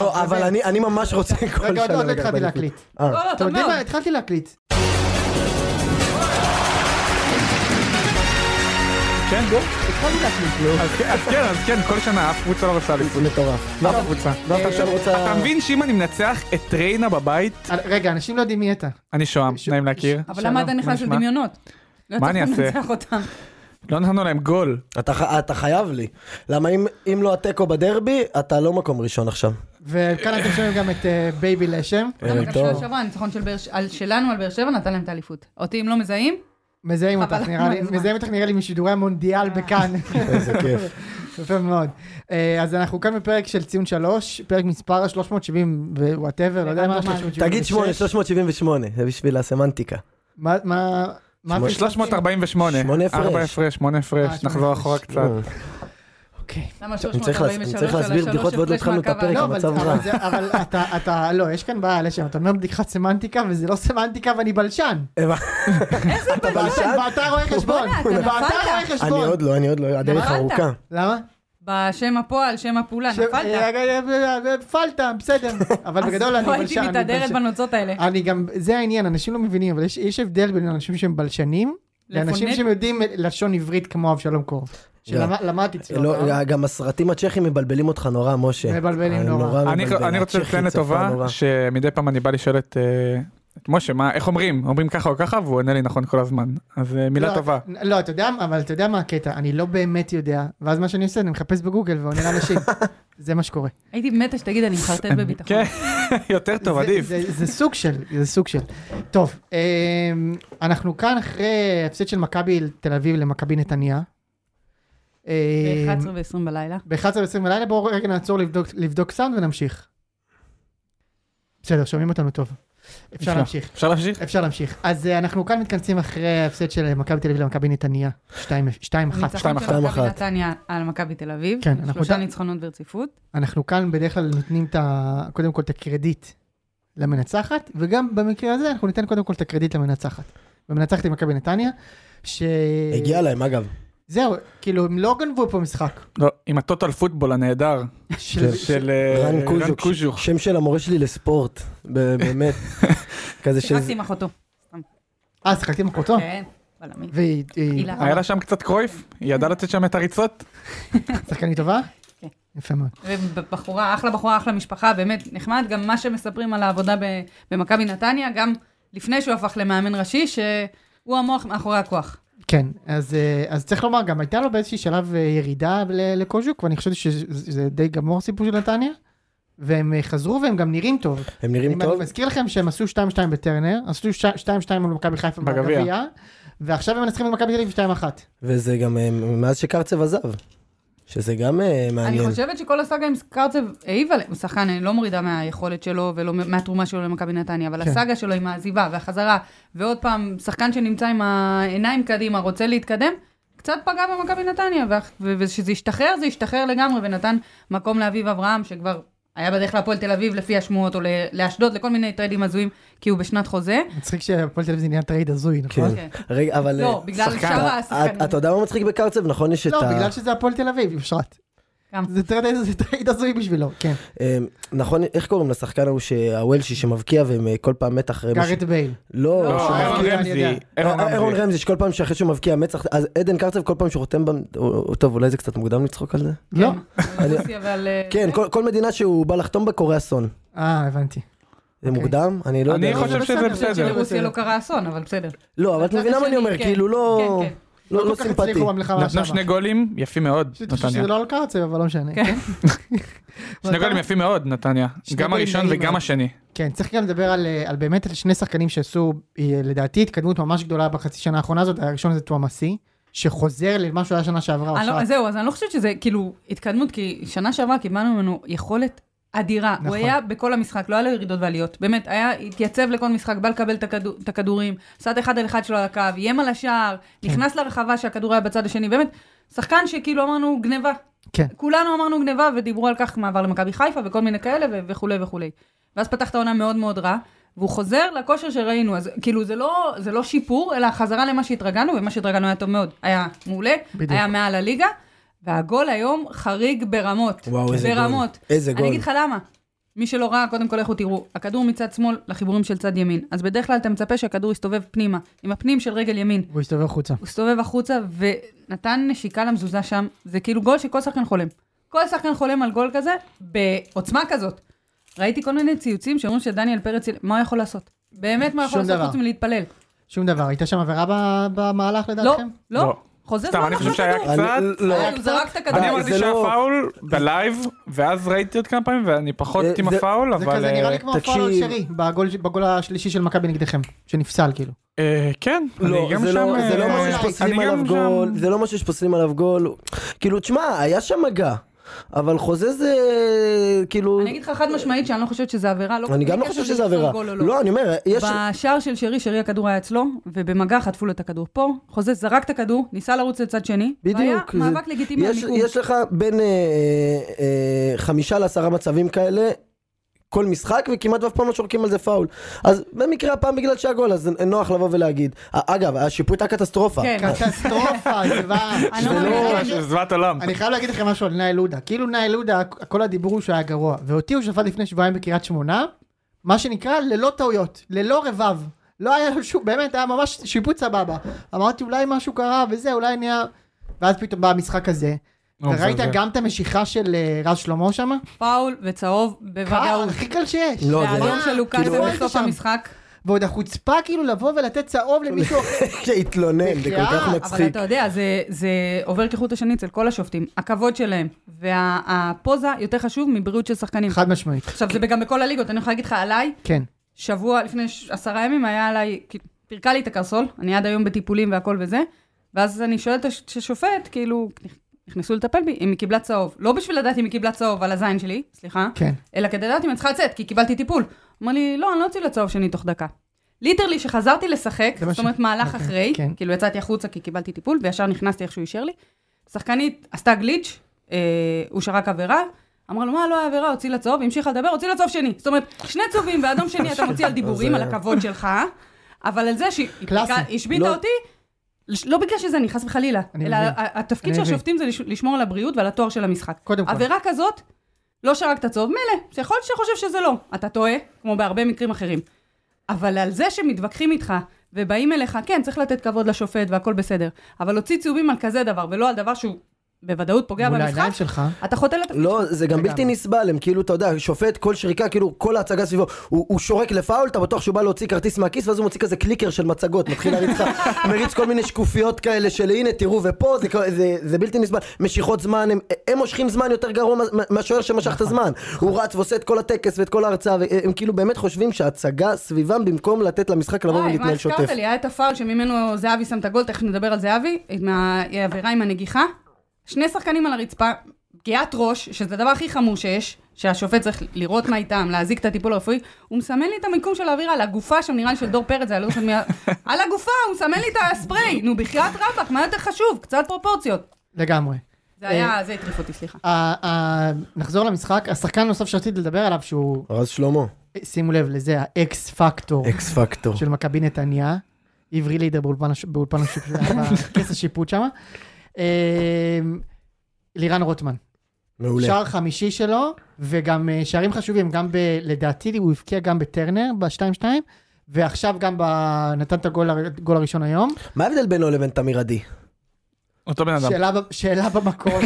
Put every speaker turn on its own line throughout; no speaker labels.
לא, אבל אני- אני ממש רוצה כל שנה.
רגע, עוד- עוד לא
לקחת
התחלתי
אליפות.
להקליט.
אה.
לא, לא,
אתם
טוב
יודעים
מאוד.
מה? התחלתי להקליט.
כן,
התחלתי להקליט. לא?
אז כן, אז כן, אז כן, כל שנה אף קבוצה לא רוצה אליפות.
מטורף.
אף קבוצה.
ואתה עכשיו רוצה...
אתה מבין שאם אני מנצח את ריינה בבית,
אה, רגע, אנשים לא יודעים מי אתה.
אני שוהם,
ש-
נעים להכיר.
אבל
שלום,
למה אתה נכנס
נשמע?
לדמיונות? לא
מה אני
הצלחנו
אעשה?
לנצח אותם.
לא נתנו להם גול.
אתה ח- אתה חייב לי. למה אם- אם לא התיקו בדרבי, אתה לא מקום ראשון עכשיו.
אה, וכאן אתם שומעים גם את אה, בייבי לשם.
למה גם
טוב.
שנה שעברה הניצחון של באר ש- על- שלנו על באר שבע נתן להם את האליפות. אותי אם לא מזהים?
מזהים אותך
חבל,
נראה לי,
הזמן.
מזהים אותך נראה לי משידורי המונדיאל בכאן.
איזה כיף.
יפה מאוד. אה, אז אנחנו כאן בפרק של ציון 3, פרק מספר ה-370 ווואטאבר, לא יודע מה
רנדומלי.
ה-370.
תגיד 8, 378, זה בשביל הסמנטיקה.
מה, מה, מה,
שמונה-
זה
348,
שמונה הפרש.
4 הפרש, 8
אה,
הפרש,
שמונה
נחזור
הפרש. אה,
אחורה קצת.
אוקיי.
למה
אני צריך להס- אני
343
צריך להסביר בדיחות ועוד לא התחלנו את הפרק.
לא, אבל,
המצב רע.
אבל, זה, אבל אתה, אתה, לא, יש כאן בעיה לשם, אתה אומר בדיחת סמנטיקה, וזה לא סמנטיקה ואני בלשן.
איזה בלשן.
ואתה רואה חשבון,
בואנה, אתה
ואתה
נפלת.
רואה
אני
חשבון.
עוד לא, אני עוד לא, הדרך
נפלת.
ארוכה.
למה?
בשם הפועל, שם הפעולה,
ש-
נפלת.
אה, אה, אה, נפלת, בסדר. אבל בגדול אני
לא
בלשן.
הייתי
אני
מתהדרת
בלשן.
בנוצות האלה.
אני גם, זה העניין, אנשים לא מבינים, אבל יש- יש הבדל בין אנשים שהם בלשנים, לאנשים
לפונט?
שיודעים לשון עברית כמו אבשלום קור. שלמדתי אצלו.
לא,
אה?
גם הסרטים הצ'כים מבלבלים אותך נורא, משה.
מבלבלים
אני
נורא.
אני-
מבלבל.
אני רוצה
הצ'כי
לציין
צפה
לטובה
נורא.
שמדי פעם אני בא לשאול את אה, את משה מה איך אומרים אומרים ככה או ככה והוא עונה לי נכון כל הזמן אז אה, מילה
לא,
טובה.
לא, אתה יודע, אבל אתה יודע מה הקטע, אני לא באמת יודע, ואז מה שאני עושה, אני מחפש בגוגל ועונה לאנשים. זה מה שקורה.
הייתי מתה שתגיד, אני מחרטט בביטחון.
כן, יותר טוב
זה-
עדיף.
זה- זה סוג של, זה סוג של. טוב, אמ, אנחנו כאן אחרי הפסד של מכבי תל אביב למכבי נתניה. אמ,
ב-11 ו-20 בלילה.
ב-11 ו-20 בלילה, בואו רגע נעצור לבדוק, לבדוק סאונד ונמשיך. בסדר, שומעים אותנו טוב. אפשר
נפלא.
להמשיך.
אפשר להמשיך?
אפשר להמשיך. אז אה, אנחנו כאן מתכנסים אחרי ההפסד של אה, מכבי תל אביב למכבי נתניה. 2-1.
ניצחון של
שתיים
מכבי
אחת.
נתניה על מכבי תל אביב.
כן, אנחנו
שלושה
ד-
ניצחונות ברציפות.
אנחנו כאן בדרך כלל נותנים את ה... קודם כל את הקרדיט למנצחת, וגם במקרה הזה אנחנו ניתן קודם כל את הקרדיט למנצחת. והמנצחת היא מכבי נתניה, ש...
הגיע להם, אגב.
זהו, כאילו, הם לא גנבו פה משחק.
לא, עם הטוטל פוטבול הנהדר
של...
של אה,
רן קוז'וק,
קוז'וק.
שם של המורה שלי לספורט, ב- באמת. כזה ש...
שיחקתי עם אחותו.
אה, שיחקתי עם הקורטון?
כן, בלמי.
והיא... היא- אה,
הילה.
אה. היה לה שם קצת קרויף היא ידעה לתת שם את הריצות.
שחקנית טובה?
כן.
יפה מאוד.
ובחורה, אחלה בחורה, אחלה משפחה, באמת נחמד. גם מה שמספרים על העבודה ב- במכבי נתניה, גם לפני שהוא הפך למאמן ראשי, שהוא המוח מאחורי הכוח.
כן, אז, אה, אז צריך לומר, גם הייתה לו באיזשהו שלב אה, ירידה ל- לקוז'וק, ואני חושב שזה זה די גמור הסיפור של נתניה, והם אה, חזרו והם גם נראים טוב.
הם נראים
אני
טוב.
מזכיר לכם שהם עשו 2-2 בטרנר, עשו 2-2 מול מכבי חיפה
בגביע.
בגביע, ועכשיו הם מנצחים את מכבי תל אביב 2-1.
וזה גם אה, מאז שקרצב עזב, שזה גם אה,
אני
מעניין.
חושבת שכל הסאגה עם קרצב העיבה, הוא שחקן, אני לא מורידה מהיכולת שלו ולא מהתרומה שלו למכבי נתניה, אבל
כן.
הסאגה שלו עם העזיבה והחזרה, ועוד פעם, שחקן שנמצא עם העיניים קדימה, רוצה להתקדם, קצת פגע במכבי נתניה, וה- ו- וכשזה השתחרר, זה השתחרר לגמרי, ונתן מקום לאביב אברהם, שכבר היה בדרך להפועל תל אביב לפי השמועות, או ל- לאשדוד, לכל מיני טריידים הזויים, כי הוא בשנת חוזה.
מצחיק שהפועל תל אביב זה נהיה טרייד הזוי, נכון?
כן. רגע, אבל...
לא,
אה,
בגלל
שחקן.
שאר
אתה-
השחקנים.
אתה יודע מה מצחיק בקרצב? נכון, יש את
לא,
ה...
בגלל שזה הפועל תל אביב, אושרת.
גם.
זה טרייד- זה טרייד הזוי בשבילו, כן.
אה, נכון, איך קוראים לשחקן ההוא שהוולשי שמבקיע והם אה, כל פעם מת אחרי... מישהו-
גארט בייל.
לא,
לא,
שהוא
אה,
אירון
מבקיע-
אני יודע.
רמזי. אירון
אה, אירון
רמזי.
רמזי, שכל פעם שאחרי שהוא מבקיע מצח, אז עדן קרצב כל פעם שהוא חותם, במ- או- או- טוב אולי זה קצת מוקדם לצחוק על זה?
כן.
לא.
על רוסיה ועל, אה,
כן, כל- כל מדינה שהוא בא לחתום בה קורה אסון.
אה, הבנתי.
זה
אוקיי.
מוקדם? אני לא יודע.
אני חושב שזה
אני חושבת
בסדר.
שלרוסיה לא קרה אסון, אבל בסדר.
לא, אבל את
בצד
מבינה מה אני
השני,
אומר,
כן.
כאילו לא...
כן, כן.
לא לא
כל כך
סימפטי.
הצליחו במלחמה
נתנו
שמה.
שני גולים יפים מאוד
יש לי תחושה
נתניה.
שזה לא על קרצב, אבל לא משנה.
כן.
כן?
שני גולים יפים מאוד נתניה.
שני
גם
גולים
הראשון
נעים
וגם
מאוד.
השני.
כן, צריך גם לדבר על, אה, על באמת על שני שחקנים שעשו אה, לדעתי התקדמות ממש גדולה בחצי שנה האחרונה הזאת, הראשון זה תואמסי, שחוזר למה שהוא היה שנה שעברה.
אני לא-
אושרת.
אז זהו, אז אני לא חושבת שזה כאילו התקדמות, כי שנה שעברה קיבלנו ממנו יכולת אדירה. הוא
נכון.
היה בכל המשחק, לא היה לו ירידות ועליות. באמת, היה, התייצב לכל משחק, בא לקבל את הכדו- את הכדורים, עשה את אחד על אחד שלו על הקו, איים על השער, נכנס לרחבה שהכדור היה בצד השני, באמת, שחקן שכאילו אמרנו גניבה.
כן.
כולנו אמרנו גניבה, ודיברו על כך מעבר למכבי חיפה וכל מיני כאלה ו- וכולי וכולי. ואז פתח את העונה מאוד מאוד רע, והוא חוזר לכושר שראינו, אז כאילו זה לא, זה לא שיפור, אלא חזרה למה שהתרגלנו, ומה שהתרגלנו היה טוב מאוד. היה מעולה,
בדיוק.
היה מעל הליגה, והגול היום חריג ברמות.
וואו, איזה גול.
ברמות.
איזה
אני
גול.
אגיד לך למה. מי שלא ראה, קודם כל לכו תראו, הכדור מצד שמאל לחיבורים של צד ימין. אז בדרך כלל אתה מצפה שהכדור יסתובב פנימה, עם הפנים של רגל ימין.
הוא הסתובב החוצה.
הוא הסתובב החוצה ונתן נשיקה למזוזה שם. זה כאילו גול שכל שחקן חולם. כל שחקן חולם על גול כזה, בעוצמה כזאת. ראיתי כל מיני ציוצים שאומרים שדניאל פרץ, מה הוא יכול לעשות? באמת מה הוא יכול
שום
לעשות
דבר.
חוץ מלהתפלל?
שום דבר, הייתה שם עבירה ב- במהלך
לא,
לדעתכם?
לא.
לא.
חוזר
סתם, אני חושב שהיה
אני-
קצת...
לא.
הוא זרק את הכדור.
אני
די,
אמרתי
זה
שהיה
לא-
פאול בלייב, ואז ראיתי עוד כמה פעמים, ואני פחות
זה-
עם
אה, זה-
הפאול,
זה
אבל...
כזה נראה
אה,
לי כמו הפועל על
תקשיב.
שרי, בגול- בגול השלישי של מכבי נגדכם, שנפסל כאילו.
אה, כן,
לא,
אני גם
זה
שם...
לא, זה לא
אה,
משהו
אני
שפוסלים
גם
עליו
שם-
גול, זה לא משהו שפוסלים עליו גול. כאילו, תשמע, היה שם מגע, אבל חוזה זה כאילו...
אני אגיד לך חד משמעית שאני לא חושבת שזה עבירה.
אני
בלי
גם לא
קשר
חושב
לזה
שזה
שזה
עבירה.
גול או
לא, אני אומר, יש...
בשער של שרי, שרי הכדור היה אצלו, ובמגע חטפו לו את הכדור פה, חוזה זרק את הכדור, ניסה לרוץ לצד שני,
בדיוק.
והיה
זה-
מאבק לגיטימי על
יש-
מיקום.
יש לך בין אה, אה, חמישה לעשרה מצבים כאלה. כל משחק וכמעט ואף פעם לא שורקים על זה פאול. אז במקרה הפעם בגלל שהיה גול, אז נוח לבוא ולהגיד. אגב, השיפוט היה קטסטרופה.
כן.
קטסטרופה, זוועה.
אני
זה
לא מאמינה.
לא-
אה, שזה זוועת עולם.
אני חייב להגיד לכם משהו על נאי לודה. כאילו נאי לודה, כל הדיבור הוא שהיה גרוע. ואותי הוא שפט לפני שבועיים בקריית שמונה, מה שנקרא ללא טעויות, ללא רבב. לא היה לו שום, באמת, היה ממש שיפוט סבבה. אמרתי אולי משהו קרה וזה, אולי נהיה... ואז פתאום בא המשחק הזה.
נו,
וראית
מזעזע.
גם את המשיכה של אה, רז שלמה שם?
פאול וצהוב בוודאות.
קל, הכי קל שיש.
לא, זה-
והאדום של לוקאסה
כאילו,
בסוף
שם.
המשחק.
ועוד החוצפה כאילו לבוא ולתת צהוב למישהו אחר.
שהתלונן, זה כל כך
בחייאת,
אבל
מצחיק.
אתה יודע, זה, זה עובר כחוט השני אצל כל השופטים. הכבוד שלהם והפוזה יותר חשוב מבריאות של שחקנים.
חד משמעית,
עכשיו, זה גם בכל הליגות, אני יכולה להגיד לך עליי,
כן.
שבוע לפני ש- עשרה ימים היה עליי, כאילו, פירקה לי את הקרסול, אני עד היום בטיפולים והכל וזה, ואז אני שואלת את הש- את השופט, כאילו, נכנסו לטפל בי, אם היא קיבלה צהוב. לא בשביל לדעת אם היא קיבלה צהוב על הזין שלי, סליחה,
כן.
אלא כדי לדעת אם אני צריכה לצאת, כי קיבלתי טיפול. הוא אמר לי, לא, אני לא אוציא לצהוב שני תוך דקה. ליטרלי, שחזרתי לשחק,
זה מה
זאת
ש-
אומרת מהלך
אוקיי,
אחרי,
כן.
כאילו יצאתי החוצה כי קיבלתי טיפול, וישר נכנסתי איך שהוא אישר לי. שחקנית עשתה גליץ', אה, הוא שרק עבירה, אמרה לו, מה, לא היה עבירה, הוציא לצהוב, המשיכה לדבר, הוציא לצהוב שני. זאת אומרת, שני צהובים ואדום שני אתה מוציא על דיבורים,
אז,
על
אה,
הכבוד שלך, אבל על זה שהיא
קלאסי.
היא השביתה
לא-
אותי, לש- לא בגלל שזה אני, חס וחלילה,
אני
אלא
מבין.
ה- התפקיד
אני
של
מבין.
השופטים זה לש- לשמור על הבריאות ועל התואר של המשחק.
קודם כל.
עבירה כזאת, לא שרקת צהוב, מילא, שיכול להיות שאתה חושב שזה לא. אתה טועה, כמו בהרבה מקרים אחרים. אבל על זה שמתווכחים איתך, ובאים אליך, כן, צריך לתת כבוד לשופט והכל בסדר. אבל להוציא צהובים על כזה דבר, ולא על דבר שהוא בוודאות פוגע
מול
במשחק,
העיניים שלך.
אתה חוטא לתפקיד.
לא, זה גם
לגמרי.
בלתי נסבל, הם כאילו, אתה יודע, שופט, כל שריקה, כאילו, כל ההצגה סביבו, הוא הוא שורק לפאול, אתה בטוח שהוא בא להוציא כרטיס מהכיס, ואז הוא מוציא כזה קליקר של מצגות, מתחיל להריץ לך, מריץ כל מיני שקופיות כאלה של הנה, תראו, ופה, זה כל- זה- זה בלתי נסבל. משיכות זמן, הם- הם מושכים זמן יותר גרוע מה- מהשוער שמשך את
נכון.
הזמן. הוא רץ ועושה את כל הטקס ואת כל ההרצאה, והם כאילו באמת חושבים שההצגה סביבם, במקום לתת למשחק
לא
לבוא
וואי, מה
ולהתנהל
אה, הזכרת
שוטף.
לי? היה את הפאול שממנו זהבי שם את הגול, תכף נדבר על זהבי, עם העבירה עם הנגיחה. שני שחקנים על הרצפה, פגיעת ראש, שזה הדבר הכי חמור שיש, שהשופט צריך לראות מה איתם, להזיק את הטיפול הרפואי, הוא מסמן לי את המיקום של האוויר על הגופה שם, נראה לי של דור פרץ, זה היה לא זוכר מי... ה- על הגופה, הוא מסמן לי את הספרי, נו בחייאת רבאק, מה יותר חשוב? קצת פרופורציות.
לגמרי.
זה היה,
אה,
זה הטריף אותי, סליחה.
ה- ה- נחזור למשחק, השחקן הנוסף שרציתי לדבר עליו שהוא,
רז שלמה,
שימו לב לזה, האקס פקטור
אקס פקטור.
של מכבי נתניה, עברי לידר באולפן הש- באולפן השיפוט, בכס השיפוט שם, לירן רוטמן,
מעולה.
שער חמישי שלו, וגם אה, שערים חשובים, גם ב... לדעתי הוא הבקיע גם בטרנר ב-2-2, ועכשיו גם ב... נתן את הגול הר- גול הראשון היום.
מה ההבדל בינו לבין תמיר עדי?
אותו בן אדם.
שאלה, ב- שאלה במקום,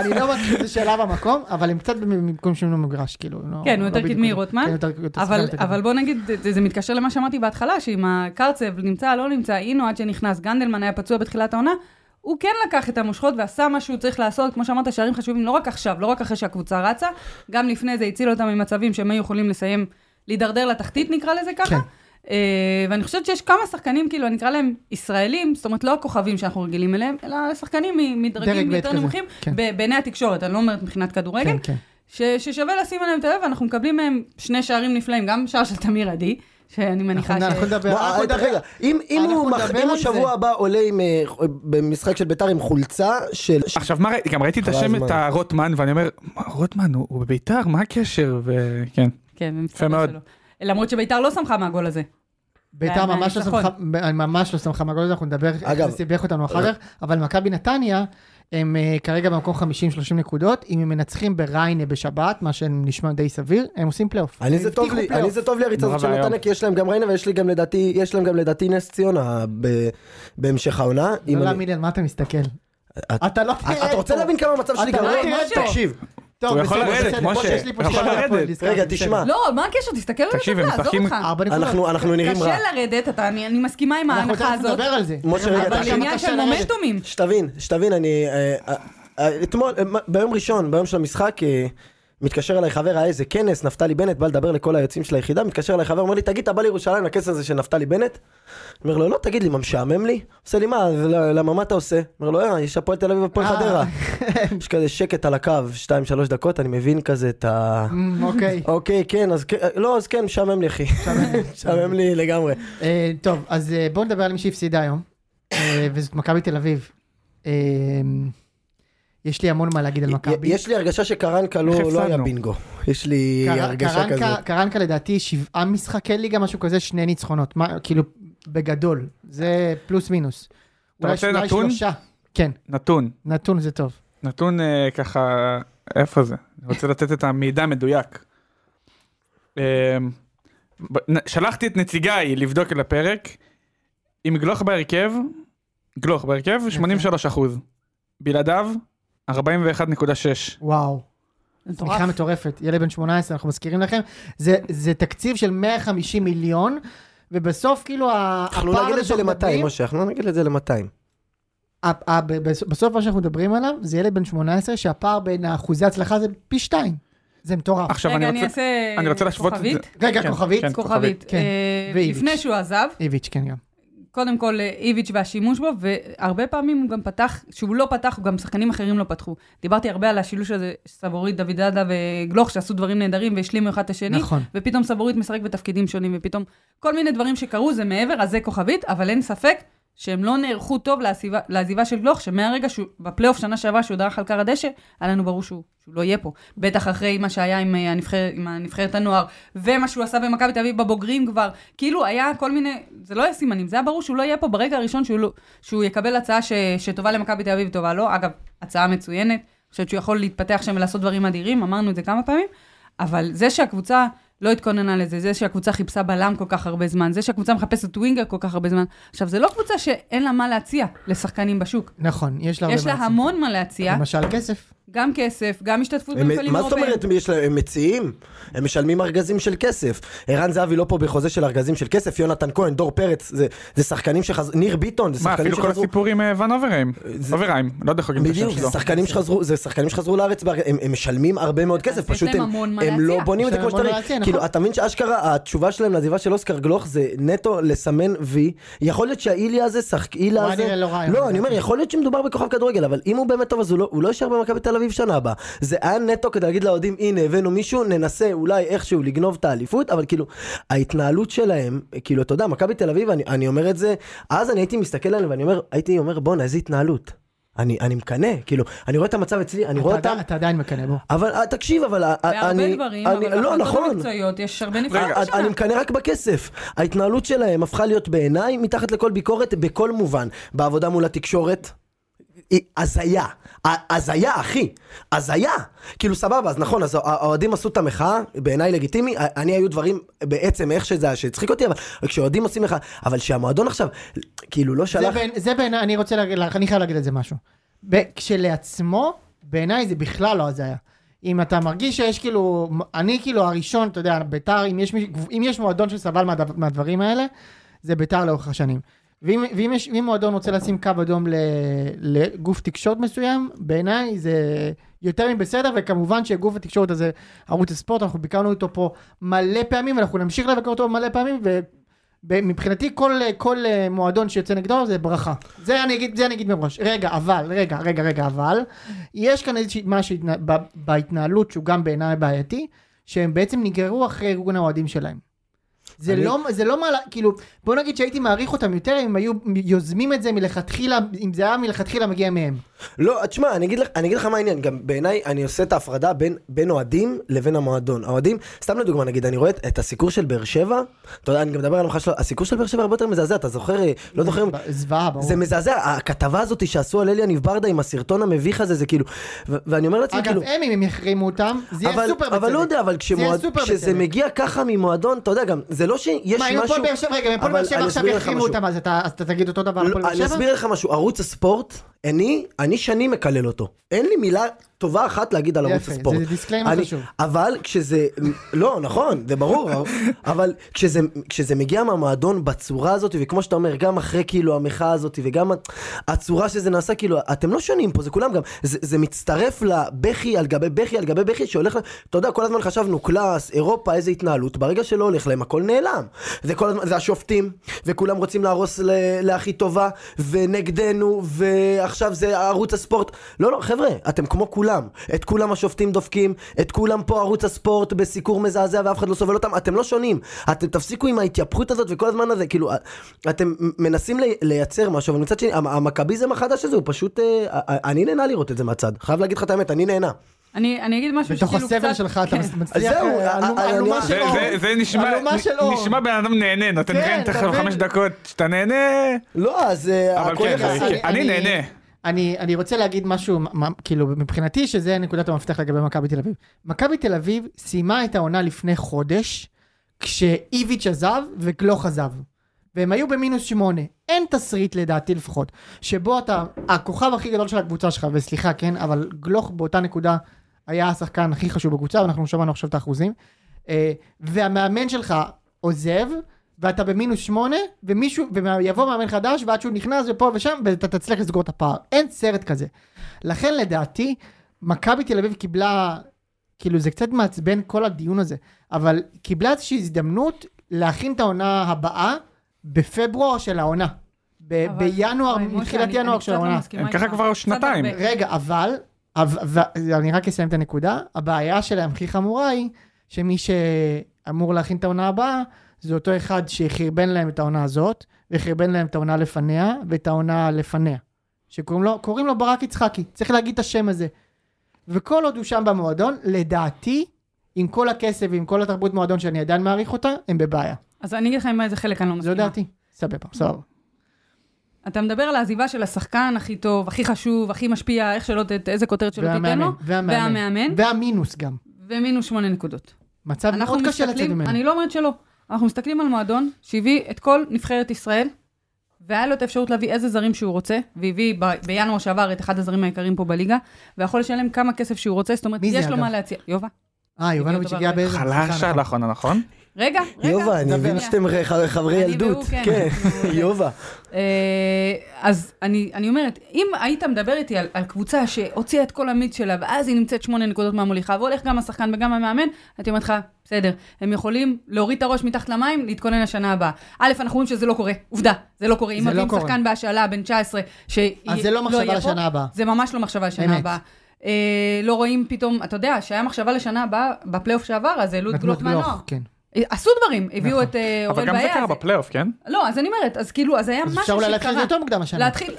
אני לא מכיר את השאלה במקום, אבל הם קצת במקום שהם לא מגרש, כאילו. לא-
כן, הוא
לא
יותר
בדיוק-
קדמי, רוטמן,
כן, יותר- יותר
אבל,
יותר
אבל בוא נגיד, זה, זה מתקשר למה שאמרתי בהתחלה, שאם הקרצב נמצא, לא נמצא, אינו עד שנכנס, גנדלמן היה פצוע בתחילת העונה, הוא כן לקח את המושכות ועשה מה שהוא צריך לעשות, כמו שאמרת, שערים חשובים לא רק עכשיו, לא רק אחרי שהקבוצה רצה, גם לפני זה הציל אותם ממצבים שהם היו יכולים לסיים, להידרדר לתחתית נקרא לזה ככה.
כן.
אה, ואני חושבת שיש כמה שחקנים, כאילו, אני אקרא להם ישראלים, זאת אומרת, לא הכוכבים שאנחנו רגילים אליהם, אלא שחקנים מ-
דרג
מדרגים
ב'
יותר
כזה,
נמוכים,
כן.
ב- בעיני התקשורת, אני לא אומרת מבחינת כדורגל,
כן, כן.
ש, ששווה לשים עליהם את הלב, ואנחנו מקבלים מהם שני שערים נפלאים, גם שער של תמיר עדי, שאני מניחה
אנחנו- אנחנו
ש...
נדבר,
בוא,
אנחנו
אה,
נדבר.
רגע, אם אם
אנחנו
הוא מח-
נדבר
אם
על
הוא
זה.
שבוע הבא עולה עם, אה, במשחק של ביתר עם חולצה של...
עכשיו מה ראיתי? גם ראיתי את
חבל
השם,
הזמן.
את הרוטמן, ואני אומר, "מה, רוטמן הוא הוא בביתר, מה הקשר? וכן.
כן,
יפה מאוד.
שלו. למרות שביתר לא שמחה מהגול הזה.
ביתר
מה-
ממש לא
מהניצחון.
שמחה, ממש לא שמחה מהגול הזה, אנחנו נדבר,
אגב-
זה סיבך אותנו אחר כך, אבל מכבי נתניה, הם אה, כרגע במקום 50-30 נקודות, אם הם מנצחים בריינה בשבת, מה שנשמע די סביר, הם עושים פלייאוף.
אני
הם
זה טוב
הבטיחו
לי,
פלייאוף.
אני זה טוב לי הריצה
נורא
הזאת של
ואיום.
נתניה, כי יש להם גם ריינה ויש לי גם לדעתי, יש להם גם לדעתי נס ציונה ב- בהמשך העונה. אם
לא
אני-
להאמין על מה אתה מסתכל.
את-
אתה לא
אתה אתה רוצה
פה.
להבין כמה המצב שלי
אתה
גרוע?
לא תראה פה.
תקשיב,
טוב,
הוא יכול
בסדר,
לרדת,
בסדר,
משה,
משה, יש לי פה
הוא יכול
שאלה על הפועל,
לרדת.
נזכרתי,
רגע,
בסדר.
תשמע.
לא, מה הקשר? תסתכל על
תקשיב, הם
הטבלה, עזוב
משחקים-
אותך.
ארבע נקודות.
אנחנו אנחנו נראים רע.
קשה לרדת, אתה- אני אני מסכימה עם
אנחנו
ההנחה
תכף
הזאת.
נדבר על זה.
משה, רגע,
אבל
אבל זה
תקשיב.
עניין
קשה
של
לרדת.
מומנטומים.
שתבין, שתבין, אני... אה, אה, אה, אתמול, אה, ביום ראשון, ביום של המשחק, אה, מתקשר אליי חבר, היה איזה כנס, נפתלי בנט, בא לדבר לכל היוצאים של היחידה, מתקשר אליי חבר, אומר לי, תגיד, אתה בא לירושלים לכנס הזה של נפתלי בנט? אני אומר לו, לא, תגיד לי, מה משעמם לי? עושה לי מה, "ל- למה, מה אתה עושה? אומר לו, אה, יש הפועל תל אביב, הפועל
אה.
חדרה. יש כזה שקט על הקו, 2-3 דקות, אני מבין כזה את ה...
אמ, אוקיי.
אוקיי, כן, אז כן, לא, אז כן, משעמם לי, אחי. משעמם לי לגמרי.
אה, טוב, אז אה, בואו נדבר על מי שהפסידה היום, אה, וזאת מכבי תל אביב. אה, יש לי המון מה להגיד על מכבי.
יש לי הרגשה שקרנקה לא
איך
לא היה
הפסדנו?
בינגו. יש לי
קר-
הרגשה
קרנקה-
כזאת.
קרנקה לדעתי שבעה משחקי ליגה, משהו כזה, שני ניצחונות, מה- כאילו, בגדול. זה פלוס מינוס. אולי-
רוצה
אולי
נתון?
שלושה. כן,
נתון,
נתון זה טוב.
נתון אה, ככה, איפה זה? אני רוצה לתת את המידע המדויק. אה, ב- נ- שלחתי את נציגיי לבדוק את הפרק, עם גלוך בהרכב, גלוך בהרכב, 83 אחוז. בלעדיו, 41.6.
וואו.
מטורף.
תמיכה מטורפת, ילד בן 18, אנחנו מזכירים לכם, זה, זה תקציב של 150 מיליון, ובסוף כאילו ה-
אנחנו נגיד את זה
שאנחנו מדברים-
ל-200, משה, אנחנו לא נגיד את זה ל-200.
ה- ה- ב- בס- בסוף מה שאנחנו מדברים עליו, זה ילד בן 18 שהפער בין האחוזי הצלחה זה פי שתיים, זה מטורף.
עכשיו
רגע,
אני
אני
רוצה...
אעשה
אני רוצה להשוות את זה.
כוכבית.
רגע,
כן,
כוכבית,
כן.
כוכבית.
כן.
אה,
ואיביץ'.
לפני שהוא עזב,
איביץ', כן גם.
קודם כל אה, איביץ' והשימוש בו, והרבה פעמים הוא גם פתח, כשהוא לא פתח, גם שחקנים אחרים לא פתחו. דיברתי הרבה על השילוש הזה, סבורית, דוידדה וגלוך, שעשו דברים נהדרים והשלימו אחד את השני.
נכון.
ופתאום סבורית משחק בתפקידים שונים, ופתאום כל מיני דברים שקרו זה מעבר, אז זה כוכבית, אבל אין ספק שהם לא נערכו טוב לעזיבה, לעזיבה של גלוך, שמהרגע שהוא, בפלייאוף שנה שעברה שהוא דרך על כר הדשא, היה לנו ברור שהוא, שהוא לא יהיה פה. בטח אחרי מה שהיה עם, אה, הנבחר, עם הנבחרת הנוער, ומה שהוא עשה במכבי תל אביב בבוגרים כבר, כאילו היה כל מיני, זה לא היה סימנים, זה היה ברור שהוא לא יהיה פה ברגע הראשון שהוא, לא, שהוא יקבל הצעה ש, שטובה למכבי תל אביב וטובה לו, אגב, הצעה מצוינת, אני חושבת שהוא יכול להתפתח שם ולעשות דברים אדירים, אמרנו את זה כמה פעמים, אבל זה שהקבוצה לא התכוננה לזה, זה שהקבוצה חיפשה בלם כל כך הרבה זמן, זה שהקבוצה מחפשת ווינגר כל כך הרבה זמן. עכשיו, זה לא קבוצה שאין לה מה להציע לשחקנים בשוק.
נכון, יש לה הרבה
יש לה
מה לעשות.
המון מה להציע,
למשל כסף.
גם כסף, גם השתתפות
הם-
במפעלים
מה זאת
אירופאיים.
אומרת, יש להם- הם מציעים? הם משלמים ארגזים של כסף. ערן זהבי לא פה בחוזה של ארגזים של כסף, יונתן כהן, דור פרץ, זה- זה שחקנים שחזרו, ניר ביטון, זה
מה,
שחקנים
אפילו כל
שחזרו.
הסיפור עם אה, ון אוברהיים.
זה-
אוברהיים, לא יודע איך להגיד את השם
בדיוק,
שלו.
זה שחקנים שחזרו, זה שחקנים שחזרו לארץ, בארג- הם, הם משלמים הרבה מאוד כסף,
אז יש
פשוט
להם
הם,
המון מה
הם
להציע.
לא בונים את זה
יש
כמו
להם המון
שצריך.
להציע,
כאילו,
נכון.
אתה מבין שאשכרה, התשובה שלהם לעזיבה של אוסקר גלוך זה נטו לסמן וי. יכול להיות שהאיליה הזה, שחק אילה
הוא היה
הזה,
נראה לא רע,
לא,
אבל-
אני אומר, יכול להיות שמדובר בכוכב כדורגל, אבל אם הוא באמת טוב, אז הוא לא- הוא לא יישאר במכבי תל אביב שנה הבאה. זה היה נטו כדי להגיד לאוהדים, הנה הבאנו מישהו, ננסה אולי איכשהו לגנוב את האליפות, אבל כאילו, ההתנהלות שלהם, כאילו, אתה יודע, מכבי תל אביב, אני- אני אומר את זה, אז אני הייתי מסתכל עליהם ואני אומר, הייתי אומר, בואנה, איזה התנהלות. אני, אני מקנא, כאילו, אני רואה את המצב אצלי, אני רואה אותם,
אתה עדיין- אתה עדיין מקנא בו.
אבל אה, תקשיב, אבל אה,
בהרבה
אני,
דברים,
אני,
אבל
לא,
ההחלטות
נכון,
המקצועיות, יש הרבה
אה,
נפגעים
אה, אני
בשנה.
מקנא רק בכסף. ההתנהלות שלהם הפכה להיות בעיניי מתחת לכל ביקורת בכל מובן. בעבודה מול התקשורת, היא הזיה. ה- הזיה, אחי. הזיה. כאילו, סבבה, אז נכון, אז הא- האוהדים עשו את המחאה, בעיניי לגיטימי. ה- אני היו דברים, בעצם, איך שזה היה, שהצחיק אותי, אבל כשאוהדים עושים מחאה, אבל שהמועדון עכשיו, כאילו, לא
זה
שלח...
בעיני- זה בעיניי, אני רוצה להגיד לך, אני חייב להגיד על זה משהו. ב- כשלעצמו, בעיניי זה בכלל לא הזיה. אם אתה מרגיש שיש כאילו, אני כאילו הראשון, אתה יודע, ביתר, אם יש, מיש- אם יש מועדון שסבל מהדבר, מהדברים האלה, זה ביתר לאורך השנים. ואם, ואם, יש, ואם מועדון רוצה לשים קו אדום ל, לגוף תקשורת מסוים, בעיניי זה יותר מבסדר, וכמובן שגוף התקשורת הזה, ערוץ הספורט, אנחנו ביקרנו אותו פה מלא פעמים, ואנחנו נמשיך לבקר אותו מלא פעמים, ו... ב- מבחינתי כל, כל אה, מועדון שיוצא נגדו זה ברכה. זה אני אגיד, זה אני אגיד מראש. רגע, אבל, רגע, רגע, רגע, אבל, יש כאן איזושהי משהו התנה- ב- בהתנהלות שהוא גם בעיניי בעייתי, שהם בעצם נגררו אחרי ארגון האוהדים שלהם. זה
אני-
לא, זה לא מעלה, כאילו, בוא נגיד שהייתי מעריך אותם יותר אם היו יוזמים את זה מלכתחילה, אם זה היה מלכתחילה מגיע מהם.
לא, תשמע, אני אגיד לך, אני אגיד לך מה העניין, גם בעיניי אני עושה את ההפרדה בין, בין אוהדים לבין המועדון. האוהדים, סתם לדוגמה נגיד, אני רואה את, את הסיקור של באר שבע, אתה יודע, אני גם מדבר על המחאה שלו, הסיקור של באר שבע הרבה יותר מזעזע, אתה זוכר, אה, לא זוכר, אם-
זוועה, ברור.
זה מזעזע, הכתבה הזאת שעשו על אלי יניב ברדה עם הסרטון המביך הזה, זה כאילו, ו- ואני אומר לעצמי,
אגב,
כאילו,
הם אם הם יחרימו אותם, זה יהיה
אבל,
סופר בצדק.
אבל לא יודע, אבל כשמועד,
סופר
כשזה
בצדק.
מגיע ככה ממועדון, אתה יודע גם, זה לא שיש
מה, אם
משהו,
הפועל באר שבע, רגע, אם הפועל
אבל
באר שבע
אני
עכשיו
אסביר לך
יחרימו
משהו.
אותם, אז אתה אז אתה תגיד אותו דבר על
לא,
הפועל
אני
באר שבע?
אסביר לך משהו, ערוץ הספורט, אני, אני שנים מקלל אותו. אין לי מילה טובה אחת להגיד על
יפה,
ערוץ
זה
הספורט.
דיסקליימר
אני-
חשוב.
אבל כשזה, לא, נכון, זה ברור, אבל כשזה, כשזה מגיע מהמועדון בצורה הזאת, וכמו שאתה אומר, גם אחרי כאילו המחאה הזאת, וגם הצורה שזה נעשה, כאילו, אתם לא שונים פה, זה כולם גם, זה, זה מצטרף לבכי על גבי בכי על גבי בכי שהולך, ל- אתה יודע, כל הזמן חשבנו, קלאס, אירופה, איזה התנהלות, ברגע שלא הולך להם, הכל נעלם. זה כל הזמן, זה השופטים, וכולם רוצים להרוס ל- להכי טובה, ונגדנו, ועכשיו זה ערוץ הספורט. לא, לא, חבר'ה, אתם כמו כולם. את כולם השופטים דופקים, את כולם פה ערוץ הספורט בסיקור מזעזע ואף אחד לא סובל אותם, אתם לא שונים. אתם תפסיקו עם ההתייפכות הזאת וכל הזמן הזה, כאילו, אתם מנסים לי- לייצר משהו, אבל מצד שני, המ- המכביזם החדש הזה הוא פשוט, אה, אני נהנה לראות את זה מהצד. חייב להגיד לך את האמת, אני נהנה.
אני אני אגיד משהו
בתוך
שכאילו
הסבל
קצת-
שלך אתה
כן.
מצליח,
זהו,
אה, אלומה-
אה,
אלומה
אני-
של
זה-
אור.
זה- זה נשמע
אלומה של אור.
נשמע בן אדם נהנה, נותן
כן,
רנט
אתה
עכשיו
מבין?
חמש דקות, שאתה נהנה,
לא, אז אה,
אבל
הכל
כן,
יחסי.
זה- אני נהנה.
אני, אני רוצה להגיד משהו, מה- מה- כאילו מבחינתי שזה נקודת המפתח לגבי מכבי תל אביב. מכבי תל אביב סיימה את העונה לפני חודש, כשאיביץ' עזב וגלוך עזב. והם היו במינוס שמונה. אין תסריט לדעתי לפחות, שבו אתה, הכוכב הכי גדול של הקבוצה שלך, וסליחה כן, אבל גלוך באותה נקודה היה השחקן הכי חשוב בקבוצה, ואנחנו שמענו עכשיו את האחוזים. אה, והמאמן שלך עוזב, ואתה במינוס שמונה, ומישהו, ויבוא מאמן חדש, ועד שהוא נכנס ופה ושם, ואתה תצליח לסגור את הפער. אין סרט כזה. לכן לדעתי, מכבי תל אביב קיבלה, כאילו זה קצת מעצבן כל הדיון הזה, אבל קיבלה איזושהי הזדמנות להכין את העונה הבאה בפברואר של העונה. ב-
אבל-
בינואר,
אוי, משה,
מתחילת
אני-
ינואר
אני
של
קצת לא
העונה.
מסכימה
הם ככה
איתך.
כבר
קצת
שנתיים.
הרבה.
רגע, אבל, אבל ו- אני רק אסיים את הנקודה, הבעיה שלהם הכי חמורה היא שמי שאמור להכין את העונה הבאה, זה אותו אחד שחרבן להם את העונה הזאת, וחרבן להם את העונה לפניה, ואת העונה לפניה. שקוראים לו, קוראים לו ברק יצחקי, צריך להגיד את השם הזה. וכל עוד הוא שם במועדון, לדעתי, עם כל הכסף ועם כל התרבות מועדון שאני עדיין מעריך אותה, הם בבעיה.
אז אני אגיד לך עם איזה חלק אני לא
זו
מסכימה.
דעתי. סבבה, סבבה.
אתה מדבר על העזיבה של השחקן הכי טוב, הכי חשוב, הכי משפיע, איך שלא, ת- איזה כותרת שלא תיתן לו. והמאמן.
והמינוס גם.
ומינוס שמונה נקודות.
מצב
אנחנו
מאוד קשה לצאת
מסתכלים,
ממנו.
אני לא אומרת שלא, אנחנו מסתכלים על מועדון שהביא את כל נבחרת ישראל, והיה לו את האפשרות להביא איזה זרים שהוא רוצה, והביא ב- בינואר שעבר את אחד הזרים היקרים פה בליגה, ויכול לשלם כמה כסף שהוא רוצה, זאת אומרת,
מי זה,
יש לו
אגב?
מה להציע. יובה.
אה, יובנוביץ'
אותו
הגיע
דבר.
באיזה...
חלש
סליחה,
על
נכון.
האחרונה, נכון?
רגע, רגע.
יובה, אני
דבר.
מבין שאתם ח- חברי
אני והוא,
ילדות.
כן.
כן, יובה.
אה, אז אני, אני אומרת, אם היית מדבר איתי על, על קבוצה שהוציאה את כל המיץ שלה, ואז היא נמצאת שמונה נקודות מהמוליכה, והולך גם השחקן וגם המאמן, הייתי אומרת לך, בסדר, הם יכולים להוריד את הראש מתחת למים, להתכונן לשנה הבאה. א', אנחנו רואים שזה לא קורה, עובדה, זה לא קורה. אם
זה לא
מביאים
קורה.
שחקן בהשאלה, בן 19, שהיא-
אז זה לא מחשבה
יהיה פה,
לשנה הבאה.
זה ממש לא מחשבה לשנה
אמת.
הבאה. אה, לא רואים פתאום, אתה יודע, שהיה מחשבה לשנה הבאה, בפלייאוף שעבר, אז העלו את
נתנו
גלוך
את גלוך,
מהנוער.
כן. נכון.
אה, עשו דברים, הביאו את אה, אורל
אבל גם זה
בעיה.
קרה בפלייאוף, כן?
לא, אז אני אומרת, אז כאילו, אז היה
אז
משהו
אפשר
שקרה.
אולי להתחיל את זה יותר מוקדם השנה.
להתחיל,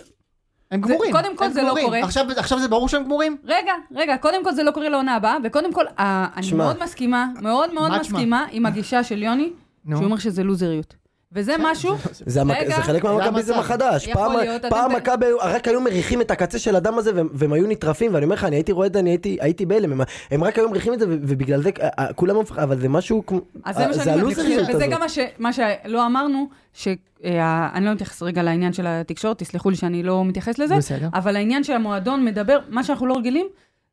הם
זה-
גמורים.
קודם כל
הם
זה לא
גמורים.
קורה.
עכשיו- עכשיו זה ברור שהם גמורים?
רגע, רגע, קודם כל זה לא קורה לעונה הבאה, וקודם כל, אה, אני
שמע.
מאוד מסכימה, מאוד מאוד
מה תשמע?
מסכימה עם הגישה של יוני,
נו.
שהוא אומר שזה לוזריות. וזה משהו,
זה, המק...
רגע,
זה חלק
זה
מהמכביזם
המצב.
החדש.
יכול
פעם,
להיות, אתם
פעם
ב-
מכבי היו- רק היו מריחים את הקצה של הדם הזה והם, והם היו נטרפים, ואני אומר לך, אני הייתי רואה את זה, אני הייתי, הייתי בהלם. הם, הם רק היו מריחים את זה, ו- ובגלל זה אה, אה, כולם מפחדים, אבל זה משהו כמו...
אז זה
אה,
מה שאני אומרת,
הלוזריות הזאת.
וזה גם מה ש- מה שלא אמרנו, שאני לא מתייחס רגע לעניין של התקשורת, תסלחו לי שאני לא מתייחס לזה,
בסדר.
אבל העניין של המועדון מדבר, מה שאנחנו לא רגילים,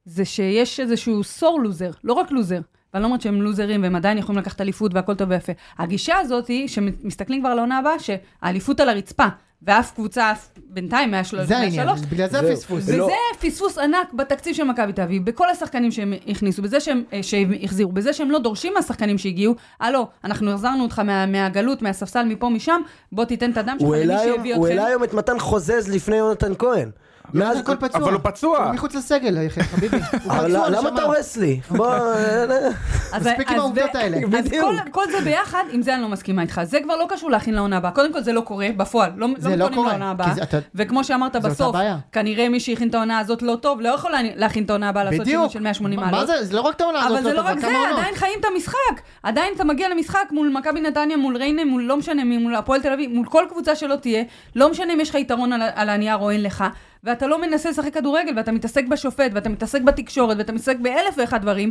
זה שיש איזשהו סור לוזר, לא רק לוזר. ואני לא אומרת שהם לוזרים והם עדיין יכולים לקחת אליפות והכל טוב ויפה. הגישה הזאת היא, שמסתכלים כבר לעונה הבאה, שהאליפות על הרצפה, ואף קבוצה, אף בינתיים, מהשלוש,
זה העניין,
מהשלוש,
בגלל זה
זהו.
הפספוס.
לא.
וזה פספוס ענק בתקציב של מכבי תל אביב, בכל השחקנים שהם הכניסו, בזה שהם, אה, שהם החזירו, בזה שהם לא דורשים מהשחקנים שהגיעו, הלו, אנחנו החזרנו אותך מה, מהגלות, מהספסל, מפה, משם, בוא תיתן את הדם שלך
הוא
למי
העלה היום-
שהביא
הוא
אתכם.
העלה היום את מתן חוזז לפני יונתן כהן. מאז-
הכל פצוע.
אבל הוא פצוע.
הוא מחוץ לסגל, יחי, חביבי. הוא
אבל לא-
פצוע,
למה
נשמה.
אתה הורס לי? בוא... אה,
אז-
מספיק עם
אז
העובדות
זה-
האלה.
אז
בדיוק.
כל- כל זה ביחד, עם זה אני לא מסכימה איתך. זה כבר לא קשור להכין לעונה הבאה. קודם כל זה לא קורה בפועל. לא
זה
לא
לא
מתכוננים
קורה,
לעונה
כי
הבאה.
זה- אתה-
וכמו שאמרת
אותה
בסוף,
בעיה.
כנראה מי שהכין את העונה הזאת לא טוב, לא יכול לה- להכין את העונה הבאה לעשות שינוי
בדיוק.
של 180
מה- מה
מעלות.
זה? זה לא רק את העונה הזאת.
אבל זה לא
טובה,
רק זה,
כמה עונות.
עדיין חיים את המשחק. עדיין אתה מגיע למשחק מול מכבי נתניה, מול ריינה, מול לא משנה מי, מול הפועל תל אביב, מול כל קבוצה שלא תהיה, לא משנה אם יש לך יתרון על, ה- על הנייר או אין לך, ואתה לא מנסה לשחק כדורגל, ואתה מתעסק בשופט, ואתה מתעסק בתקשורת, ואתה מתעסק באלף ואחד דברים.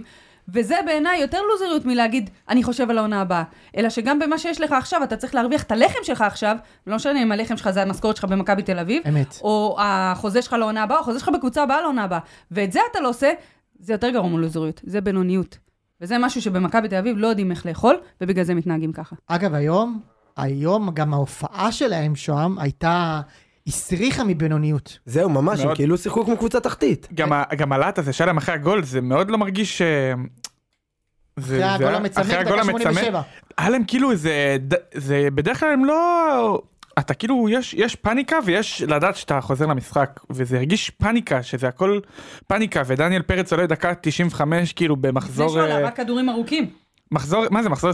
וזה בעיניי יותר לוזריות מלהגיד, אני חושב על העונה הבאה. אלא שגם במה שיש לך עכשיו, אתה צריך להרוויח את הלחם שלך עכשיו, לא משנה אם הלחם שלך זה המשכורת שלך במכבי תל אביב,
אמת.
או החוזה שלך לעונה הבאה, או החוזה שלך בקבוצה הבאה לעונה הבאה. ואת זה אתה לא עושה, זה יותר גרוע מלוזריות, זה בינוניות. וזה משהו שבמכבי תל אביב לא יודעים איך לאכול, ובגלל זה מתנהגים ככה.
אגב, היום, היום גם ההופעה שלהם שם הייתה, הסריחה מבינוניות.
זהו, ממש, הם
מאוד.
כאילו שיחקו כמו קבוצה תחתית.
גם ה- גם הלהט הזה שהיה להם אחרי הגול זה מאוד לא מרגיש... אה, זה-
אחרי
זה
הגול
היה-
המצמק,
אחרי הגול
דקה
המצמק,
87.
היה להם כאילו איזה, ד- זה בדרך כלל הם לא, אתה כאילו יש, יש פאניקה ויש לדעת שאתה חוזר למשחק וזה הרגיש פאניקה שזה הכל פאניקה ודניאל פרץ עולה דקה 95 כאילו
זה
במחזור,
שעולה
אה,
רק כדורים ארוכים.
מחזור, מה זה מחזור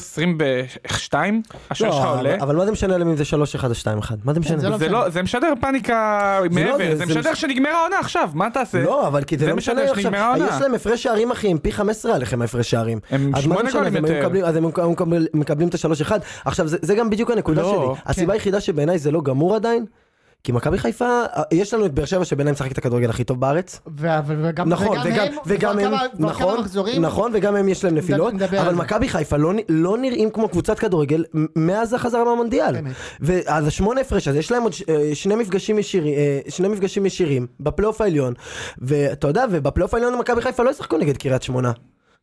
22? השוער שלך
לא,
עולה?
אבל- אבל מה זה משנה להם אם זה 3-1 או 2-1? מה זה משנה?
זה לא
זה
משנה.
לא, זה משדר פאניקה
זה לא,
מעבר,
זה-
זה
זה
משדר
מש-
שנגמרה העונה עכשיו, מה תעשה?
לא, אבל כי זה
זה
לא
משנה,
משנה עכשיו.
שנגמרה העונה.
יש להם הפרש שערים, אחי, הם פי 15 עליכם ההפרש שערים.
הם
אז מה
שמונה
זה משנה, אז
גולים
הם היו
יותר.
מקבלים- אז הם היו מקבל- מקבלים את השלוש אחד. עכשיו, זה- זה גם בדיוק הנקודה
לא,
שלי.
כן.
הסיבה היחידה שבעיניי זה לא גמור עדיין, כי מכבי חיפה, אה, יש לנו את באר שבע שבעיניי משחק את הכדורגל הכי טוב בארץ.
ו- אבל- וגם
נכון,
וגם
וגם-
הם,
וגם
כבר
הם,
כמה- כבר
נכון,
כמה מחזורים,
נכון, וגם הם יש להם נפילות,
נדבר על
אבל
זה.
מכבי חיפה לא נ- לא נראים כמו קבוצת כדורגל מ- מאז החזרה מהמונדיאל.
אמת.
ואז השמונה הפרש הזה, יש להם עוד ש- אה, שני מפגשים ישירים, אה, שני מפגשים ישירים בפלייאוף העליון, ואתה יודע, ובפלייאוף העליון מכבי חיפה לא ישחקו נגד קריית שמונה.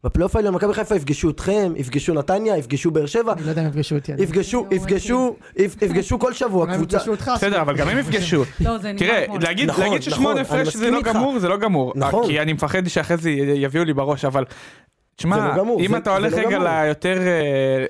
בפלייאוף העליון מכבי חיפה יפגשו אתכם, יפגשו נתניה, יפגשו באר שבע,
אני לא יודע אם יפגשו אותי. אולי
יפגשו, יפגשו, יפ- יפגשו כל שבוע
הם
קבוצה.
יפגשו אותך.
בסדר, אבל גם הם יפגשו.
לא, זה נגמר
תראה,
אתמול.
להגיד,
נכון,
להגיד
נכון,
ששמונה
אני
הפרש זה
מסכים
לא
איתך.
גמור, זה לא גמור.
נכון.
כי אני מפחד שאחרי זה יביאו לי בראש, אבל...
זה
תשמע,
לא גמור,
אם
זה-
אתה
זה
הולך
לא
רגע
גמור.
ליותר אה,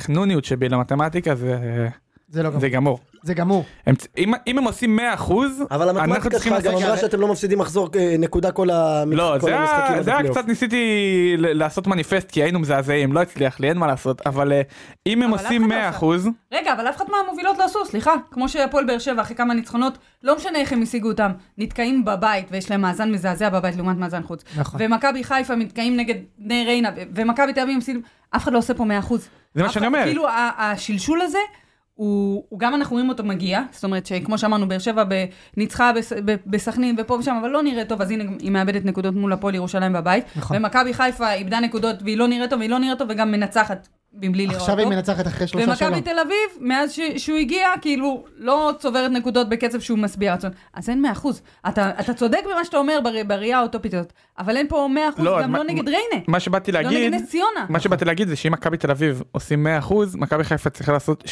חנוניות שבי למתמטיקה, זה אה,
זה לא
נכון.
גמור.
זה גמור.
זה גמור.
הם צ- אם- אם הם עושים 100%,
אבל
אנחנו
המתמטיקה
צריכים
שלך גם
לעשות...
אמרה שאתם לא מפסידים מחזור אה, נקודה כל המשחק-
לא,
כל
זה היה-
המשחקים עד
זה היה
הפלייאוף.
קצת ניסיתי ל- לעשות מניפסט, כי היינו מזעזעים, לא הצליח לי, אין מה לעשות, אבל אה, אם הם
אבל אף אחד
עושים
לא
100%,
רגע, אבל אף אחת מהמובילות לא עשו, סליחה. כמו שהפועל באר שבע, אחרי כמה ניצחונות, לא משנה איך הם השיגו אותם, נתקעים בבית, ויש להם מאזן מזעזע בבית לעומת מאזן חוץ.
נכון.
ומכבי חיפה מתקעים נגד בני ריינה, ו- ומכבי תל אביב, מפסידים. אף אחד לא עושה פה 100%.
זה מה
אף
שאני
אחד-
אומר.
כאילו, ה- השלשול הזה... הוא, הוא גם אנחנו רואים אותו מגיע, זאת אומרת שכמו שאמרנו, באר שבע ב- ניצחה בס- ב- בסכנין ופה ושם, אבל לא נראה טוב, אז הנה היא מאבדת נקודות מול הפועל ירושלים בבית.
נכון.
ומכבי חיפה איבדה נקודות והיא לא נראית טוב, והיא לא נראית טוב וגם מנצחת מבלי לראות טוב.
עכשיו היא מנצחת אחרי שלושה שלו.
לא ומכבי תל אביב, מאז ש... שהוא הגיע, כאילו, לא צוברת נקודות בקצב שהוא משביע רצון. אז אין 100%. אתה, אתה צודק במה שאתה אומר בר... בראייה האוטופית הזאת, אבל אין פה 100%
לא,
לא,
אז
גם
מה-
לא נגד ריינה.
מה שבאתי
לא נגד
להגיד,
נס ציונה.
מה שבאתי להגיד זה שאם מכבי תל אביב עושים 100% מכבי חיפה צריכה לעשות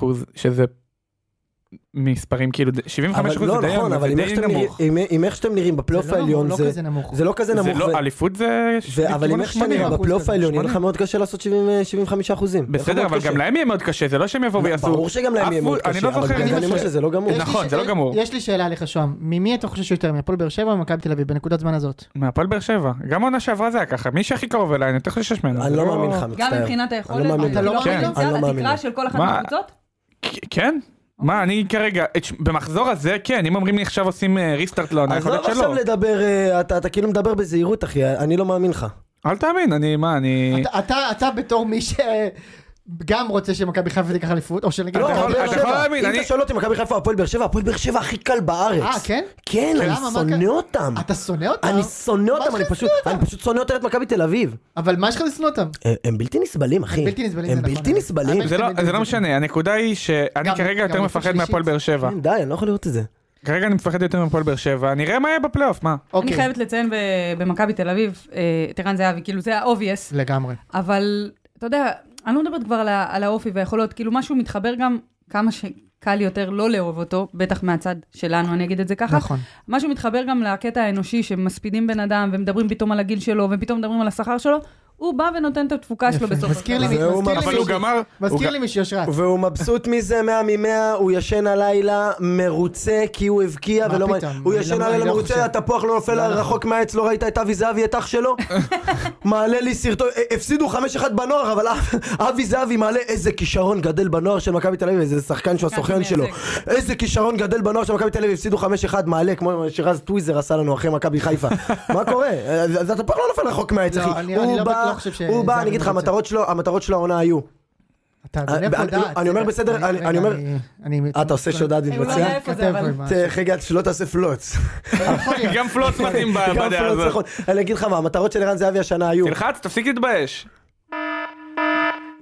75% שזה מספרים כאילו ד- 75%
אבל
זה
לא,
די-
נכון,
זה
אבל עם
די
איך שאתם נראים-
נמוך.
עם- עם איך שאתם נראים בפלייאוף
זה לא נמוך,
העליון
לא
זה
כזה נמוך.
זה לא כזה
זה
נמוך. ו-
לא אליפות זה ש-
ו- אבל עם איך שאתה
80%.
נראה
אחוז
בפלייאוף
כזה,
העליון יהיה לך
שמונים.
מאוד קשה לעשות 70, 75 אחוזים.
בסדר אבל גם להם יהיה מאוד קשה זה לא שהם יבואו ויעשו.
לא ברור שגם להם
אף
יהיה
מול-
מאוד קשה.
אני לא
אבל
זוכר.
בגלל זה אני אומר
ש-
שזה לא גמור.
יש לי
נכון,
ש-
זה לא גמור.
יש לי שאלה אליך שוהם, ממי אתה חושב שיותר, מהפועל באר שבע או ממכבי תל אביב, בנקודת זמן הזאת?
מהפועל באר שבע גם העונה שעברה זה היה ככה מי שהכי קרוב אליי אני יותר חושש ממנו.
אני
זה
לא מאמין לך, מצטער.
גם מבחינת היכולת,
אני לא מאמין
אתה לא
לך.
מאמין
כן.
לו?
אני
זה
לא מאמין
התקרה
לו.
של כל אחת
מה-
מהקבוצות?
כ- כן? מה אני כרגע את ש- במחזור הזה כן אם אומרים לי עכשיו עושים אה, ריסטארט לעונה
עזוב
יכול להיות
לא, עכשיו
שלא.
לדבר, אה, אתה אתה כאילו מדבר בזהירות אחי, אני לא מאמין לך.
אל תאמין אני מה אני.
אתה- אתה- אתה בתור מי שגם רוצה שמכבי חיפה תיקח אליפות, או שנגיד...
אתה
לא,
יכול-
הפועל באר
אתה יכול
שבע.
להאמין,
אם
אני-
אתה שואל אותי מכבי חיפה או הפועל באר שבע, הפועל באר שבע הכי קל בארץ.
אה, כן?
כן, אני
למה? מה
שונא
קרה?
אותם.
אתה שונא אותם?
אני שונא אותם,
מה
אני
זה
פשוט-
שונא אותם?
אני פשוט שונא יותר את מכבי תל אביב.
אבל מה יש לך לשנוא אותם?
הם- הם בלתי נסבלים אחי.
הם בלתי נסבלים,
הם
זה נכון.
בלתי נסבלים.
זה לא,
תמיד
זה
זה-
לא משנה, הנקודה היא
גם-
שאני כרגע
גם
יותר
אליפות
מפחד
שלישית.
מהפועל באר שבע.
כן, די, אני לא יכול לראות את זה.
כרגע אני מפחד יותר מהפועל באר שבע, נראה מה יהיה בפלייאוף, מה?
אוקיי,
אוקיי.
אני חייבת לציין ב- במכבי תל אביב, אה, את ערן זהבי, כאילו זה ה-obvious,
לגמרי. אבל...
אתה יודע, אני לא מדברת כבר על, ה- על האופי והיכולות, כאילו משהו מתחבר גם כמה שקל יותר לא לאהוב אותו, בטח מהצד שלנו, אני אגיד את זה ככה.
נכון.
משהו מתחבר גם לקטע האנושי, שמספידים בן אדם, ומדברים פתאום על הגיל שלו, ופתאום מדברים על השכר שלו, הוא בא ונותן את התפוקה שלו
יפה.
לא בסוף.
מזכיר לי
הסרט.
זה הוא
מזכיר לי
מבסוט.
אבל הוא
מישהו-
גמר, הוא
מזכיר
ג-
לי מישהו, יש רק.
והוא מבסוט מזה, 100 מ-100, הוא ישן הלילה מרוצה כי הוא הבקיע
מה
ולא... מ-
פתאום?
הוא
אני
ישן
לא- אני
הלילה
לא חושב.
מרוצה, התפוח לא נופל רחוק מהעץ, לא ראית את אבי זהבי, את אח שלו? מעלה לי סרטון, ה- הפסידו 5-1 בנוער, אבל אב- אבי זהבי מעלה איזה כישרון גדל בנוער של מכבי תל אביב, איזה שחקן שהוא
שחקן
הסוכן שלו.
שמייצג.
איזה כישרון גדל בנוער של מכבי תל אביב, הפסידו 5-1 מעלה, כמו שרז טוויזר עשה לנו אחרי מכבי חיפה. מה קורה? אז אז התפוח לא נופל רחוק מהעץ,
לא,
אחי.
אני-
הוא
אני לא
בא-
בטוח חושב שזה
הוא בא, אני
אני
אגיד לך,
רוצה.
המטרות שלו- המטרות שלו העונה היו.
אתה
אה, אני-
גונב פה
אני-
דעת.
אני אומר בסדר, אני-
רגע,
אני אומר-
אני-
אה, אתה עושה שודד
הוא לא
מתבצע?
יודע איפה זה,
כתב
אבל...
פה משהו.
תלך רגע, שלא תעשה פלוץ.
יכול להיות.
נכון. גם פלוץ מתאים ב-
גם
בדעה
פלוץ,
הזאת.
נכון. אני אגיד לך מה, המטרות של ערן זהבי השנה היו.
תלחץ, תפסיק להתבייש.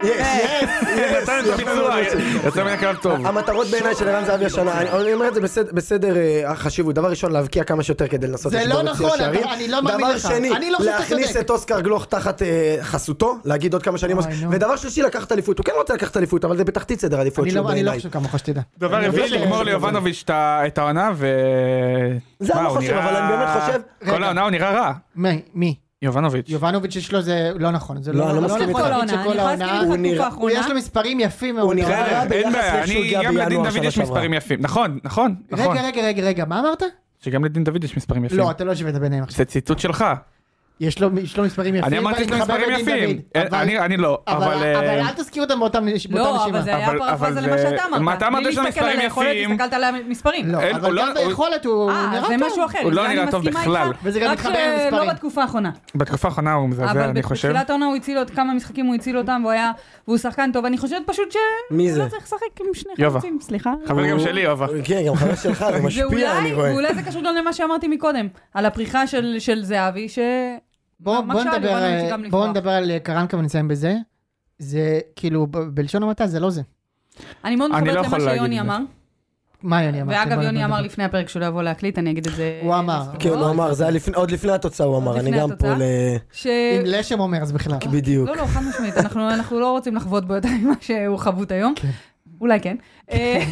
כן,
יש, יש,
נתן
יש,
את
יפה מאוד,
הביצוע,
יפה.
יצא מן הכלל טוב.
המטרות בעיניי של ערן זהבי השנה, אני- אני אומר את זה בסדר- בסדר אה, החשיבות, דבר ראשון להבקיע כמה שיותר כדי לנסות
זה
לשבור
לא
את שיא
נכון,
השערים,
אתה- אני לא מאמין לך.
דבר שני,
אני לא חושב שאתה
להכניס
צודק.
את אוסקר גלוך תחת אה, חסותו, להגיד עוד כמה שנים,
אוי, נו.
ודבר שלישי לקחת אליפות, הוא כן רוצה לקחת אליפות, אבל זה בתחתית סדר העדיפויות
אני
שלו
לא- אני לא
בעיניי.
חושב כמוך שתדע.
דבר
אני
רביעי,
חושב-
לגמור ליובנוביץ' את ה- את העונה ו...
זה
מה,
אני לא
הוא
חושב,
נראה-
אבל אני באמת חושב-
כל
רגע.
העונה הוא נראה רע.
מי? מי?
יובנוביץ'.
יובנוביץ' יש לו זה לא נכון. זה
לא, אני לא
נכון
מסכים
כל
איתך.
להגיד
העונה, אני
שכל
יכולה
העונה-
להסכים
הוא
איתך
נראה-
תקופה
הוא
אחרונה.
יש לו מספים יפים מאוד.
נראה
אבל-
רע
בסדר, אין
ביחס
בעיה,
לאיך שהוא
אני
הגיע
גם לדין
בינואר
דוד יש
שנה
מספרים
שעברה.
יפים. נכון, נכון, נכון.
רגע, רגע, רגע, רגע, מה אמרת?
שגם לדין דוד יש מספרים יפים.
לא, אתה לא יושב את ביניהם עכשיו.
זה ציטוט שלך.
יש לו יש לו מספרים יפים.
אני אמרתי
ואני
שיש לו
מתחבר
מספרים
לדין
יפים.
דוד,
אה,
אבל-
אני אני לא,
אבל
אבל...
אבל
אה,
אל תזכיר אותם באותה נשימה.
לא, אבל זה היה
אבל-
פרפרזה
אבל
למה
זה-
שאתה אמרת.
מה אתה אמרת
בלי
שיש לו
להסתכל
מספרים
על היכולת,
יפים?
הסתכלת על המספרים.
לא,
אין, הוא
אבל
לא-
גם ביכולת הוא נראה
אה,
טוב.
זה משהו אחר.
הוא לא
זה אני
נראה טוב
מסכימה איתך,
בכלל.
וזה גם מתחבר
רק
למספרים.
שלא לא בתקופה האחרונה.
בתקופה האחרונה הוא מזעזע,
אבל
אני חושב.
בתחילת העונה הוא הציל עוד כמה משחקים, הוא הציל אותם, והוא היה... והוא שחקן טוב. אני חושבת פשוט ש...
מי זה?
לא צריך לשחק עם שני
יובה.
חלוצים, סליחה.
חבר גם שלי, יובה.
כן, גם חבר שלך, זה משפיע, אני רואה.
ואולי זה קשור גם למה שאמרתי מקודם, על הפריחה של, של זהבי, ש...
בואו
מה
בוא
שאל
נדבר,
יובנוביץ'
אה,
לא גם
בוא
לפרוח?
נדבר על אה, קרנקה ונסיים בזה. זה כאילו ב- בלשון המעטה זה לא זה.
אני מאוד
אני
מתחברת
לא
למה
יכול להגיד
שיוני
את זה.
אמר,
מה יוני אמר? כן,
ואגב
בוא
יוני
נדבר.
אמר לפני הפרק שהוא לא יבוא להקליט, אני אגיד את זה.
הוא אמר.
לזכותו.
כן, הוא אמר, זה היה לפני- עוד לפני התוצאה, הוא אמר, אני
לפני
גם פה
התוצאה?
ל...
ש...
אם לשם אומר אז בכלל.
בדיוק.
לא, לא, חד משמעית, אנחנו, אנחנו לא רוצים לחוות בו יותר ממה שהוא חבוט היום.
כן.
אולי כן. אה,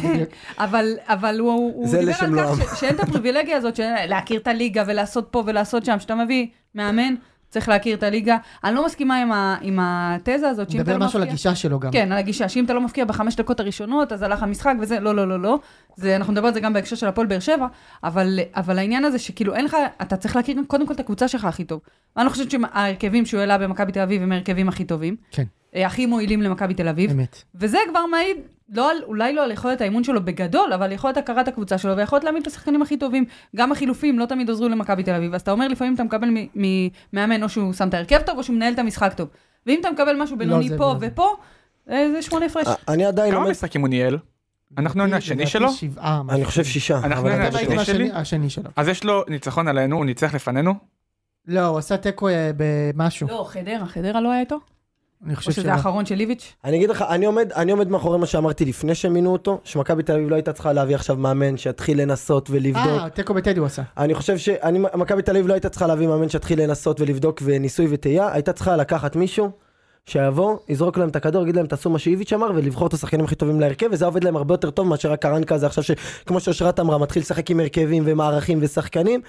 אבל, אבל הוא, הוא
זה
דיבר
לשם
על
לא
כך
אמר.
ש, שאין את הפריבילגיה הזאת של להכיר את הליגה ולעשות פה ולעשות שם. כשאתה מביא מאמן, צריך להכיר את הליגה. אני לא מסכימה עם, ה, עם התזה הזאת. שאם אתה
נדבר
לא
משהו על
מפקיע-
הגישה שלו גם.
כן, על הגישה, שאם אתה לא מפקיע בחמש דקות הראשונות, אז הלך המשחק וזה, לא, לא, לא, לא. זה, אנחנו נדבר על זה גם בהקשר של הפועל באר שבע, אבל, אבל העניין הזה שכאילו אין לך, אתה צריך להכיר קודם כל את הקבוצה שלך הכי טוב. אני לא חושבת שההרכבים שהוא העלה במכבי תל אביב הם ההרכבים הכי טובים,
כן,
אה, הכי מועילים למכבי תל אביב,
אמת.
וזה כבר מעיד, לא על, אולי לא על יכולת האימון שלו בגדול, אבל יכולת הכרת הקבוצה שלו, ויכולת להעמיד את השחקנים הכי טובים. גם החילופים לא תמיד עוזרו למכבי תל אביב. אז אתה אומר, לפעמים אתה מקבל מ- ממאמן, או שהוא שם את ההרכב טוב, או שהוא מנהל את המשחק טוב. ואם אתה מקבל משהו בינוני
זה
פה
לא זה.
ופה, אה, זה שמונה הפרש.
אני עדיין
כמה
עומד...
משחקים הוא ניהל?
אוקיי,
אנחנו העונה השני
לדעתי
שלו?
שבעה. משהו.
אני חושב שישה.
אנחנו
אבל אני
נראה
אתם
השני
בטוח.
הייתם
שלי?
השני- השני שלו.
אז יש לו ניצחון עלינו, הוא ניצח לפנינו.
לא, הוא עשה תיקו אה, במשהו.
לא, חדרה, חדרה לא היה איתו?
אני
או
חושב
שזה
שלא.
האחרון של איביץ'?
אני אגיד לך, אני עומד, אני עומד מאחורי מה שאמרתי לפני שמינו אותו, שמכבי תל אביב לא הייתה צריכה להביא עכשיו מאמן שיתחיל לנסות ולבדוק.
אה, תיקו בטדי הוא עשה.
אני חושב ש... אני- מכבי תל אביב לא הייתה צריכה להביא מאמן שיתחיל לנסות ולבדוק וניסוי וטעייה, הייתה צריכה לקחת מישהו שיבוא, יזרוק להם את הכדור, יגיד להם תעשו מה שאיביץ' אמר ולבחור את השחקנים הכי טובים להרכב, וזה עובד להם הרבה יותר טוב מאשר הקרנקה הזה עכשיו שכמו שאושרת אמרה, מתחיל לשחק עם הרכבים ומערכים ושחקנים,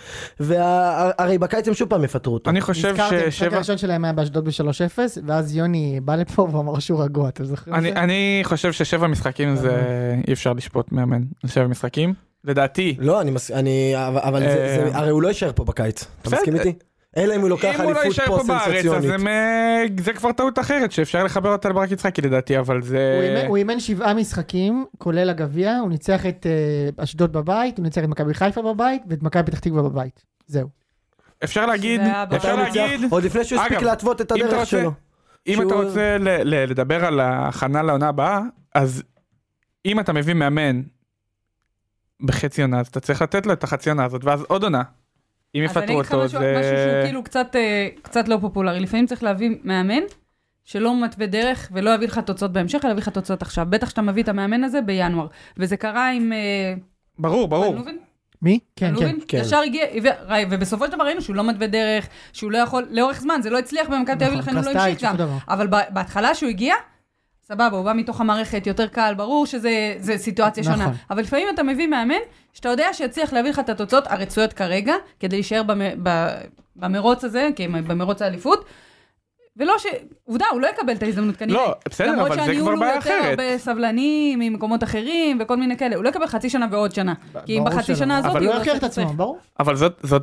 והרי בקיץ הם שוב פעם יפטרו אותו.
אני חושב
נזכרתי, המשחק
ששבע...
הראשון שלהם היה באשדוד ב-3-0, ואז יוני בא לפה ואמר שהוא רגוע, אתם זוכרים? את
אני,
זה?
אני חושב ששבע משחקים זה אי אפשר לשפוט מאמן על שבע משחקים. לדעתי,
לא, אני מס... אני... אבל- אבל זה... זה...
אה.
הרי הוא לא יישאר פה בקיץ, אתה
בסדר.
מסכים איתי? אלא אם הוא לוקח
אם הוא לא
אליפות
יישאר
פה
פה בארץ, אז
סנסציונית.
הם, אה, זה כבר טעות אחרת שאפשר לחבר אותה לברק יצחקי לדעתי, אבל
הוא
זה...
אימן- הוא אימן שבעה משחקים, כולל הגביע, הוא ניצח את אה, אשדוד בבית, הוא ניצח את מכבי חיפה בבית, ואת מכבי פתח תקווה בבית. זהו.
אפשר להגיד,
שזה היה
מתי
אפשר
הוא ניצח?
להגיד,
עוד לפני שהוא הספיק
אגב,
להתוות את
אם אתה
הדרך
רוצה-
שלו.
אם
שהוא-
אתה רוצה ל- ל- לדבר על ההכנה לעונה הבאה, אז אם אתה מביא מאמן בחצי עונה, אז אתה צריך לתת לו את החצי עונה הזאת, ואז עוד עונה. אם
אז אני
יפטרו
אגיד לך
אותו,
משהו משהו שהוא
זה...
כאילו קצת, אה, קצת לא פופולרי. לפעמים צריך להביא מאמן שלא מתווה דרך ולא יביא לך תוצאות בהמשך, אלא יביא לך תוצאות עכשיו. בטח שאתה מביא את המאמן הזה בינואר. וזה קרה עם... אה,
ברור, ברור.
פנובין?
מי? כן, כן.
פנובין?
כן.
ישר הגיע, הביא- ראי, ובסופו של דבר ראינו שהוא לא מתווה דרך, שהוא לא יכול, לאורך זמן, זה לא הצליח במכבי תל אביב,
נכון,
לכן הוא לא
קרסטייץ',
המשיך גם.
אותו דבר.
אבל ב- בהתחלה שהוא הגיע, סבבה, הוא בא מתוך המערכת, יותר קל, ברור שזה זה סיטואציה
נכון.
שונה. אבל לפעמים אתה מביא מאמן, שאתה יודע שיצליח להביא לך את התוצאות הרצויות כרגע, כדי להישאר במ- ב- במרוץ הזה, כי הם במרוץ האליפות, ולא ש... עובדה, הוא לא יקבל את ההזדמנות כנראה.
לא, בסדר, אבל זה כבר בעיה
למרות שהניהול
אחרת.
הוא יותר בסבלני ממקומות אחרים וכל מיני כאלה. הוא לא יקבל חצי שנה ועוד שנה. כי
ברור
בחצי
שלא.
שנה הזאת
אבל
הוא
הוא
לא יוכיח את
עושה
עצמו, ברור.
אבל זאת, זאת,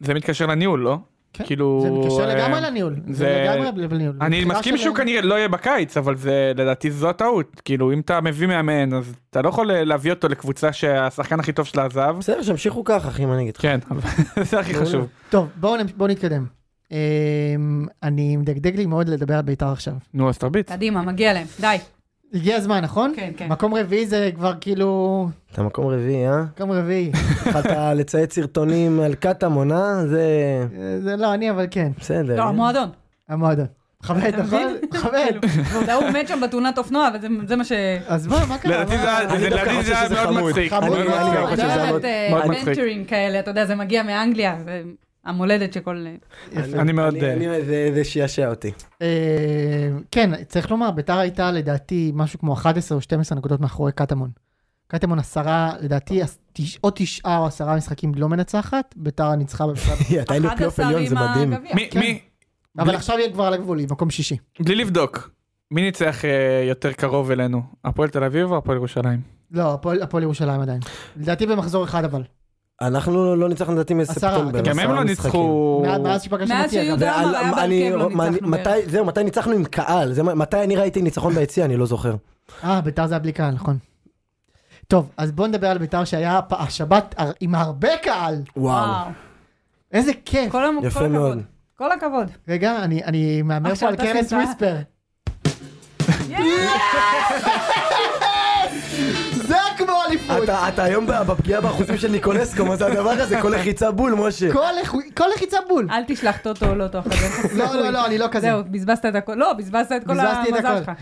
זה מתקשר לניהול, לא?
כן,
כאילו...
זה מתקשר
אה,
לגמרי לניהול. זה
זה-
לגמרי לניהול.
אני
בחירה
מסכים
של-
שהוא כנראה לא יהיה בקיץ, אבל זה, לדעתי זו הטעות. כאילו, אם אתה מביא מאמן, אז אתה לא יכול להביא אותו לקבוצה שהשחקן הכי טוב שלה עזב.
בסדר, שימשיכו ככה, אחי, מה אני אגיד לך?
כן, אבל זה הכי חשוב.
טוב, בואו נ- בואו נתקדם. אמ, אני מדגדג לי מאוד לדבר על בית"ר עכשיו.
נו, אז תרביץ.
קדימה, מגיע להם. די.
הגיע הזמן, נכון?
כן, כן.
מקום רביעי זה כבר כאילו...
אתה מקום רביעי, אה?
מקום רביעי.
התחלת לציית סרטונים על קטמון, אה? זה...
אה, זה לא אני, אבל כן.
בסדר. אה?
לא, המועדון.
המועדון. חבד,
אתה
נכון?
מבין?
חבד.
כאילו, זה הוא מת שם בתאונת אופנוע, וזה זה מה ש...
אז מה, מה קרה?
לא, לדעתי זה
מה-
היה- זה-
דווקא
לדעתי
חושב
זה היה
שזה
מאוד
חמוד.
מצחיק.
חמוד
מאוד
מאוד.
מצחיק,
אני
אני
חושב
חושב
שזה
שזה היה
מאוד-
לא, אה, באמת
מאוד מצחיק.
אדוונטורים כאלה, אתה יודע, זה מגיע מאנגליה, זה המולדת שכל...
יפה.
אני מאוד...
אני-
אה,
אני- זה- זה שיעשע אותי.
אה, כן, צריך לומר, ביתר הייתה לדעתי משהו כמו 11 או 12 נקודות מאחורי קטמון. קטמון עשרה, לדעתי, אז תש- או תשעה או עשרה משחקים לא מנצחת, ביתר ניצחה במשחק.
היא עדיין לא פלייאוף עליון, זה מדהים.
מי-
כן.
מי?
אבל
בלי-
עכשיו יהיה כבר על הגבול, היא מקום שישי.
בלי לבדוק. מי ניצח אה, יותר קרוב אלינו? הפועל תל אביב או הפועל ירושלים?
לא, הפועל הפועל ירושלים עדיין. לדעתי במחזור אחד אבל.
אנחנו לא ניצחנו לדעתי מספטמבר.
עשרה,
גם הם
עשרה
לא
משחקים.
ניצחו...
מאז- מאז שפגשנו
מאז
אותי, אגב.
שהיו
ועל-
גם היה בהרכב
אני-
לא
מה-
ניצחנו
מתי-
בערך.
זהו, מתי ניצחנו עם קהל? זה מה- מתי אני ראיתי ניצחון ביציע? אני לא זוכר.
אה, ביתר זה היה בלי קהל, נכון. טוב, אז בואו נדבר על ביתר שהיה הפ- השבת הר- עם הרבה קהל.
וואו.
איזה כיף.
כל המ- כל
יפה
הכבוד.
מאוד.
כל הכבוד.
רגע, אני- אני מהמר פה
עכשיו
על
אתה
קרס
סיסה.
וויספר. זה כמו אליפות.
אתה אתה היום ב- בפגיעה באחוזים של ניקולסקו, מה זה הדבר הזה? כל לחיצה בול, משה.
כל לחו- כל לחיצה בול.
אל תשלח טוטו או לוטו אחרי זה.
לא, לא, לא, אני לא כזה.
אה, זהו, בזבזת את הכל. לא, בזבזת את כל
בזבזתי את
המזל
הכל.
שלך.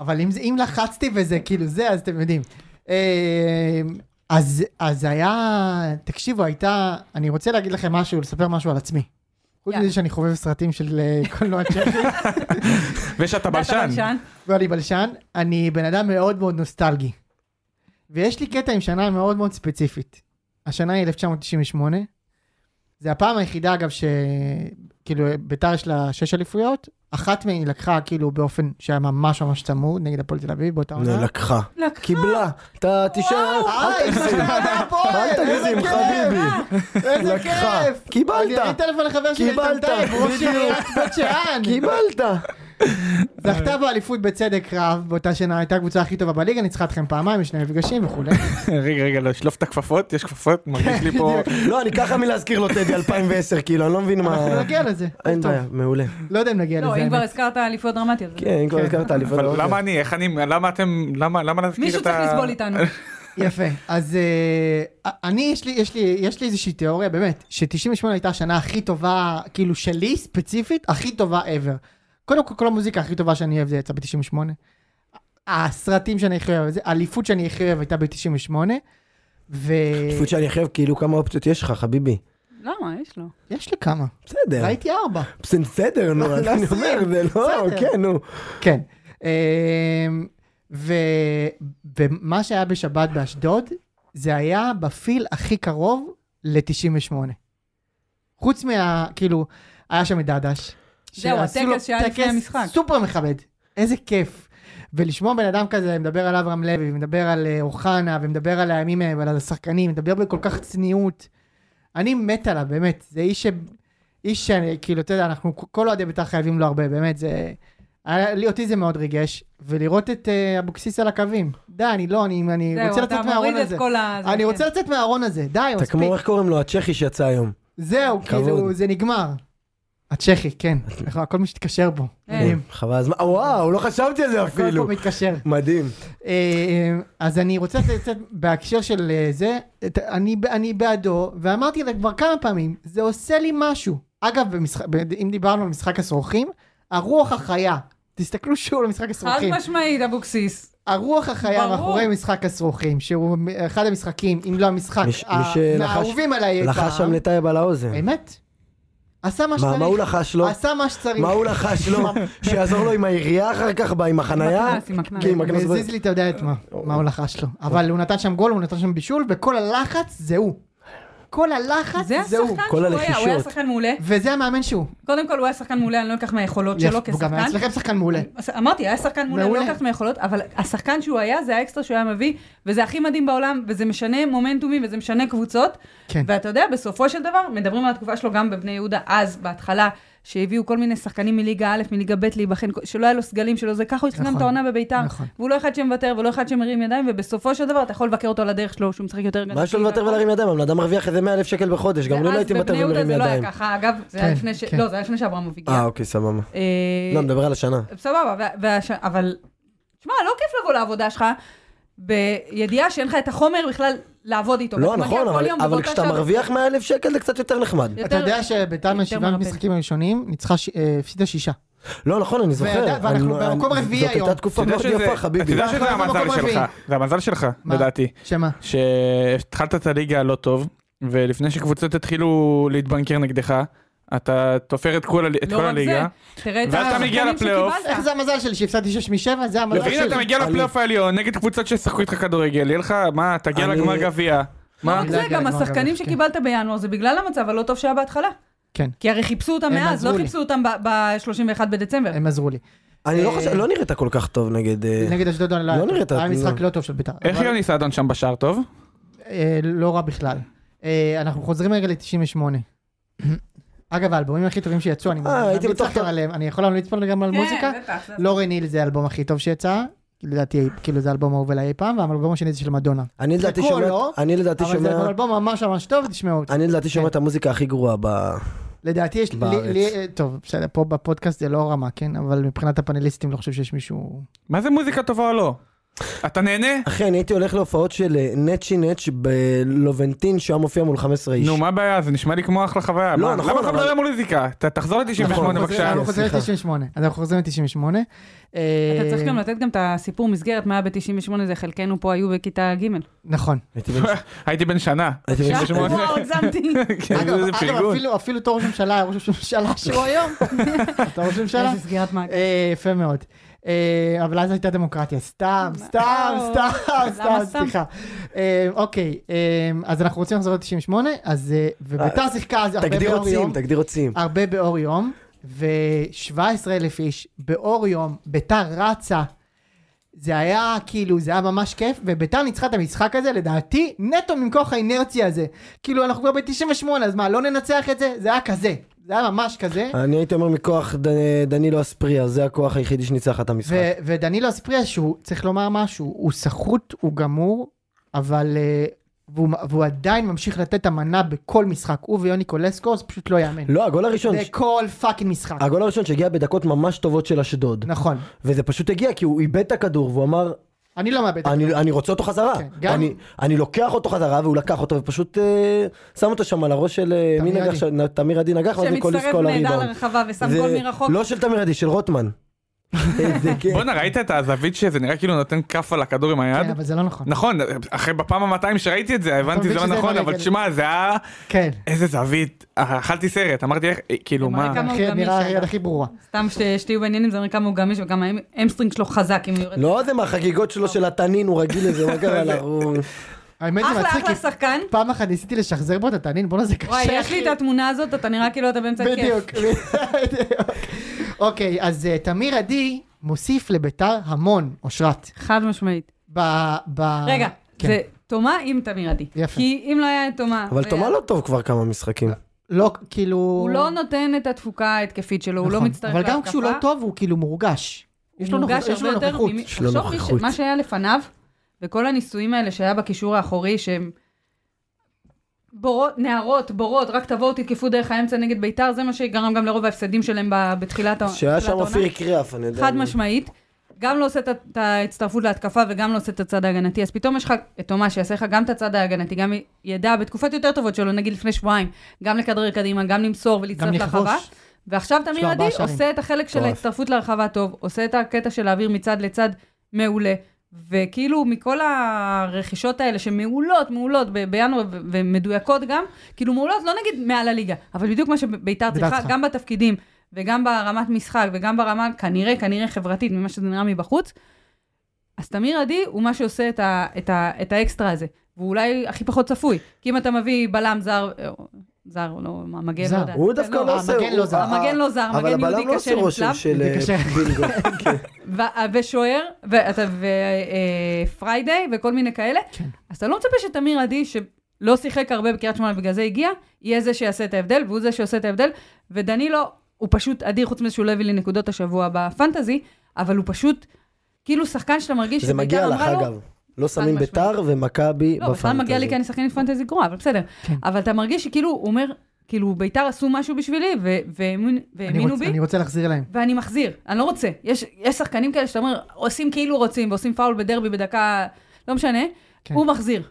אבל אם זה- אם לחצתי וזה כאילו זה, אז אתם יודעים. אה, אז אז היה, תקשיבו, הייתה, אני רוצה להגיד לכם משהו, לספר משהו על עצמי. חוץ
יאללה.
מזה שאני חובב סרטים של אה, קולנוע צ'כי.
ושאתה
אתה
בלשן.
בלשן?
ואני בלשן, אני בן אדם מאוד מאוד נוסטלגי. ויש לי קטע עם שנה מאוד מאוד ספציפית. השנה היא 1998. זה הפעם היחידה, אגב, שכאילו ביתר יש לה שש אליפויות. אחת מהן היא לקחה כאילו באופן שהיה ממש ממש צמוד נגד הפועל תל אביב באותה
נו,
עונה.
לא, לקחה.
לקחה.
קיבלה. אתה תשאר.
אה,
אל תגזים. אל תגזים, חביבי.
איזה
לקחה.
כיף.
קיבלת.
אני ארים טלפון לחבר שלי,
קיבלת,
טלטל, ראש
בדיוק.
עיריית בית שאן.
קיבלת.
זכתה באליפות בצדק רב, באותה שנה הייתה הקבוצה הכי טובה בליגה, ניצחה אתכם פעמיים בשני מפגשים וכולי.
רגע, רגע, לא, שלוף את הכפפות? יש כפפות? מרגיש לי פה...
לא, אני ככה מלהזכיר לו טדי 2010, כאילו, אני לא מבין מה...
אנחנו נגיע לזה.
אין
טוב,
בעיה, מעולה.
לא יודע אם נגיע לזה.
לא, אם כבר
האמת.
הזכרת אליפויות דרמטיות.
כן, אם כבר הזכרת אליפות.
אבל
העולם.
למה אני? איך אני? למה אתם? למה למה להזכיר את ה...
מישהו צריך לסבול איתנו.
יפה. אז אה, אני, יש לי- יש לי- יש לי איזושהי תיאוריה, באמת, ש-98 הייתה השנה הכי טובה, כאילו שלי ספציפית, הכי טובה ever. קודם כל, כל המוזיקה הכי טובה שאני אוהב זה יצא ב-98. הסרטים שאני הכי אוהב, זה- האליפות שאני הכי אוהב הייתה ב-98. ו...
אליפות שאני חייב, כאילו, כמה אופציות יש לך, חביבי.
למה? יש לו.
יש לי כמה.
בסדר.
ראיתי ארבע.
בסדר, נו,
לא,
אז
לא
אני
עשרים.
אומר, זה לא,
בסדר.
כן, נו.
כן. אמ, ו- ומה שהיה בשבת באשדוד, זה היה בפיל הכי קרוב ל-98. חוץ מה... כאילו, היה שם את דדש.
זהו,
שעשו לו
הטקס שהיה לפני
טקס
המשחק.
סופר מכבד. איזה כיף. ולשמוע בן אדם כזה מדבר על אברהם לוי, ומדבר על אה, אוחנה, ומדבר על הימים האלה, ועל השחקנים, מדבר בכל כך צניעות. אני מת עליו, באמת. זה איש ש... איש שאני, כאילו, אתה יודע, אנחנו כל אוהדי בית"ר חייבים לו הרבה, באמת, זה... היה- לי אותי זה מאוד ריגש, ולראות את אה, אבוקסיס על הקווים. די, אני לא, אני, אני רוצה
זהו, אתה
לצאת מהארון
מוריד
הזה.
את כל ה... זה,
אני
כן.
רוצה לצאת מהארון הזה, די,
אתה
מספיק.
כמו, איך קוראים לו, הצ'כי שיצא היום.
זהו,
כבוד.
כאילו, זה נגמר. הצ'כי, כן. נכון, הכל מתקשר בו.
אה.
מדהים.
חבל הזמן, וואו, לא חשבתי על זה
הכל פה
אפילו.
מתקשר.
מדהים.
אה, אז אני רוצה לצאת בהקשר של אה, זה, את- אני ב- אני בעדו, ואמרתי לה כבר כמה פעמים, זה עושה לי משהו. אגב, במשחק- ב- אם דיברנו על משחק הסרוכים, הרוח החיה, תסתכלו שוב על משחק
חד
הסרוכים,
משמעית, אבוקסיס.
הרוח החיה
ברור.
מאחורי משחק הסרוכים, שהוא מ- אחד המשחקים, אם לא המשחק,
מי ש- מי
ה-
שלחש-
מהאהובים עליי אי פעם.
לחש שם לטייב על האוזן.
אמת? עשה מה
מה, מה הוא
שצריך,
לחש לו?
עשה מה שצריך.
מה הוא לחש לו? שיעזור לו עם העירייה אחר כך, ב- עם
אה,
החנייה?
הקנס, עם הקנס.
כן, עם הקנס. אה,
מזיז לי, אתה יודע את מה, מה הוא לחש לו. אבל הוא נתן שם גול, הוא נתן שם בישול, וכל הלחץ זה הוא. כל הלחץ
זה השחקן
זה הוא.
שהוא
כל
היה, הוא היה
הלחישות.
שחקן מעולה.
וזה המאמן שהוא.
קודם כל הוא היה שחקן מעולה, אני לא אקח מהיכולות שלו
הוא גם היה
כשחקן.
אצלכם שחקן מעולה.
אז אמרתי, היה שחקן מעולה, אני לא
מעולה.
לוקחת מהיכולות, אבל השחקן שהוא היה, זה האקסטרה שהוא היה מביא, וזה הכי מדהים בעולם, וזה משנה מומנטומים, וזה משנה קבוצות.
כן.
ואתה יודע, בסופו של דבר, מדברים על התקופה שלו גם בבני יהודה, אז, בהתחלה, שהביאו כל מיני שחקנים מליגה א', מליגה ב', להיבחן, שלא היה לו סגלים שלו, זה ככה הוא התחיל גם
נכון,
את העונה בביתר.
נכון.
והוא לא אחד שמוותר, ולא אחד שמרים ידיים, ובסופו של דבר, אתה יכול לבקר אותו על הדרך שלו, שהוא משחק יותר
מה יש לו לוותר ולהרים ידיים? הבן אדם מרוויח איזה 100 אלף שקל בחודש, גם לו לא הייתי מוותר
ואז בבני
ומרים
יהודה זה לא היה
ידיים.
ככה, אגב, זה היה
כן,
לפני ש...
כן.
לא, זה היה לפני שאברמוב הגיע.
אה, אוקיי, סבבה.
אה,
לא, נדבר על השנה.
סבבה, וה- והש... אבל... תשמע, לא כיף לבוא לעבודה שלך בידיעה שאין לך את החומר בכלל לעבוד איתו.
לא,
ואתה מגיע
נכון,
כל
אבל-
יום
אבל
באותה
כשאתה
שעה-
מרוויח 100 אלף שקל זה קצת יותר נחמד.
יותר-
אתה יודע שביתר מהשבעה
מרפא.
המשחקים הראשונים ניצחה, ש- אה, הפסידה שישה.
לא, נכון, אני זוכר.
ואתה- ואנחנו
אני-
במקום
אני-
רביעי
זאת
היום.
הייתה תקופה
אתה יודע
מאוד יפה,
שזה- אתה
חביבי.
יודע
אנחנו
שזה
במקום
המזל
רביעי.
שלך, זה המזל שלך,
מה?
לדעתי.
שמה?
אה.
שהתחלת את הליגה הלא טוב, ולפני שקבוצות התחילו להתבנקר נגדך, אתה תופר את כל, הל- את
לא
כל
רק זה,
הליגה,
תראה את
ואז אתה
השחקנים
מגיע לפלייאוף.
שקיבלת.
איך זה המזל שלי שהפסדתי שש משבע? זה המזל
והנה אתה
שלי.
מגיע
אני-
לפלייאוף העליון, נגד קבוצות שישחקו איתך כדורגל, יהיה לך, מה, תגיע
אני-
לגמר גביע.
לא
מה?
רק
אני
זה,
לא יודע,
גם
מה גם
השחקנים
יש, כן.
שקיבלת בינואר זה בגלל המצב הלא טוב שהיה בהתחלה.
כן.
כי הרי חיפשו אותם
הם
מאז,
עזרו
לא
לי.
חיפשו אותם ב-31 בדצמבר.
הם עזרו לי.
אני לא
אה,
חושב, לא נראית כל כך טוב נגד... אה,
נגד אשדוד לא
לא נראית,
היה
לא.
משחק לא טוב של ביתר.
איך
אבל,
יוני סעדון שם בשער טוב?
אה, לא רע בכלל. אה, אנחנו חוזרים רגע ל-98. אגב, האלבומים הכי טובים שיצאו, אני
אה, הייתי
ממליץ
בטוח
לכם
אתה-
עליהם. אני יכול להמליץ פה גם על מוזיקה?
כן, בטח. זה-
לורן היל זה האלבום הכי טוב שיצא. לדעתי, כאילו זה האלבום האהוב עליי אי פעם, והאלבום השני זה של מדונה.
אני לדעתי
חכו,
שומע...
לא?
אני לדעתי
אבל זה
שומע...
אלבום ממש ממש טוב, תשמעו אותו.
אני לדעתי
כן.
שומע את המוזיקה הכי גרועה ב...
לדעתי יש
בארץ.
לי, לי, אה, טוב, בסדר, פה בפודקאסט זה לא רמה, כן? אבל מבחינת הפאנליסטים לא חושב שיש מישהו...
מה זה מוזיקה טובה או לא? אתה נהנה?
אחי, אני הייתי הולך להופעות של אה, נצ'י נצ' בלובנטין, שם מופיע מול 15 איש.
נו, מה הבעיה? זה נשמע לי כמו אחלה חוויה.
לא,
מה,
נכון,
למה אתה
אבל-
מדבר על מוזיקה? ת- תחזור
נכון,
ל-98
אנחנו
בבקשה.
אנחנו חוזרים
סליחה.
ל-98. אז אנחנו חוזרים ל-98.
אתה
אה,
צריך גם לתת גם את הסיפור מסגרת, מה היה ב-98, זה חלקנו פה היו בכיתה ג'.
נכון.
הייתי בן-
הייתי בן שנה.
הייתי בן-
שם? שמונה.
וואו, הגזמתי.
כן,
אגב,
איזה
אגב,
פרגון.
אפילו- אפילו תור ראש ממשלה, היה ראש ממשלה שהוא היום. אתה ראש ממשלה?
איזה סגירת מעגל.
אה, יפה מאוד. אה, אבל אז הייתה דמוקרטיה, סתם, סתם,
אה,
סתם, סתם,
למה סתם?
סליחה. אה, אוקיי, אה, אז אנחנו רוצים לחזור ל-98, אז... אה, וביתר שיחקה אז הרבה
תגדיר
באור יום.
רוצים, תגדיר רוצים.
הרבה באור יום, ו-17 אלף איש באור יום, ביתר רצה. זה היה כאילו, זה היה ממש כיף, וביתר ניצחה את המשחק הזה, לדעתי, נטו מכוח האינרציה הזה. כאילו, אנחנו כבר ב-98, אז מה, לא ננצח את זה? זה היה כזה. זה היה ממש כזה.
אני הייתי אומר מכוח ד- דנילו אספריה, זה הכוח היחידי שניצח את המשחק.
ו- ודנילו אספריה, שהוא, צריך לומר משהו, הוא סחוט, הוא גמור, אבל... אה, והוא, והוא עדיין ממשיך לתת את המנה בכל משחק. הוא ויוני קולסקו, זה פשוט לא יאמן.
לא, הגול הראשון,
בכל פאקינג משחק.
הגול הראשון שהגיע בדקות ממש טובות של אשדוד.
נכון.
וזה פשוט הגיע כי הוא איבד את הכדור והוא אמר
אני לא מאבד את
אני, אני רוצה אותו חזרה,
כן, גם-
אני, אני לוקח אותו חזרה והוא לקח אותו ופשוט אה, שם אותו שם על הראש של אה, מי
תמיר
נגח,
עדי.
שם? תמיר עדי נגח, ואז ניקוליס
שמצטרף
כל
נהדר
הריבאונד.
לרחבה ושם
זה-
גול מרחוק.
לא של תמיר עדי, של רוטמן. איזה כיף.
בואנה, ראית את הזווית שזה נראה כאילו נותן כף על הכדור עם היד?
כן, אבל זה לא נכון.
נכון, אחרי בפעם ה-200 שראיתי את זה, הבנתי
מבין
זה לא
שזה עם
נכון, אבל
הרגל.
תשמע, זה היה...
כן.
איזה זווית. אה, אכלתי סרט, אמרתי איך, אה, כאילו,
זה
מה...
מראה כמה- הוא
הכי-
גם
נראה
איש,
היד
אגב.
הכי ברורה.
סתם ש- שתהיו בעניינים, זה נראה כמה הוא גמיש, וגם האמסטרינג שלו חזק אם הוא יורד.
לא, זה מהחגיגות שלו של התנין, הוא רגיל לזה, מה קרה לה? הוא-
האמת זה
אחלה
מצחיק,
אחלה
כי
שחקן.
פעם אחת ניסיתי לשחזר בו את התנין, בואנה זה קשה.
וואי, יש לי
אחי.
את התמונה הזאת, אתה נראה כאילו אתה באמצע כיף.
בדיוק, בדיוק. אוקיי, אז אה, תמיר עדי מוסיף לביתר המון, אושרת.
חד משמעית.
ב- ב-
רגע,
כן.
זה תומה עם תמיר עדי.
יפה.
כי אם לא היה את תומה...
אבל
והיה-
תומה לא טוב כבר כמה משחקים.
לא, כאילו...
הוא לא נותן את התפוקה ההתקפית שלו, הוא לא
נכון.
מצטרף
אבל
להתקפה.
גם כשהוא לא טוב, הוא כאילו מורגש. יש לו
הוא מורגש
נוכח- יש לו
הרבה יותר
נוכחות.
ממי-
יש לו
תחשוב מי ש-
נוכחות.
מה שהיה לפניו, וכל הניסויים האלה שהיה בקישור האחורי, שהם בורות, נערות, בורות, רק תבואו תתקפו דרך האמצע נגד ביתר, זה מה שגרם גם לרוב ההפסדים שלהם ב- בתחילת ה-
שהיה
בתחילת
שם
העונה.
אופיר קריאף, אני יודע.
חד משמעית. גם לא עושה את ה- את ההצטרפות להתקפה וגם לא עושה את הצד ההגנתי, אז פתאום יש לך את תומה שיעשה לך גם את הצד ההגנתי, גם י- ידע בתקופות יותר טובות שלו, נגיד לפני שבועיים, גם לכדרר קדימה, גם למסור
גם
ולהצטרף
לכבוש.
לרחבה. ועכשיו
לו
תמיר עדי
ארבעה שערים.
עושה את החלק של
מטורף.
ההצטרפות לרחבה טוב, עושה את הקטע של להעביר מצד לצד מעולה. וכאילו מכל הרכישות האלה שמעולות, מעולות ב- בינואר ו- ומדויקות גם, כאילו מעולות לא נגיד מעל הליגה, אבל בדיוק מה שביתר
ביתר
צריכה,
צריכה.
גם בתפקידים וגם ברמת משחק וגם ברמה כנראה, כנראה חברתית ממה שזה נראה מבחוץ, אז תמיר עדי הוא מה שעושה את, ה- את, ה- את האקסטרה הזה. והוא אולי הכי פחות צפוי. כי אם אתה מביא בלם זר, אה, זר, לא, המגן,
זר.
לא יודע.
הוא דווקא לא עושה...
המגן לא
הוא-
זר.
המגן לא זר,
אבל
המגן
הבלם
יהודי
לא עושה
קשה
רושם
נפלא.
של אה,
קשה.
בינגו.
ו- אה, ושוער, ופריידיי, וכל מיני כאלה.
כן.
אז אתה לא מצפה שתמיר עדי, שלא שיחק הרבה בקריית שמונה ובגלל זה הגיע, יהיה זה שיעשה את ההבדל, והוא זה שעושה את ההבדל. ודנילו, הוא פשוט אדיר, חוץ מזה שהוא לא הביא לי נקודות השבוע בפנטזי, אבל הוא פשוט, כאילו שחקן שאתה מרגיש
זה מגיע לך
אמרה לו,
אגב. לא שמים
משמעית.
ביתר ומכבי
לא, בכלל מגיע לי כי אני שחקנית פנטזי גרועה, אבל בסדר.
כן.
אבל אתה מרגיש שכאילו, הוא אומר, כאילו, ביתר עשו משהו בשבילי, ו- והאמין-
אני
והאמינו
רוצה-
בי,
אני רוצה להחזיר להם.
ואני מחזיר, אני לא רוצה. יש, יש שחקנים כאלה שאתה אומר, עושים כאילו רוצים, ועושים פאול בדרבי בדקה, לא משנה,
כן.
כן. הוא מחזיר.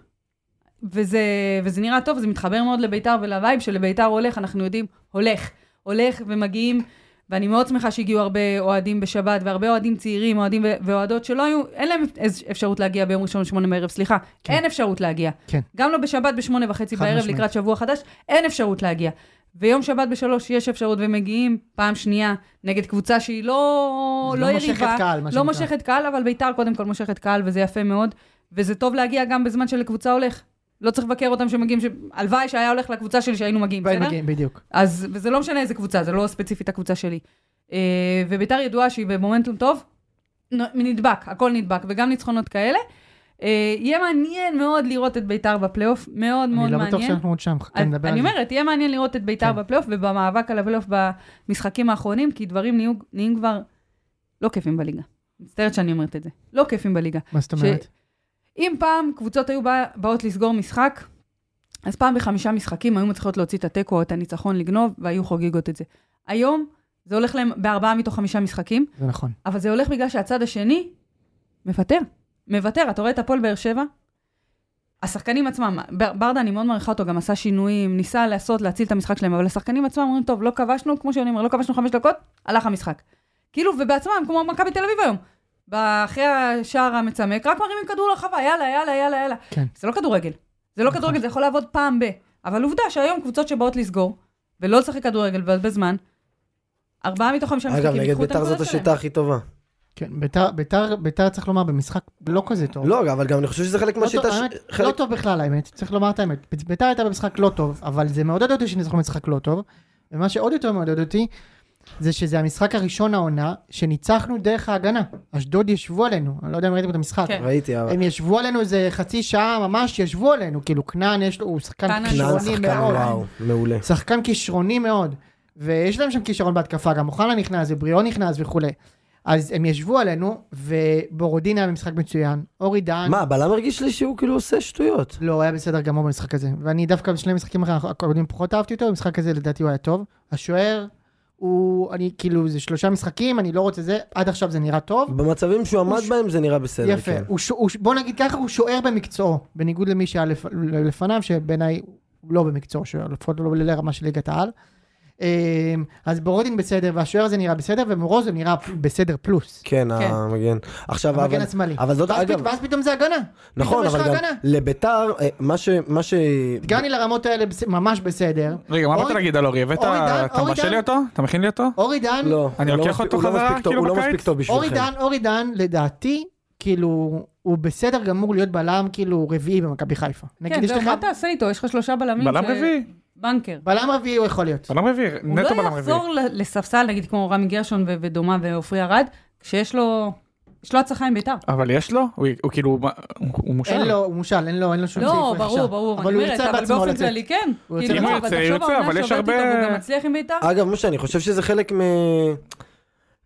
וזה, וזה נראה טוב, זה מתחבר מאוד לביתר ולווייב שלביתר הולך, אנחנו יודעים, הולך. הולך ומגיעים, ואני מאוד שמחה שהגיעו הרבה אוהדים בשבת, והרבה אוהדים צעירים, אוהדים ו- ואוהדות שלא היו, אין להם איז- אפשרות להגיע ביום ראשון בשמונה בערב, סליחה,
כן.
כן. אין אפשרות להגיע.
כן.
גם לא בשבת בשמונה וחצי
חד
בערב
משמעית.
לקראת שבוע חדש, אין אפשרות להגיע. ויום שבת בשלוש יש אפשרות ומגיעים פעם שנייה נגד קבוצה שהיא לא,
זה
לא
לא
יריבה.
מושכת קהל, מה
לא
שנקרא.
מושכת קהל, אבל ביתר קודם כל מושכת קהל, וזה יפה מאוד. וזה טוב להגיע גם בזמן שלקבוצה הולך. לא צריך לבקר אותם שמגיעים, ש- הלוואי שהיה הולך לקבוצה שלי שהיינו מגיעים,
והם
בסדר?
כן, מגיעים, בדיוק.
אז, וזה לא משנה איזה קבוצה, זה לא ספציפית הקבוצה שלי. אה, וביתר ידועה שהיא במומנטום טוב, נ- נדבק, הכל נדבק, וגם ניצחונות כאלה. אה, יהיה מעניין מאוד לראות את ביתר בפלייאוף, מאוד מאוד
אני לא
מעניין.
בטוח שאנחנו עוד שם, חכה,
אז
נדבר על
אני
זה.
אומרת, יהיה מעניין לראות את ביתר
כן.
בפלייאוף ובמאבק על הפלייאוף במשחקים האחרונים, כי דברים נהיו- נהיים כבר לא כיפים בליגה. מצטערת שאני אומרת את זה. לא כיפים בליגה.
מה זאת
ש-
אומרת?
אם פעם קבוצות היו בא- באות לסגור משחק, אז פעם בחמישה משחקים היו מצליחות להוציא את התיקו או את הניצחון לגנוב, והיו חוגגות את זה. היום זה הולך להם בארבעה מתוך חמישה משחקים,
זה נכון.
אבל זה הולך בגלל שהצד השני מוותר. מוותר. אתה רואה את הפועל באר שבע? השחקנים עצמם, בר- ברדה, אני מאוד מעריכה אותו, גם עשה שינויים, ניסה לעשות, להציל את המשחק שלהם, אבל השחקנים עצמם אומרים, טוב, לא כבשנו, כמו שאני אומר, לא כבשנו חמש דקות, הלך המשחק. כאילו, ובעצמם, כמו מכבי תל אביב היום. ב- אחרי השער המצמק, רק מרימים כדור לרחבה, יאללה, יאללה, יאללה, יאללה.
כן.
זה לא כדורגל. זה לא
נכון.
כדורגל, זה יכול לעבוד פעם ב... אבל עובדה שהיום קבוצות שבאות לסגור, ולא לשחק כדורגל והרבה זמן, ארבעה מתוך חמישה משחקים
אגב, נגד
ייקחו את
ביתר זאת
הנקודות שלהם.
השיטה הכי טובה.
כן, ביתר- ביתר- ביתר צריך לומר במשחק לא כזה טוב.
לא, אבל גם אני חושב שזה חלק
לא טוב,
מהשיטה... ש-
האמת,
חלק-
לא טוב בכלל האמת, צריך לומר את האמת. בית- ביתר הייתה במשחק לא טוב, אבל זה מעודד אותי שניצחנו משחק לא טוב. ומה שעוד יותר מעודד אותי, זה שזה המשחק הראשון העונה, שניצחנו דרך ההגנה. אשדוד ישבו עלינו, אני לא יודע אם ראיתם את המשחק.
כן.
ראיתי, אבל...
הם ישבו עלינו איזה חצי שעה, ממש ישבו עלינו, כאילו כנען יש לו, הוא שחקן
כנען
כנען
כישרוני
שחקן
מאוד.
וואו, מעולה.
שחקן כישרוני מאוד, ויש להם שם כישרון בהתקפה, גם אוחנה נכנס ובריאון נכנס וכולי. אז הם ישבו עלינו, ובורודין היה במשחק מצוין, אורי דהן,
מה, הבלם הרגיש לי שהוא כאילו עושה שטויות.
לא, הוא היה בסדר גמור במשחק הזה, ואני דווקא בשני משחקים אחר- הקודמים פחות אהבתי אותו, במשחק הזה לדעתי הוא היה טוב. השוער, הוא, אני כאילו, זה שלושה משחקים, אני לא רוצה זה, עד עכשיו זה נראה טוב.
במצבים שהוא עמד
ש-
בהם זה נראה בסדר,
יפה,
כן.
הוא ש... הוא... ש- בוא נגיד ככה, הוא שוער במקצועו, בניגוד למי שהיה לפ... לפניו, שבעיניי הוא לא במקצועו, שוער, לפחות לא לרמה של ליגת העל. אמ, אז בורודין בסדר, והשוער הזה נראה בסדר, ומורוזוב נראה בסדר פלוס.
כן,
כן.
המגן. עכשיו,
המגן
אבל...
השמאלי.
אבל זאת,
ואז,
אגב...
פת- ואז פתאום זה הגנה. פתאום
נכון,
יש לך
אבל גם
הגנה.
לביתר, אה, מה ש... מה ש...
דגני לרמות האלה בס... ממש בסדר.
רגע, מה
אורי-
באת להגיד על אורי? הבאת,
אורי דן,
אתה
אורי
מרשה
דן.
לי אותו? אתה מכין לי אותו?
אורי דן,
לא.
אני
הוא לא
לוקח
מספיק-
אותו
הוא לא
חזרה,
מספיק טוב-
כאילו,
הוא לא
בקיץ?
מספיק טוב בשבילכם.
אורי דן, אורי דן, לדעתי, כאילו, הוא בסדר גמור להיות בלם, כאילו, רביעי במכבי חיפה. נגיד,
כן,
יש
זהו,
לך...
מה תעשה איתו? יש לך שלושה בלמים.
בלם
ש-
רביעי.
בנקר.
בלם רביעי הוא יכול להיות.
בלם רביעי,
הוא
נטו בלם
לא
רביעי.
יחזור ל- לספסל, נגיד כמו רמי גרשון ו- ודומה ועופרי ארד, כשיש לו... יש לו הצלחה עם ביתר.
אבל יש לו? הוא- הוא כאילו, מה- הוא הוא מושל.
אין לו, הוא מושל, אין לו, אין לו שום סעיף
לא,
רכישה.
ברור, ברור,
אבל
אני
הוא
אומרת,
ירצה
אבל
בעצמו
באופן
לצאת.
כללי כן.
הוא
כאילו,
יוצא
אם הוא
אבל
יוצא,
תחשוב,
יוצא,
העונה
אבל יש
שעוברת
הרבה-
איתו, והוא גם מצליח עם ביתר.
אגב, משה, אני חושב שזה חלק מ...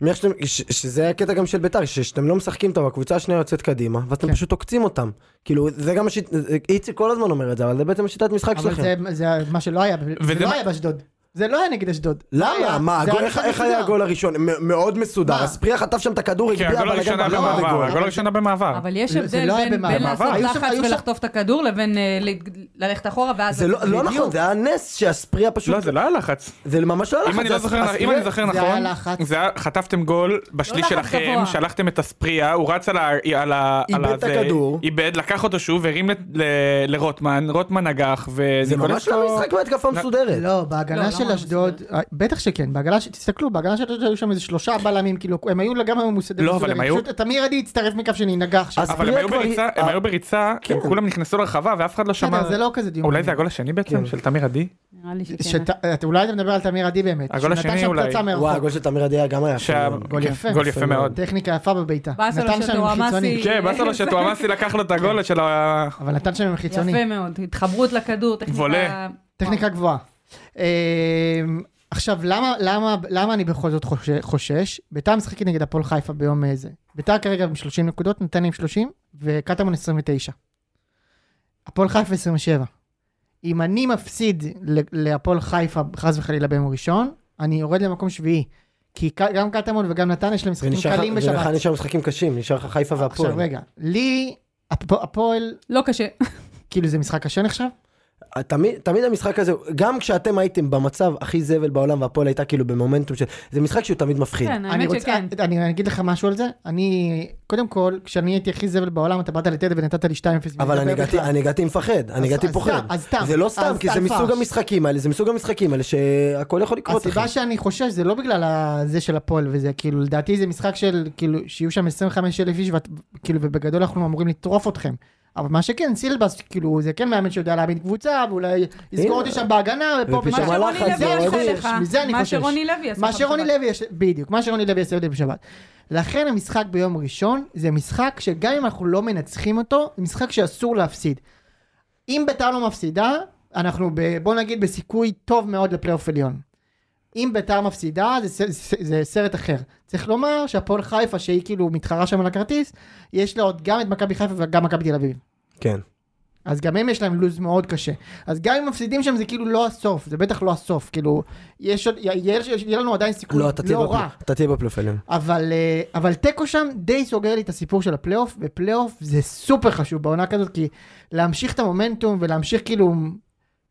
מאיך שאתם, ש- שזה הקטע גם של ביתר, ש- שאתם לא משחקים טוב, הקבוצה השנייה יוצאת קדימה, ואתם
כן.
פשוט עוקצים אותם. כאילו, זה גם השיטה, איציק כל הזמן אומר את זה, אבל זה בעצם השיטת משחק
אבל
שלכם.
זה, זה מה שלא היה, זה
וזה
לא
מה-
היה באשדוד. זה לא היה נגד אשדוד.
למה? מה,
זה
הגול-
היה
איך-
משחק
איך היה
מסודר.
הגול הראשון? מ- מאוד מסודר,
מה?
הספריה חטף שם את הכדור,
כן,
הגביה
הגול
בלאגן
הראשון היה
בעבר
במעבר,
לגול.
הגול הראשון היה במעבר.
אבל יש
זה- זה
הבדל
לא היה
בין-
במעבר.
בין לעשות
היו
שם-
לחץ
היו שם-
ולחטוף את הכדור לבין אה, ל- ללכת אחורה ואז...
זה לא לא
בדיוק.
נכון, זה היה נס שהספריה פשוט,
לא, זה לא היה לחץ.
זה ממש לא
אם אני
זה
לא זוכר
הס-
אם אני זוכר
זה היה
נכון,
לחץ.
זה היה- חטפתם גול בשליש
לחץ
שלכם,
גבוה.
שלחתם את הספריה, הוא רץ על ה... על ה-
איבד
על
את
הזה,
הכדור.
איבד, לקח אותו שוב והרים ל- ל- לרוטמן, רוטמן נגח,
זה
וניקולסקו-
ממש לא משחק בהתקפה מסודרת.
לא, בהגנה
לא, לא
של אשדוד, בטח שכן, בהגנה, ש- תסתכלו, בהגנה של אשדוד היו שם איזה שלושה בלמים, כאילו, הם היו לגמרי ממוסדים.
לא, אבל הם
מסודרים.
היו-
פשוט תמיר עדי הצטרף מכף שננגח עכשיו.
אז
אבל הם היו
פריאט כבר-
בריצה, הם
אה,
היו בריצה,
כן.
הם כולם נכנסו לרחבה ואף אחד לא שמע.
בסדר, זה לא כזה דיון.
אולי זה הגול השני בעצם
כן.
של תמיר עדי?
נראה לי שכן.
שת- אתה- אולי אתה מדבר על תמיר עדי באמת.
הגול
שנתן
השני
שם
אולי.
פצצה מרחוק.
וואי, הגול של תמיר עדי היה גם היה.
שה-
אפילו.
גול
כן,
יפה.
גול יפה מאוד.
טכניקה יפה בבעיטה.
באסה לו
נתן שם עם
שטועמסי-
חיצוני.
כן, באסה לו שטועמאסי לקח לו את הגול של ה...
אבל נתן שם עם חיצוני.
יפה מאוד, התחברות לכדור, טכניקה...
וולה.
טכניקה גבוהה. אמ, עכשיו, למה, למה, למה אני בכל זאת חושש? חושש? ביתר משחקת נגד הפועל חיפה ביום אה, זה. ביתר כרגע עם 30 נקודות, נתניה עם 30, וקטמון 29. הפועל חיפה 27. אם אני מפסיד ל- להפועל חיפה, חס וחלילה, ביום ראשון, אני יורד למקום שביעי. כי ק- גם קטמון וגם נתניה יש להם משחקים
ונשאר לך-
קלים בשבת.
ולך נשאר משחקים קשים, נשאר לך חיפה והפועל.
עכשיו רגע, לי, הפ- הפועל,
לא קשה.
כאילו זה משחק קשה נחשב?
תמיד, אה, תמיד המשחק הזה, גם כשאתם הייתם במצב הכי זבל בעולם והפועל הייתה כאילו במומנטום של... זה משחק שהוא תמיד מפחיד.
כן,
אני
האמת
רוצה-
שכן.
אני אגיד לך משהו על זה. אני, קודם כל, כשאני הייתי הכי זבל בעולם, אתה באת לטדי ונתת לי 2-0.
אבל
בלי
אני
לדבר
הגעתי,
בכלל.
אני הגעתי מפחד, אני
אז-
הגעתי
אז
פוחד.
סתם, אז סתם.
זה לא
אז
סתם, כי זה
סתם
מסוג
פרש.
המשחקים האלה, זה מסוג המשחקים האלה שהכל יכול לקרות לך.
הסיבה שאני חושש זה לא בגלל ה- זה של הפועל וזה, כאילו, לדעתי זה משחק של, כאילו, שיהיו שם 25 אלף איש, ואת- כאילו, ובגדול אנחנו אמורים לטרוף אתכם. אבל מה שכן, סילבס, כאילו, זה כן מאמן שיודע להבין קבוצה, ואולי יזכור אותי שם בהגנה, ופה
ופתאום
מה
ושם.
הלך
שרוני
אז
לוי
זה
עשה
אוהבים.
לך,
מזה אני
מה
חושש.
שרוני לוי עשה
מה
לך
שרוני
בשבת.
לוי יש, בדיוק, מה שרוני לוי יעשה אותי בשבת. לכן המשחק ביום ראשון זה משחק שגם אם אנחנו לא מנצחים אותו, זה משחק שאסור להפסיד. אם ביתר לא מפסידה, אנחנו ב, בוא נגיד בסיכוי טוב מאוד לפלייאוף עליון. אם ביתר מפסידה, זה, ס- זה, זה סרט אחר. צריך לומר שהפועל חיפה, שהיא כאילו מתחרה שם על הכרטיס, יש לה עוד גם את מכבי חיפה וגם מכבי תל אביב.
כן.
אז גם הם יש להם לוז מאוד קשה. אז גם אם מפסידים שם זה כאילו לא הסוף, זה בטח לא הסוף, כאילו, יש עוד, יהיה, יהיה לנו עדיין סיכוי
לא,
לא,
אתה תהיה בפל-
רע.
אתה תהיה בפלופלים.
אבל, אה, אבל תיקו שם די סוגר לי את הסיפור של הפלייאוף, ופלייאוף זה סופר חשוב בעונה כזאת, כי להמשיך את המומנטום ולהמשיך כאילו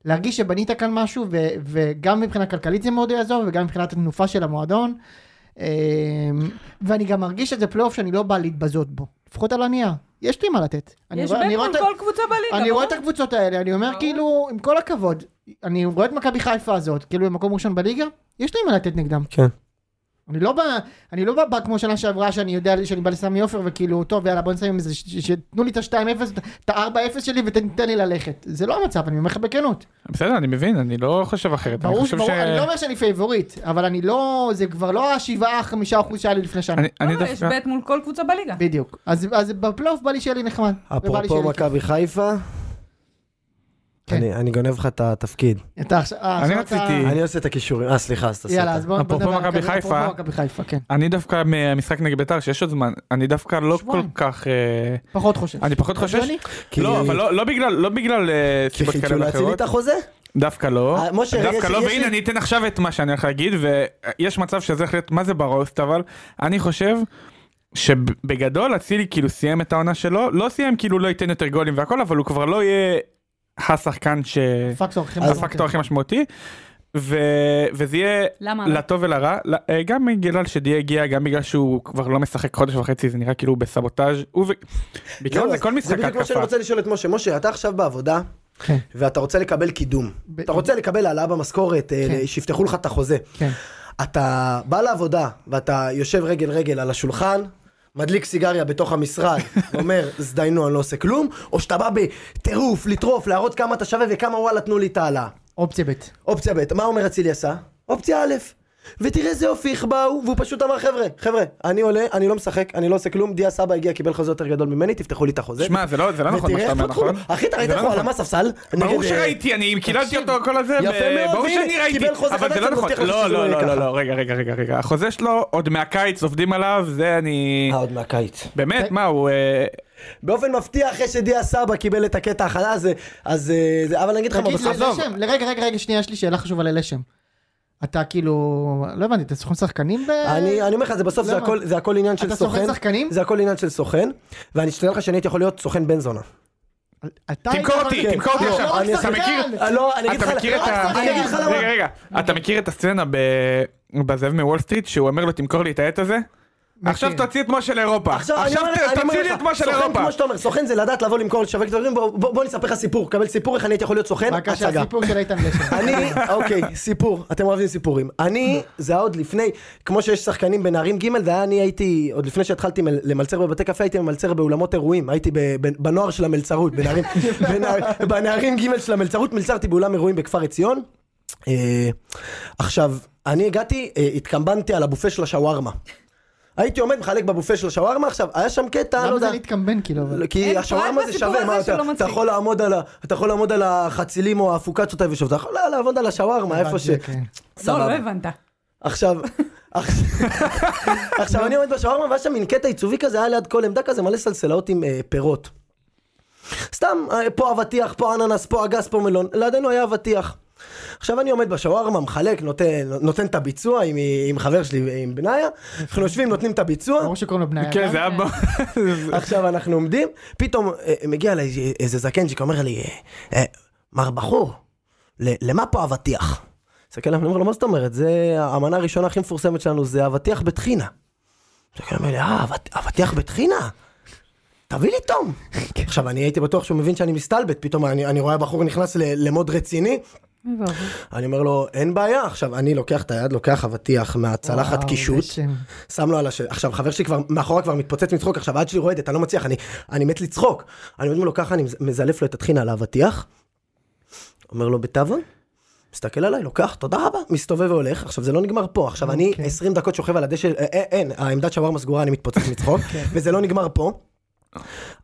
להרגיש שבנית כאן משהו, ו, וגם מבחינה כלכלית זה מאוד יעזור, וגם מבחינת התנופה של המועדון. אה, ואני גם מרגיש שזה פלייאוף שאני לא בא להתבזות בו, לפחות על הנייר. יש לי מה לתת. אני
יש
רואה- אני רואה
בטח
את ה-
כל קבוצה בליגה.
אני רואה את
ברור.
הקבוצות האלה, אני אומר
ברור.
כאילו, עם כל הכבוד, אני רואה את מכבי חיפה הזאת, כאילו במקום ראשון בליגה, יש להם מה לתת נגדם.
כן.
אני לא בא, אני לא בא, בא כמו שנה שעברה שאני יודע שאני בא לסמי עופר וכאילו, טוב יאללה בוא נסיים איזה, ש- ש- שתנו לי את ה-2-0, את ה-4-0 שלי ותן לי ללכת. זה לא המצב, אני אומר לך בכנות.
בסדר, אני מבין, אני לא חושב אחרת. אני
ברור,
חושב
ברור,
ש-
אני לא אומר שאני פייבוריט, אבל אני לא, זה כבר לא ה-7-5 אחוז שהיה לי לפני שנה.
אני- אני
לא, יש
דווקא...
בית מול כל קבוצה בליגה.
בדיוק. אז אז בפלייאוף בא לי שיהיה לי נחמד. ובא לי שיהיה
אפרופו
לי
מכבי חיפה,
כן.
אני אני גונב לך את התפקיד.
כיף. אתה עכשיו, אה,
אני
עכשיו אתה-
רציתי-
אני עושה את הכישורים. אה, סליחה, אז תעשה
יאללה,
אותה.
אז בואו
אפרופו
נדבר על
מכבי חיפה.
אפרופו מכבי חיפה, כן.
אני דווקא מהמשחק נגד ביתר, שיש עוד זמן, אני דווקא לא כל
שבועיים.
כך... אה,
פחות חושש.
אני פחות חושש.
הגיוני?
כי-
לא, אבל לא- לא בגלל- לא בגלל אה,
כי
סיבות
חילקו
כאלה
להציל לי
ואחרות.
את החוזה?
דווקא לא,
אה, משה, רגע,
דווקא
יש-
לא,
יש
והנה
לי-
אני אתן עכשיו את מה שאני הולך להגיד, ויש מצב שזה יכול להיות, מה זה ברוסט, אבל אני חושב שבגדול אצילי כאילו סיים את העונה שלו, לא סיים כאילו לא ייתן יותר גולים והכל, אבל הוא כבר לא יהיה השחקן ש...
פקטור הכי
כן.
משמעותי.
הפקטור הכי משמעותי, ו... וזה יהיה
למה?
לטוב ולרע, ל- אה, גם בגלל שדיה הגיע, גם בגלל שהוא כבר לא משחק חודש וחצי, זה נראה כאילו הוא בסבוטאז', הוא ו... בעיקרון
זהו,
זה
אז
כל
זה
משחק
בדיוק מה שאני
התקפה.
רוצה לשאול את משה. משה, אתה עכשיו בעבודה,
כן.
ואתה רוצה לקבל קידום.
ב-
אתה רוצה לקבל העלאה במשכורת, אה,
כן.
שיפתחו לך את החוזה.
כן.
אתה בא לעבודה, ואתה יושב רגל רגל על השולחן, מדליק סיגריה בתוך המשרד, ואומר, זדיינו, אני לא עושה כלום, או שאתה בא בטירוף, לטרוף, להראות כמה אתה שווה וכמה וואלה תנו לי את ההעלאה.
אופציה ב'.
אופציה ב', מה אומר אצילי עשה? אופציה א'. ותראה איזה הופיך באו, והוא פשוט אמר חבר'ה, חבר'ה, אני עולה, אני לא משחק, אני לא עושה כלום, דיה סבא הגיע, קיבל חוזה יותר גדול ממני, תפתחו לי את החוזה.
שמע, זה לא זה לא נכון מה
ותראה איך
שאתה אומר,
פתחו לו.
נכון?
אחי, אתה ראית
זה
איך
לא
הוא
נכון.
עלה מהספסל?
ברור
נגד, אה,
שראיתי, אני קיללתי
תקשיב,
אותו כל הזה,
יפה
ב-
מאוד,
ברור
והנה,
שאני ראיתי,
קיבל חוזה
אבל
חדש,
זה לא
אני מבטיח לך
נכון,
שזה
לא,
לא
לא,
יהיה
לא,
ככה.
לא, לא, רגע, רגע, רגע, רגע, החוזה שלו עוד מהקיץ עובדים עליו, זה אני,
אה, עוד מהקיץ.
באמת, מה, הוא, אה,
באופן מפתיע, אחרי שדיה סבא קיבל את הקטע החלה הזה, אז... אה, זה- אבל אני אגיד לך מה
תגיד
בסוף.
ללשם, לא, רגע רגע רגע שנייה יש לי שאלה חשובה ללשם. אתה כאילו, לא הבנתי, אתה סוכן שחקנים ב...
אני אני אומר לך, זה בסוף זה
למה?
הכל- זה הכל עניין של
אתה
סוכן.
סוכן שחקנים?
זה הכל עניין של סוכן, ואני אשתדל לך שאני הייתי יכול להיות סוכן בן זונה.
אתה
תמכור
היית-
אותי,
כן.
תמכור אותי
לא,
עכשיו,
אני-
אתה מכיר,
אה, לא, אני אגיד לך...
אתה מכיר את ה...
אני אגיד לך למה.
רגע, רגע, אתה מכיר את הסצנה ב- בזאב מוול סטריט שהוא אומר לו תמכור לי את העט הזה? עכשיו
מכיר.
תוציא את משה לאירופה.
אני
עכשיו
אומר-
ת-
אני אומר
תוציא לי
לך,
את משה
סוכן,
לאירופה.
כמו שאתה אומר, סוכן זה לדעת לבוא למכור, לשווק את הדברים, בוא- בוא בוא אני אספר לך סיפור, קבל סיפור איך אני הייתי יכול להיות סוכן,
בבקשה,
הצגה.
הסיפור של איתן גשר.
אני, אוקיי, סיפור, אתם אוהבים סיפורים. אני, זה היה עוד לפני, כמו שיש שחקנים בנערים ג' זה היה אני הייתי, עוד לפני שהתחלתי מל- למלצר בבתי קפה, הייתי ממלצר באולמות אירועים, הייתי ב- ב- בנוער של המלצרות, בנערים- בנער- בנערים ג' של המלצרות, מלצרתי באולם אירועים בכפר עציון. אה, עכשיו, אני הגעתי, אה, התקמבנתי על הבופה של השווארמה. הייתי עומד מחלק בבופה של השווארמה, עכשיו, היה שם קטע, לא
למה זה
יודע.
להתקמבן כאילו? אבל?
לא, כי
אין
השווארמה
פרט
זה
בסיפור
שווה, מה
הזה
אתה,
שלא
אתה
מצחיק.
יכול לעמוד על ה- אתה יכול לעמוד על החצילים או הפוקציות היבשות, אתה יכול לעבוד על השווארמה, איפה ש...
הבנתי, כן.
לא, לא
סבבה.
הבנת.
עכשיו, עכשיו אני עומד בשווארמה והיה שם מין קטע עיצובי כזה, היה ליד כל עמדה כזה מלא סלסלאות עם אה, פירות. סתם, אה, פה אבטיח, פה אננס, פה אגס, פה מלון, לידינו היה אבטיח. עכשיו אני עומד בשווארמה, מחלק, נותן, נותן את הביצוע עם, עם חבר שלי, עם בניה, אנחנו יושבים, נותנים את הביצוע.
ברור שקוראים לו בני
כן,
אדם.
זה היה... ב-
עכשיו אנחנו עומדים, פתאום אה, מגיע אליי איזה- איזה זקנצ'יק, אומר לי, אה, אה, מר בחור, ל- למה פה אבטיח? מסתכל עליו, אני אומר לו, מה זאת אומרת? זה המנה הראשונה הכי מפורסמת שלנו, זה אבטיח בטחינה. מסתכל עליו, אומר לי, אה, אבט- אבטיח בטחינה? תביא לי תום.
כן.
עכשיו, אני הייתי בטוח שהוא מבין שאני מסתלבט, פתאום אני אני רואה בחור נכנס ל- למוד רציני,
אוי ואבוי.
אני אומר לו, אין בעיה. עכשיו, אני לוקח את היד, לוקח אבטיח מהצלחת
וואו,
קישוט.
זה שם.
שם לו על השם. עכשיו חבר שלי כבר מאחורה כבר מתפוצץ מצחוק עכשיו היד שלי רועדת אני לא מצליח אני אני מת לצחוק. אני אומר לו ככה אני מז- מזלף לו את הטחינה על האבטיח. אומר לו בתאבון. מסתכל עליי לוקח תודה רבה מסתובב והולך עכשיו זה לא נגמר פה עכשיו אני
אוקיי.
20 דקות שוכב על הדשא אה, אה, אין העמדת שווארמה סגורה אני מתפוצץ מצחוק וזה לא נגמר פה.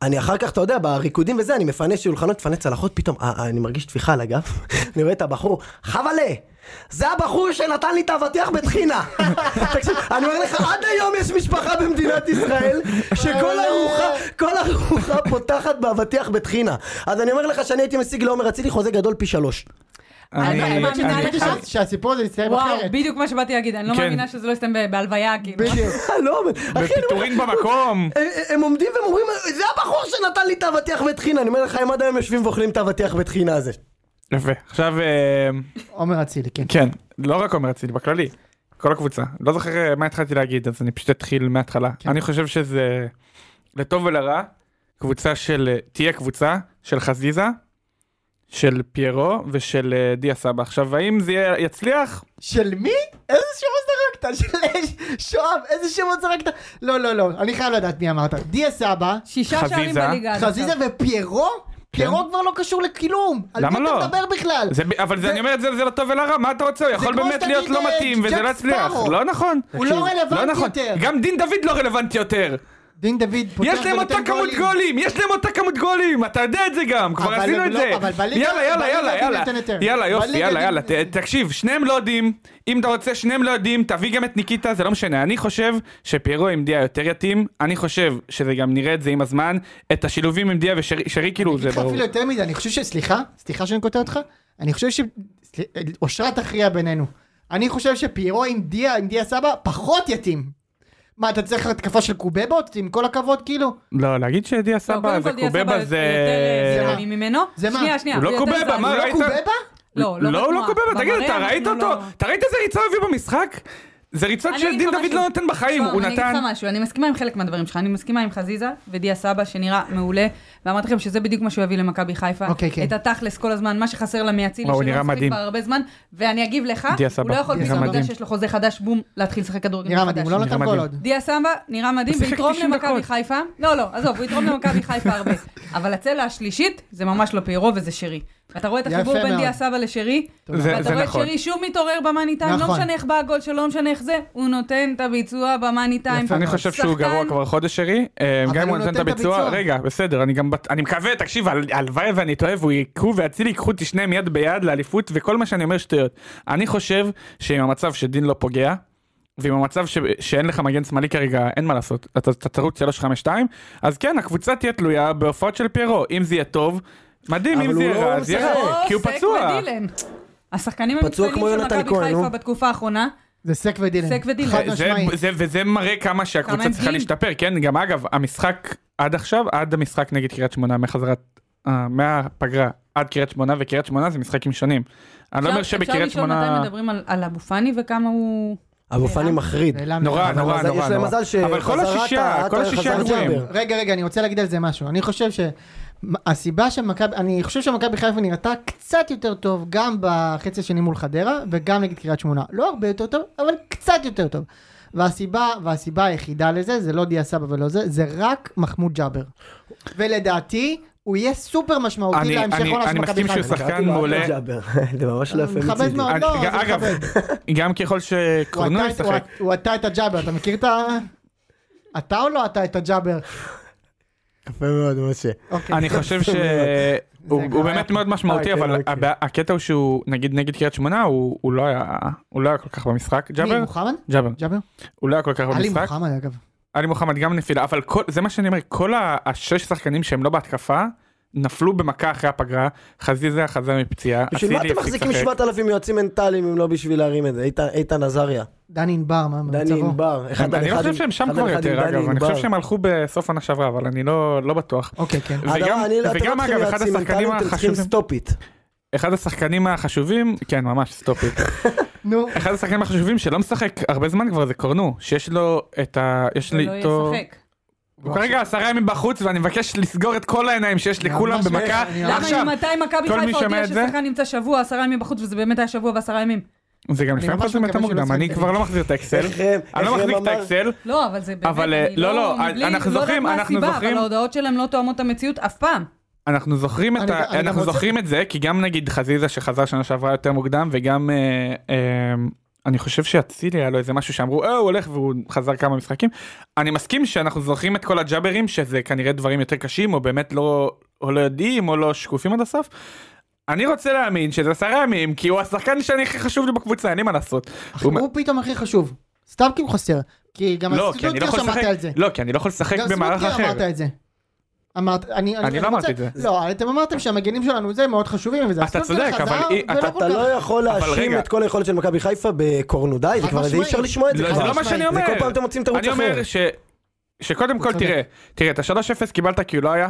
אני אחר כך, אתה יודע, בריקודים וזה, אני מפנה שולחנות, מפנה צלחות, פתאום אה, אה, אני מרגיש טפיחה על הגב, אני רואה את הבחור, חבלה! זה הבחור שנתן לי את האבטיח בטחינה! תקשיב, אני אומר לך, עד היום יש משפחה במדינת ישראל שכל ארוחה, כל ארוחה פותחת באבטיח בטחינה. אז אני אומר לך שאני הייתי משיג לעומר אצילי חוזה גדול פי שלוש.
אני-
אני-
האמת שזה
אני-
היה
האמת היא
לך?
ש- שהסיפור הזה יסתיים
וואו,
אחרת.
בדיוק מה שבאתי להגיד, אני לא
כן.
מאמינה שזה לא יסתיים ב- בהלוויה, כאילו.
בדיוק.
לא, אבל- אחי, אני אומר לך,
בפיטורים במקום.
הם- הם עומדים והם אומרים, זה הבחור שנתן לי את האבטיח בטחינה, אני אומר לך, הם עד היום יושבים ואוכלים את האבטיח בטחינה הזה.
יפה. עכשיו, אה,
עומר אצילי, כן.
כן, לא רק עומר אצילי, בכללי. כל הקבוצה. לא זוכר אה, מה התחלתי להגיד, אז אני פשוט אתחיל מההתחלה.
כן.
אני חושב שזה, לטוב ולרע, קבוצה של, אה, תהיה קבוצה של חזיזה, של פיירו ושל אה, דיה סבא. עכשיו, האם זה יהיה- יצליח?
של מי? איזה שמות זרקת? של שוהם, איזה שמות זרקת? לא, לא, לא, אני חייב לדעת מי אמרת. דיה סבא,
שישה שערים
חזיזה.
בליגה. עד
חזיזה
עכשיו.
ופיירו? פיירו כבר לא קשור לכלום. על
כן. למה
מי
לא?
אתה מדבר בכלל?
זה, ב- אבל זה,
זה-
אני אומר את זה, זה לא טוב ולא רע, מה אתה רוצה? הוא יכול
כמו
באמת
שתגיד,
להיות לא
אה,
מתאים, וזה
ג'ק
לא יצליח.
ספארו.
לא נכון.
הוא לא
לא
רלוונטי
נכון.
יותר.
גם דין דוד לא רלוונטי יותר.
דין דוד פותח
יש להם
ונותן
אותה כמות גולים, יש להם אותה כמות גולים, אתה יודע את זה גם, כבר
אבל
עשינו
הם
את
לא-
זה.
אבל בליגה-
יאללה, יאללה,
בליגה
יאללה,
דין
יאללה.
נותן יותר.
יאללה, יופי,
בליגה
יאללה,
דין-
יאללה. ת- תקשיב, שניהם לא יודעים, אם אתה רוצה שניהם לא יודעים, תביא גם את ניקיטה, זה לא משנה. אני חושב שפיירו עם דיה יותר יתאים, אני חושב שזה גם נראה את זה עם הזמן, את השילובים עם דיה ושרי, כאילו, זה
זה
ברור.
אפילו יותר מזה, אני חושב ש... סליחה, סליחה שאני קוטע אותך, אני חושב ש... סל- אושרה תכריע בינינו. אני חושב שפיירו עם דיה, עם דיה סבא, פחות יתאים. מה, אתה צריך התקפה של קובבות? עם כל הכבוד, כאילו?
לא, להגיד שדיה
לא,
סבא
קודם
זה
כל דיה סבא
קובבה
יותר
זה...
זה
אה,
מה?
זרמים ממנו.
זה מה?
שנייה, שנייה.
הוא לא
זה יותר
קובבה,
זרמים.
מה,
הוא לא
ראית?
קובבה?
לא, לא
לא,
בתנועה.
לא קובבת, תגיד, אתה
במראה
ראית
אנחנו
אותו?
לא-
אתה ראית איזה ריצה הוא הביא במשחק? זה ריצות
אני אגיד
שדין
לך
דוד
משהו.
לא נותן בחיים,
תשמע,
הוא
אני
נתן...
אגיד לך משהו, אני מסכימה עם חלק מהדברים שלך, אני מסכימה עם חזיזה ודיה סבא שנראה מעולה, ואמרתי לכם שזה בדיוק מה שהוא יביא למכבי חיפה,
אוקיי, כן.
את התכלס כל הזמן, מה שחסר לה מאצילי,
וואו, הוא נראה
שלא משחק
מדהים.
כבר הרבה זמן, ואני אגיב לך,
דיה
הוא
סבא,
לא יכול
נראה
פתאום בגלל
מדהים.
שיש לו חוזה חדש, בום, להתחיל לשחק כדורגל
נראה מדהים,
מחדש.
הוא לא
נראה
נתן גול
מדהים.
עוד.
דיה סבא נראה מדהים
הוא שיחק
ויתרום
90
למכבי
דקות.
חיפה, לא לא עזוב הוא יתרום למכבי חיפה הרבה, אבל הצלע השלישית זה ממש לא פיירו וזה שרי, ואתה רואה את
יפה
החיבור בין
מאוד.
דיה סבא לשרי,
זה-
ואתה
זה
רואה את
נכון.
שרי שוב מתעורר במאני טיים, לא
נכון.
משנה איך בא הגול שלו, לא משנה איך זה, הוא נותן את הביצוע במאני טיים.
יפה,
אני
אבל
חושב שהוא גרוע כבר חודש שרי, אה,
אבל
גם אם
הוא
הוא נותן את
נותן את
הביצוע,
הביצוע.
רגע בסדר, אני גם, בת- אני מקווה, תקשיב, הל- הלוואי ואני טועה, והוא יקחו ואצילי ייקחו אותי שניהם יד ביד לאליפות, וכל מה שאני אומר שטויות. אני חושב שעם המצב שדין לא פוגע, ועם המצב ש... שאין לך מגן שמאלי כרגע, אין מה לעשות, אתה אתה תרוץ 3-5-2, אז כן, הקבוצה תהיה תלויה בהופעות של פיירו, אם זה יהיה טוב, מדהים,
אבל
אם זה
הוא
יהיה
לא
רע, אז יהיה
משחק.
רע, אה, כי הוא פצוע.
ודילן. השחקנים
פצוע
המצטיינים
כמו
של
יונתן
מכבי
כהן,
חיפה
נו.
בתקופה האחרונה,
זה סק ודילן.
סק ודילן.
חד
זה-
משמעית.
זה- וזה מראה כמה
כמה
שהקבוצה
הם
צריכה
גאים.
להשתפר, כן? גם אגב, המשחק עד עכשיו, עד המשחק נגד קריית שמונה, מחזרת, אה, מהפגרה עד קריית שמונה, וקריית שמונה זה משחקים שונים. אני לא אומר
אפשר-
שבקריית
אפשר לשאול מתי
שמונה...
מדברים על- על אבו פאני וכמה הוא
אבו פאני מחריד.
נעלם לי.
נורא,
אבל
נורא,
מזל-
נורא.
יש להם
נורא.
מזל
אבל כל
שחזרת-
השישה,
אתה-
כל השישה
חזר
גרועים.
ג'אבר.
רגע, רגע, אני רוצה להגיד על זה משהו. אני חושב ש... הסיבה שמכבי, אני חושב שמכבי חיפה נראתה קצת יותר טוב גם בחצי השני מול חדרה וגם נגד קריית שמונה. לא הרבה יותר טוב, אבל קצת יותר טוב. והסיבה, והסיבה היחידה לזה, זה לא דיה סבא ולא זה, זה רק מחמוד ג'אבר. ולדעתי, הוא יהיה סופר משמעותי
אני-
להמשך
אני-
עונה של
אני
מכבי
מסכים שהוא
חיפה.
שחקן
קראתי לו
מעולה.
אדם ג'אבר. זה ממש לא יפה
מכבד
מצידי.
מאוד. לא,
אני-
זה
אגב, גם ככל
הוא
שקורנו
עטה- הוא
ישחק.
עט- הוא עטה את הג'אבר, אתה מכיר את ה... אתה או לא עטה את הג'אבר?
יפה מאוד, משה.
אוקיי.
אני חושב שהוא
זה
הוא
כבר
באמת
היה-
מאוד משמעותי,
אה, כן,
אבל
אוקיי.
הבע- הקטע הוא שהוא, נגיד נגד קריית שמונה, הוא הוא לא היה הוא לא היה כל כך במשחק.
מי,
ג'אבר?
מוחמד?
ג'אבר.
ג'אבר?
הוא לא היה כל כך
עלי
במשחק.
מוחמד אגב.
עלי מוחמד גם נפילה, אבל כל, זה מה שאני אומר, כל ה- השש שחקנים שהם לא בהתקפה, נפלו במכה אחרי הפגרה, חזיזה חזר מפציעה,
בשביל מה
אצילי
אתם
הפסיק
מחזיקים
לשחק.
7,000 יועצים מנטליים אם לא בשביל להרים את זה? איתן- איתן עזריה,
דני ענבר, מה מצבו?
דני ענבר. אחד על
אני לא
אחד
חושב
עם-
שהם שם
אחד על
כבר
אחד עם
יותר,
דני
אגב, אני
ענבר.
חושב שהם הלכו בסוף עונה שעברה, אבל אני לא לא בטוח.
אוקיי, כן.
וגם-
אדם, אני- אתם לא
וגם,
צריכים
אגב, אחד
יועצים
השחקנים
מנטליים, לא, אתם צריכים
החשובים-
סטופית.
אחד השחקנים החשובים, כן ממש סטופי,
נו,
אחד השחקנים החשובים שלא משחק הרבה זמן כבר זה קורנו, שיש לו את ה... יש
ולא
לי איתו...
ישחק.
הוא כרגע עשרה ימים בחוץ ואני מבקש לסגור את כל העיניים שיש לכולם
ממש
במכה,
איך, אני ממש-
למה
עכשיו,
ממתי מכבי
כל מי
חיפה
שומע
הודיעה
את זה?
ששחקן נמצא שבוע, עשרה ימים בחוץ, וזה באמת היה שבוע ועשרה ימים?
זה גם
אני
לפעמים
ממש
חוזרים יותר
מקווה שלא
מוקדם, אני
ישחק.
כבר לא מחזיר את האקסל,
איך הם-
אני לא
איך הם
מחזיק את
אמר-
האקסל,
לא, אבל זה באמת,
אבל, אה,
אני
לא, לא,
מבלי- לא
אנחנו
יודעת
זוכרים,
מה
אנחנו
הסיבה,
זוכרים-
אבל ההודעות שלהם לא תואמות את המציאות אף פעם.
אנחנו זוכרים את
אני-
ה...
אני גם
אנחנו
רוצה-
זוכרים את זה כי גם נגיד חזיזה שחזר שנה שעברה יותר מוקדם וגם אה, אה, אני חושב שאצילי היה לו איזה משהו שאמרו אה, הוא הולך והוא חזר כמה משחקים. אני מסכים שאנחנו זוכרים את כל הג'אברים שזה כנראה דברים יותר קשים או באמת לא או לא יודעים או לא שקופים עד הסוף. אני רוצה להאמין שזה עשרה ימים כי הוא השחקן שאני הכי חשוב לי בקבוצה אין לי מה לעשות. הוא מ-
הוא פתאום הכי חשוב. סתם כי הוא חסר. כי גם
לא כי אני לא
סטוטגר
יכול
שמעת על
לשחק
זה.
לא כי אני לא יכול לשחק
גם
במערך
סטוטגר
אחר.
אמרת את זה. אמרת, אני,
אני לא
רוצה-
אמרתי את זה.
לא, אתם אמרתם שהמגנים שלנו זה מאוד חשובים, וזה
אתה צודק,
חזר,
אבל אי-
ולא
אתה-
כל
אתה
כך-
לא יכול להאשים
רגע. את
את כל היכולת של מכבי חיפה בקורנו, די,
זה
אה, זה
כבר-
כבר,
חד-משמעית.
אי אפשר לשמוע את זה
לא, זה
כבר.
לא מה שאני אומר.
זה כל פעם אתם מוצאים תירוץ
אני אומר
אחר.
ש... שקודם כל
צודק.
תראה, תראה את ה-3-0 קיבלת כי הוא לא היה.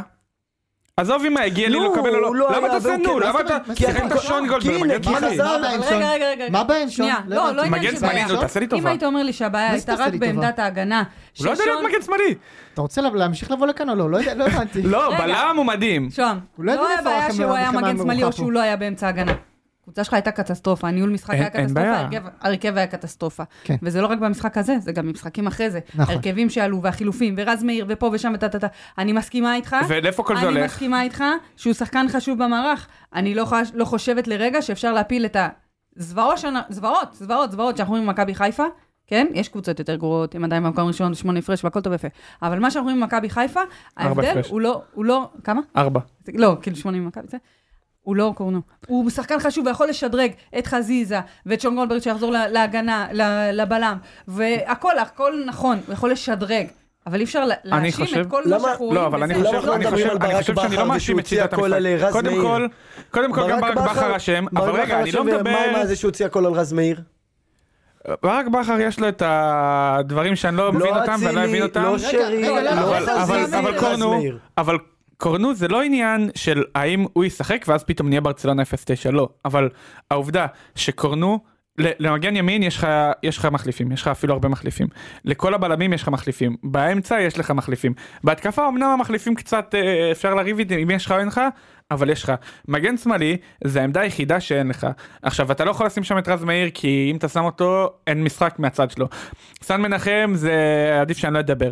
עזוב אם הגיע לי
נו,
לא לקבל או
הוא
לא,
לא
למה
היה,
אתה עושה
והוא
נו?
כן,
למה
מה
אתה...
זאת אומרת?
כי
כי
שיחק
אתה-
את השון
כי
גולדברג,
הנה,
מגן
כי
שמאלי.
חזר,
מה הבעיה עם
אבל
שון?
רגע, רגע, רגע.
מה הבעיה עם שון?
שנייה, לא, לא
הבנתי.
עניין
מגן
של
שמאלי,
בעיה.
נו, תעשה לי
אם
טובה.
היית אומר לי שהבעיה
זה
הייתה
תעשה
רק
לי טובה?
בעמדת ההגנה,
הוא לא יודע
ששון-
להיות מגן שמאלי.
אתה רוצה לה- להמשיך לבוא לכאן או לא? לא יודע, לא הבנתי.
לא,
רגע.
בלם הוא מדהים.
שון,
הוא לא
לא
הבין
היה
איפה
בעיה
הלחם
שהוא היה
והמלחמה
מגן שמאלי או
המרוחה
שהוא
פה.
לא היה באמצע הגנה. הקבוצה שלך הייתה קטסטרופה, הניהול משחק
אין-
היה
אין
קטסטרופה,
בעיה.
ההרכב- ההרכב היה קטסטרופה.
כן.
וזה לא רק במשחק הזה, זה גם במשחקים אחרי זה.
נכון.
הרכבים שעלו והחילופים, ורז מאיר ופה ושם וטה טה טה. אני מסכימה איתך.
ולאיפה כל זה
אני
הולך?
מסכימה איתך שהוא שחקן חשוב במערך. אני לא חש- לא חושבת לרגע שאפשר להפיל את הזוועות, שאנ- זוועות, זוועות, זוועות שאנחנו רואים במכבי חיפה. כן, יש קבוצות יותר גרועות, הם עדיין במקום ראשון, שמונה הפרש והכל טוב ויפה. אבל מה שאנחנו רואים במכבי חיפה,
ארבע
ההבדל
הפרש.
הוא לא, הוא לא, כמה?
ארבע.
זה- לא, כאילו 80 מכבי, זה. הוא לא קורנו. הוא שחקן חשוב ויכול לשדרג את חזיזה ואת שון גולדברג שיחזור לה- להגנה, ל- לבלם, והכל, הכל נכון, הוא יכול לשדרג. אבל אי אפשר לה-
אני
להאשים
חושב-
את כל
למה-
מה שאנחנו רואים.
לא, אבל אני
בזה.
למה
חושב,
לא
אני
מדברים
חושב,
על
אני
ברק
חושב שאני
בכר
לא מאשים
שהוא
את שיטת
הוציא הכל על,
המשחק.
רז
קודם
מאיר?
כל, קודם כל גם ברק בכר אשם, אבל
ברק
רגע,
בכר
אני לא
אשם, ומה עם
מדבר...
הזה שהוא הוציא הכל על רז מאיר?
ברק בכר יש לו את הדברים שאני לא מבין אותם ואני לא
אצילי,
אבין אותם.
לא
רגע,
שרי,
רגע,
לא
למה? אבל
אבל, אבל,
זה
אבל
אמירה,
קורנו,
רז מאיר.
אבל קורנו זה לא עניין של האם הוא ישחק ואז פתאום נהיה ברצלונה 0-9, לא, אבל העובדה שקורנו, ל- למגן ימין יש לך, יש לך מחליפים, יש לך אפילו הרבה מחליפים, לכל הבלמים יש לך מחליפים, באמצע יש לך מחליפים, בהתקפה אמנם המחליפים קצת אה, אפשר לריב איתם אם יש לך או אין לך, אבל יש לך. מגן שמאלי זה העמדה היחידה שאין לך. עכשיו אתה לא יכול לשים שם את רז מאיר כי אם אתה שם אותו אין משחק מהצד שלו. סן מנחם זה עדיף שאני לא אדבר.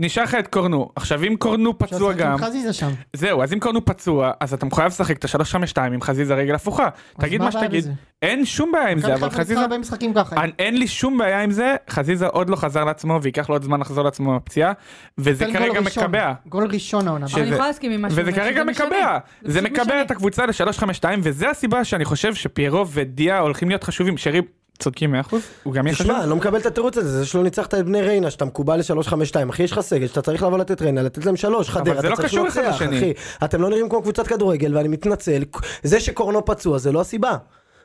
נשאר לך את קורנו עכשיו אם קורנו
אפשר
פצוע
לשחק עם
גם
חזיזה שם. השאלה
זהו אז אם קורנו פצוע אז אתה מחויב לשחק את השלוש חמש שתיים עם חזיזה רגל הפוכה תגיד
מה
מה
הבעיה
שתגיד
בזה?
אין שום בעיה עם זה אבל חזיזה
הרבה משחקים ככה.
אין- אין לי שום בעיה עם זה חזיזה עוד לא חזר לעצמו וייקח לו עוד זמן לחזור לעצמו מהפציעה וזה
נתן גול
כרגע
ראשון.
מקבע
גול ראשון העונה.
אבל אני
שזה-
יכולה להסכים עם מה שאתה
וזה
אומר,
כרגע
שזה משנה.
מקבע, זה
פשוט
מקבע
משנה.
את הקבוצה ל-352 וזה הסיבה שאני חושב שפיירו ודיה הולכים להיות חשובים, שרי צודקים 100%, הוא גם יהיה חשוב.
תשמע, אני לא מקבל את התירוץ הזה, זה שלא ניצחת את בני ריינה, שאתה מקובל ל-352, אחי, יש לך סגל שאתה צריך לבוא לתת ריינה, לתת להם שלוש, חדרה,
זה
אתה
לא
צריך
קשור אחד
לנצח,
לשני.
אחי. אתם לא נראים כמו קבוצת כדורגל, ואני מתנצל, זה שקורנו פצוע זה לא הסיבה.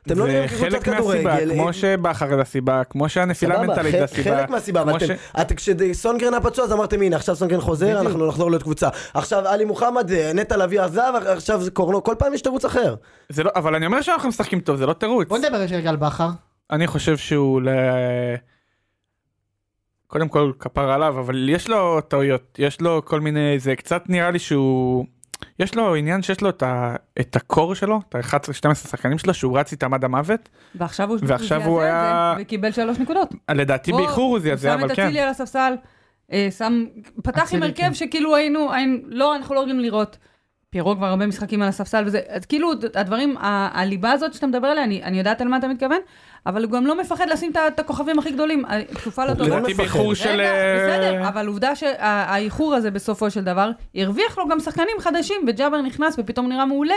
אתם לא
זה
נראים כמו קבוצת
חלק מהסיבה,
כדורגל. אה,
כמו שבכר זה הסיבה, כמו שהנפילה
סבבה,
המנטלית
חלק-
זה הסיבה.
חלק מהסיבה, אבל
כמו
אתם,
ש-
את- כשסונגרן היה פצוע אז אמרתם הנה עכשיו סונגרן חוזר, אנחנו נחזור להיות קבוצה. עכשיו עלי מוחמד, אה, נטע לביא עזב, עכשיו זה קורנו, כל פעם יש תירוץ אחר.
זה לא- אבל אני אומר שאנחנו משחקים טוב, זה לא תירוץ.
בוא נדבר רגע על בכר.
אני חושב שהוא ל- קודם כל כפר עליו, אבל יש לו טעויות, יש לו כל מיני, זה קצת נראה לי שהוא, יש לו עניין שיש לו את, ה, את הקור שלו, את ה-11-12 שחקנים שלו, שהוא רץ איתם עד המוות,
ועכשיו הוא
ועכשיו
זעזע
הוא
את זה
היה-
וקיבל שלוש נקודות.
לדעתי
בוא,
באיחור הוא זעזע,
שם
אבל
את
כן.
אצילי על הספסל, אה, שם, פתח עם
אצילי,
הרכב
כן.
שכאילו היינו, היינו, לא, אנחנו לא רגילים לראות. פיירו כבר הרבה משחקים על הספסל וזה, אז כאילו הדברים, ה- הליבה הזאת שאתה מדבר עליה, אני, אני יודעת על מה אתה מתכוון, אבל הוא גם לא מפחד לשים את, ה- את הכוכבים הכי גדולים, אה, תקופה לא טובה.
לא
לדעתי
מפחד.
באיחור של...
רגע, בסדר,
אה,
אבל עובדה שהאיחור הזה בסופו של דבר, הרוויח לו גם שחקנים חדשים, וג'אבר נכנס ופתאום נראה מעולה.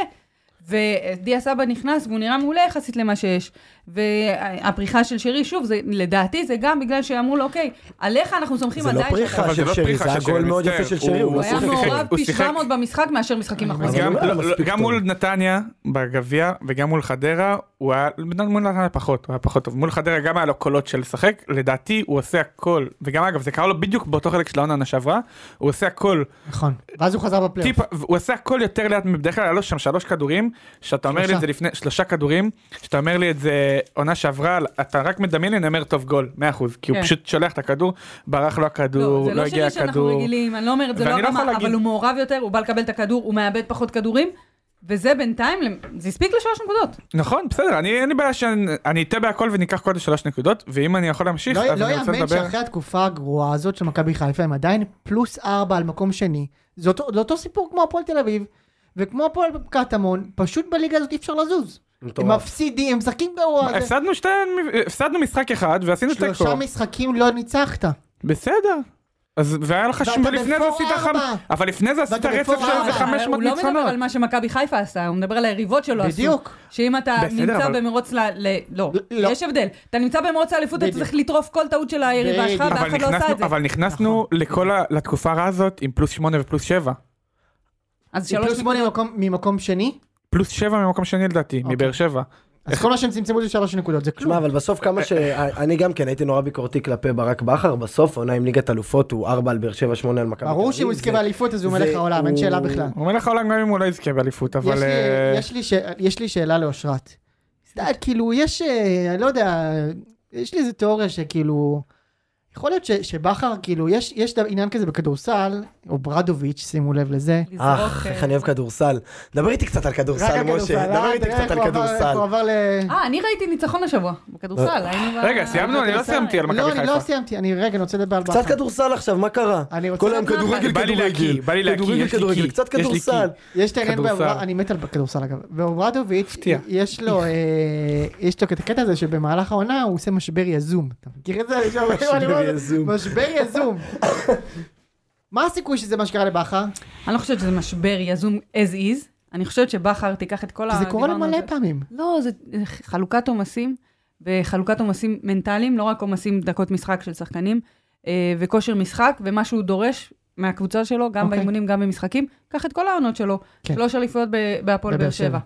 ודיה סבא נכנס והוא נראה מעולה יחסית למה שיש. והפריחה של שרי, שוב, זה, לדעתי זה גם בגלל שאמרו לו, אוקיי, עליך אנחנו סומכים
זה לא
עדיין.
פריחה
אבל זה
של
לא
שרי,
פריחה
זה
של שרי,
הגול מאוד
מצטער.
יפה של שרי,
הוא-
הוא
הוא
לא
היה
שיחק.
מעורב
הוא
פי
שיחק-
700 במשחק מאשר משחקים
אז
אחרונים.
אבל
גם-
הוא לא היה
לא,
מספיק
גם
טוב.
מול נתניה בגביע וגם מול חדרה הוא היה מול נתניה פחות הוא היה פחות טוב מול חדרה גם היה לו קולות של לשחק לדעתי הוא עושה הכל וגם אגב זה קרה לו בדיוק באותו חלק של העונה שעברה הוא עושה הכל
נכון. ואז הוא חזר
כן.
בפלייאוף.
טיפה הוא עושה הכל יותר לאט מבדרך כלל היה לו שם שלוש כדורים שאתה אומר לי את
שלושה.
זה לפני שלושה כדורים שאתה אומר לי את זה עונה שעברה אתה רק מדמיין לי אני אומר טוב גול 100% כי הוא
כן.
פשוט שולח את הכדור ברח לו
לא,
הכדור
זה
לא
לא שלי
הגיע
שאנחנו
הכדור.
רגילים, אני לא אומרת, זה לא
ואני לא
רמה,
יכול להגיד-
אבל הוא מעורב יותר, הוא בא לקבל את הכדור, הוא מאבד פחות כדורים, וזה בינתיים, זה הספיק לשלוש נקודות.
נכון בסדר אני אין לי בעיה שאני אטעה בהכל וניקח קודם שלוש נקודות ואם אני יכול להמשיך
לא
אז
לא
אני רוצה
יאמן
לדבר.
שאחרי התקופה הגרועה הזאת של מכבי חיפה הם עדיין פלוס ארבע על מקום שני. זה אותו- זה אותו סיפור כמו הפועל תל אביב, וכמו הפועל קטמון, פשוט בליגה הזאת אי אפשר לזוז. הם
מטורף.
מפסידים, הם משחקים גרוע. זה-
הפסדנו שתי הפסדנו משחק אחד ועשינו תיקו
שלושה משחקים לא ניצחת.
בסדר. אז והיה לך שם
ואתה
לפני זה עשית
בפור
חמש
ארבע.
אבל לפני זה עשית
ואתה
רצף
בפור
של
ארבע.
איזה
אבל
500
הוא לא מדבר
ניצחונות.
על מה שמכבי חיפה עשה, הוא מדבר על היריבות שלו עשו.
בדיוק.
שאם אתה
בסדר,
נמצא
אבל-
במרוץ ל... ל- לא,
לא.
יש הבדל. אתה נמצא במרוץ האליפות, אתה
בדיוק.
צריך לטרוף כל טעות של היריבה שלך,
בדיוק.
אבל
ואף אחד לא עשה את זה.
נכנסנו, אבל נכנסנו
נכון.
לכל ה- לתקופה הרעה הזאת עם פלוס 8 ופלוס 7.
אז
היא
שלוש
פלוס שמונה
נקודות.
ממקום- ממקום שני,
פלוס 7 ממקום שני לדעתי,
אוקיי.
מבאר שבע.
אז כל מה שהם צמצמו זה שלוש נקודות, זה כלום.
שמע, אבל בסוף כמה ש... אני גם כן הייתי נורא ביקורתי כלפי ברק בכר, בסוף עונה עם ליגת אלופות הוא 4 על באר שבע, 8 על מכבי. תל
ברור
אביב,
שאם הוא יזכה
זה-
באליפות אז הוא
זה-
מלך העולם, אין
הוא-
שאלה בכלל.
הוא מלך העולם גם אם הוא לא יזכה באליפות
יש
אבל
לי-
אה,
יש לי ש- יש לי שאלה לאושרת. סתם, כאילו, יש, אה, אני לא יודע, יש לי איזה תיאוריה שכאילו, יכול להיות ש- שבכר, כאילו, יש יש ד- עניין כזה בכדורסל, או ברדוביץ', שימו לב לזה.
אך,
לזרוק,
איך
אה,
אני אוהב כדורסל. דבר איתי קצת על כדורסל, משה.
אה?
דבר איתי קצת על כדורסל.
אה, הוא עבר ל...
אה, אני ראיתי ניצחון השבוע, בכדורסל,
אה,
היינו ב...
רגע סיימנו אני לא סיימתי על
לא,
מכבי
אני לא
חיפה.
סיימתי, אני רגע, אני רוצה לדבר על בכר.
קצת כדורסל עכשיו, מה קרה?
אני רוצה
כל היום
לדעת מה-
כדורגל,
בא לי
כדורגל.
להקיא, בא לי להקיא,
כדורגל,
יש לי
כדורגל,
קי,
קצת
יש לי
כדורסל.
יש את העניין,
כדורסל.
באוברה- אני מת על כדורסל אגב, ואוברדוביץ',
הפתיע.
יש לו אה, יש לו את הקטע הזה שבמהלך העונה הוא עושה משבר יזום. אתה מכיר את זה? אני שומע, אני אומר,
משבר יזום.
משבר יזום. מה הסיכוי שזה מה שקרה לבכר?
אני לא חושבת שזה משבר יזום as is, אני חושבת שבכר תיקח את כל
כי זה קורה לו
לא, דיברנו על
מלא
זה.
פעמים.
לא, זה זה חלוקת עומסים, וחלוקת עומסים מנטליים, לא רק עומסים דקות משחק של שחקנים, אה, וכושר משחק, ומה שהוא דורש מהקבוצה שלו, גם okay.
אוקיי.
באימונים, גם במשחקים. קח את כל העונות שלו,
כן.
כן. שלוש אליפויות ב- בהפועל
בבאר
באר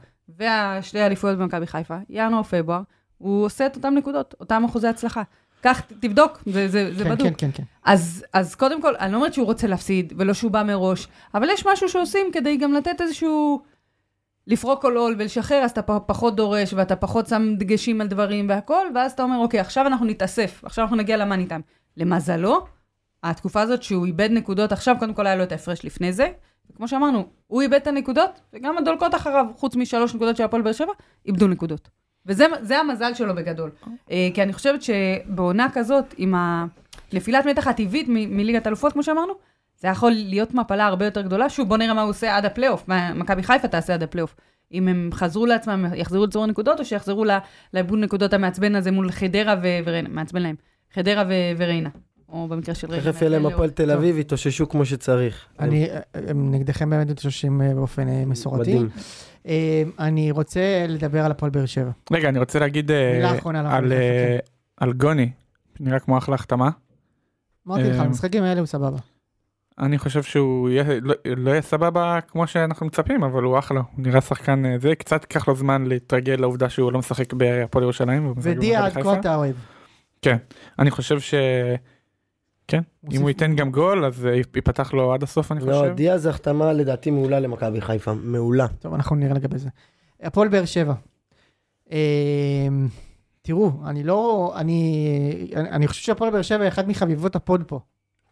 שבע, ושתי אליפויות במכבי חיפה, ינואר-פברואר, הוא עושה את אותן נקודות, אותם אחוזי הצלחה. קח, ת- תבדוק, זה, זה, זה
כן,
בדוק.
כן, כן, כן.
אז, אז קודם כל, אני לא אומרת שהוא רוצה להפסיד, ולא שהוא בא מראש, אבל יש משהו שעושים כדי גם לתת איזשהו... לפרוק כל עול ולשחרר, אז אתה פ- פחות דורש, ואתה פחות שם דגשים על דברים והכל, ואז אתה אומר, אוקיי, עכשיו אנחנו נתאסף, עכשיו אנחנו נגיע למאני טיים. למזלו, התקופה הזאת שהוא איבד נקודות עכשיו, קודם כל היה לו את ההפרש לפני זה, וכמו שאמרנו, הוא איבד את הנקודות, וגם הדולקות אחריו, חוץ משלוש נקודות של הפועל באר שבע, איבדו נקודות. וזה זה המזל שלו בגדול.
אוקיי.
אה, כי אני חושבת שבעונה כזאת, עם הנפילת מתח הטבעית מ- מליגת אלופות, כמו שאמרנו, זה יכול להיות מפלה הרבה יותר גדולה. שוב, בוא נראה מה הוא עושה עד הפלייאוף, מה מכבי חיפה תעשה עד הפלייאוף. אם הם חזרו לעצמם, יחזרו לצבור נקודות, או שיחזרו ל- לאיבוד נקודות המעצבן הזה מול חדרה ו- וריינה, מעצבן להם, חדרה ו- וריינה, או במקרה של ריינה. לא.
תכף יהיה להם
מעצבן
הפועל
לאור.
תל
טוב.
אביב, יתאוששו כמו שצריך.
אני, אה, אה, נגדכם באמת מתוששים באופן אה, מסורתי.
מדהים.
אה, אני רוצה לדבר על הפועל באר שבע.
רגע אני רוצה להגיד אה,
מילה אחרונה על הפועל
על,
חיפה,
אה,
כן.
על גוני נראה כמו אחלה החתמה.
אמרתי לך,
אה,
המשחקים האלה הוא סבבה.
אני חושב שהוא יהיה, לא, לא יהיה סבבה כמו שאנחנו מצפים אבל הוא אחלה הוא נראה שחקן אה, זה קצת ייקח לו זמן להתרגל לעובדה שהוא לא משחק בהפועל ירושלים. הוא משחק
ודיה
במכבי
עד
חיפה.
כה אתה אוהב.
אני חושב ש... כן אם
מוסיף-
הוא ייתן גם גול אז אה, ייפתח לו עד הסוף אני
לא,
חושב.
דיה זה החתמה לדעתי מעולה למכבי חיפה. מעולה.
טוב, אנחנו נראה לגבי זה. הפועל באר שבע. אמ, תראו, אני לא... אני, אני, אני חושב שהפועל באר שבע היא אחת מחביבות הפוד פה,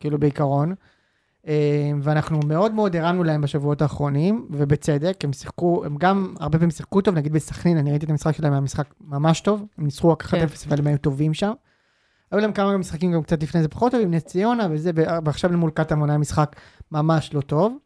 כאילו בעיקרון. אה, ואנחנו מאוד מאוד הרמנו להם בשבועות האחרונים, ובצדק, הם שיחקו, הם גם הרבה פעמים שיחקו טוב, נגיד בסכנין, אני ראיתי את המשחק שלהם, היה משחק ממש טוב, הם ניצחו רק 1-0,
כן.
אבל הם היו טובים שם. היו להם כמה משחקים גם קצת לפני זה פחות טובים, נס ציונה וזה, ו- ועכשיו מול קטמון היה משחק ממש לא טוב.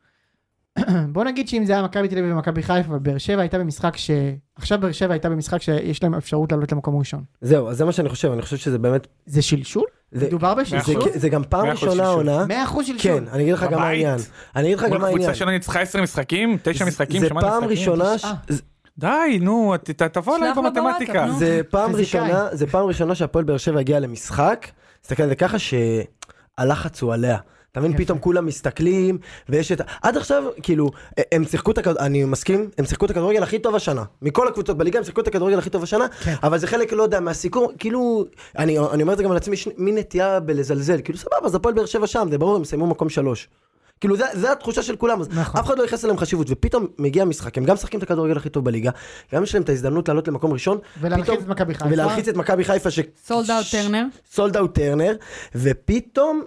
בוא נגיד שאם זה היה מכבי תל אביב ומכבי חיפה, אבל באר שבע הייתה במשחק ש... עכשיו באר שבע הייתה במשחק שיש להם אפשרות לעלות למקום ראשון.
זהו, אז זה מה שאני חושב, אני חושב שזה באמת...
זה שלשול?
זה-
מדובר
זה-
בשלשול?
זה גם פעם
מאה אחוז
ראשונה
שלשול.
עונה.
100% שלשול.
כן, אני אגיד לך גם
בבית.
העניין. אני אגיד לך
מול
גם העניין.
קבוצה שלא ניצחה 20 משחקים, 9 משחקים,
זה
שמונה
פעם
משחקים.
ראשונה, ש-
אה.
זה-
די, נו, ת- ת- תבוא אליי
שלח לו
במתמטיקה.
בוואטסאפ, נו.
אוקיי.
זה פעם
פיזיקאי.
ראשונה, זה פעם ראשונה שהפועל באר שבע הגיעה למשחק, תסתכל על זה ככה שהלחץ הוא עליה. אתה מבין,
יפה.
פתאום כולם מסתכלים, ויש את... ה- עד עכשיו, כאילו, הם שיחקו את הכדורגל, אני מסכים, הם שיחקו את הכדורגל הכי טוב השנה. מכל הקבוצות בליגה הם שיחקו את הכדורגל הכי טוב השנה,
כן.
אבל זה חלק, לא יודע, מהסיכום, כאילו, אני אני אומר את זה גם על עצמי, יש מין נטייה בלזלזל, כאילו, סבבה, אז הפועל באר שבע שם, זה ברור, הם סיימו מקום שלוש. כאילו זה, זה התחושה של כולם, אז
נכון.
אף אחד לא ייחס אליהם חשיבות, ופתאום מגיע משחק, הם גם משחקים את הכדורגל הכי טוב בליגה, גם יש להם את ההזדמנות לעלות למקום ראשון,
ולהלחיץ
פתאום-
את מכבי חיפה.
ולהלחיץ את מכבי חיפה ש...
סולד אאוט טרנר.
סולד אאוט טרנר, ופתאום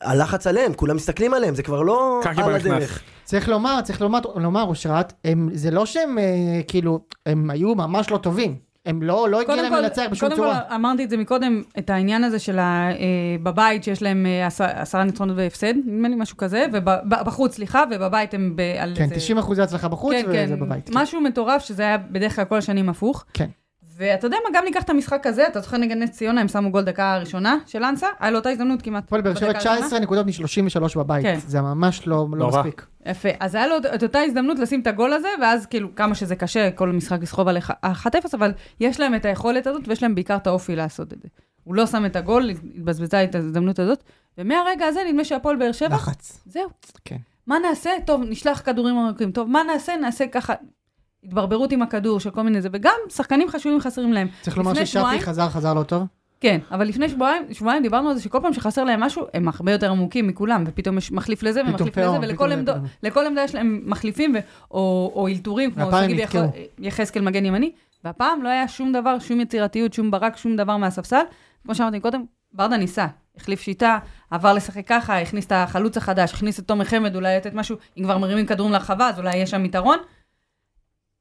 הלחץ עליהם, כולם מסתכלים עליהם, זה כבר לא
קקי
על
בנכנס.
הדרך.
צריך לומר, צריך לומר, לומר אושרת, הם, זה לא שהם אה, כאילו, הם היו ממש לא טובים. הם לא, לא הגיע
קודם
להם
כל-
לנצח בשום
קודם
צורה.
כל, אמרתי את זה מקודם, את העניין הזה של ה- אה, בבית שיש להם אה, עש- עשרה ניצחונות והפסד, נדמה לי משהו כזה, ובחוץ, סליחה, ובבית הם ב... על
כן,
איזה-
90 אחוזי הצלחה בחוץ
אה, כן,
וזה
כן,
בבית. כן.
משהו מטורף, שזה היה בדרך כלל כל השנים הפוך.
כן.
ואתה יודע מה, גם ניקח את המשחק הזה, אתה זוכר נגד נס ציונה, הם שמו גול דקה הראשונה של אנסה, היה לו אותה הזדמנות כמעט.
הפועל באר שבע
בדקה הראשונה.
19 נקודות מ-33 בבית.
כן.
זה ממש לא, לא
נורא.
מספיק.
יפה, אז היה לו את אותה הזדמנות לשים את הגול הזה, ואז כאילו כמה שזה קשה, כל משחק לסחוב על 1-0, אבל יש להם את היכולת הזאת, ויש להם בעיקר את האופי לעשות את זה. הוא לא שם את הגול, התבזבזה את ההזדמנות הזאת, ומהרגע הזה נדמה שהפועל באר שבע,
לחץ.
זהו.
כן.
מה נעשה? טוב, נשלח כדורים ארוכים. טוב, מה נעשה? נעשה ככה. התברברות עם הכדור של כל מיני זה, וגם שחקנים חשובים חסרים להם.
צריך לומר
לפני
ששרפי
שבועיים-
חזר, חזר לא טוב.
כן, אבל לפני שבועיים, שבועיים דיברנו על זה שכל פעם שחסר להם משהו, הם הרבה יותר עמוקים מכולם, ופתאום יש מחליף לזה
פתאום
ומחליף
פאום,
לזה,
פתאום
ולכל עמדו,
פאום.
לכל עמדה יש להם מחליפים, ו- או או אלתורים, כמו
והפעם הם
שגיב
נתקעו.
יחז- יחזקאל מגן ימני, והפעם לא היה שום דבר, שום יצירתיות, שום ברק, שום דבר מהספסל. כמו שאמרתי קודם, ברדה ניסה, החליף שיטה, עבר לשחק ככה, הכניס את החלוץ החדש, הכניס את תומר חמד, אולי לתת משהו, אם כבר מרימים כדורים לרחבה, אז אולי יש שם יתרון.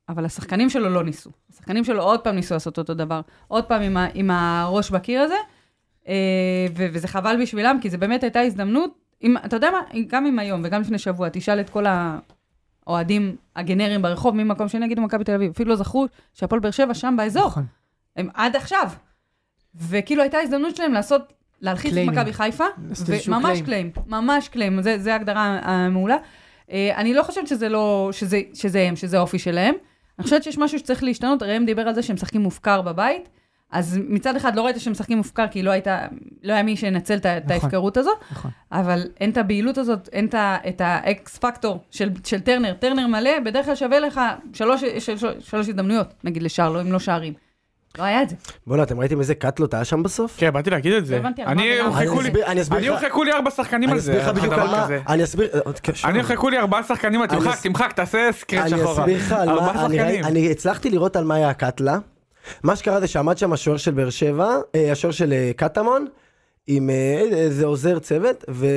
אבל השחקנים שלו לא ניסו. השחקנים שלו עוד פעם ניסו לעשות אותו דבר. עוד פעם עם, ה, עם הראש בקיר הזה, אה, ו, וזה חבל בשבילם, כי זה באמת הייתה הזדמנות. אם, אתה יודע מה, גם אם היום וגם לפני שבוע, תשאל את כל האוהדים הגנריים ברחוב, ממקום שני, יגידו מכבי תל אביב, אפילו לא זכרו שהפועל באר שבע שם באזור,
נכון.
הם עד עכשיו. וכאילו הייתה הזדמנות שלהם לעשות, להלחיץ את
קליימים.
מכבי חיפה,
לעשות איזשהו
וממש
קליים.
קליים, ממש קליים, זה, זה ההגדרה המעולה. אה, אני לא חושבת שזה לא, שזה, שזה הם, שזה האופי שלהם. אני חושבת שיש משהו שצריך להשתנות, ראם דיבר על זה שהם משחקים מופקר בבית, אז מצד אחד לא ראית שהם משחקים מופקר, כי לא, הייתה, לא היה מי שינצל את ה- את
נכון.
ההפקרות הזו,
נכון.
אבל אין את הבהילות הזאת, אין את ה- את האקס פקטור של, של טרנר. טרנר מלא, בדרך כלל שווה לך שלוש, שלוש, שלוש הזדמנויות, נגיד לשער, לא אם לא שערים. לא היה את זה.
בואנה, אתם ראיתם איזה קאטלות היה שם בסוף?
כן, באתי להגיד את זה.
לא הבנתי על מה
אני
ולמה.
אני
הורחקו לי-
אסביר- אני אסביר
אני
לך-
הורחקו לי ארבע שחקנים
אני
על
אסביר
זה.
לך בדיוק
דבר
על מה,
כזה.
אני אסביר, עוד קשה.
אני הורחקו לי ארבעה שחקנים,
אני
תמחק,
אס-
תמחק, תעשה
כן,
סקרץ'
אני
אחורה.
אסביר לך על
ארבעה
מה, אני, ראי,
שחקנים.
אני הצלחתי לראות על מה היה הקאטלה. מה שקרה זה שעמד שם השוער של באר שבע, אה, השוער של אה, קטמון, עם אה, איזה עוזר צוות, ו...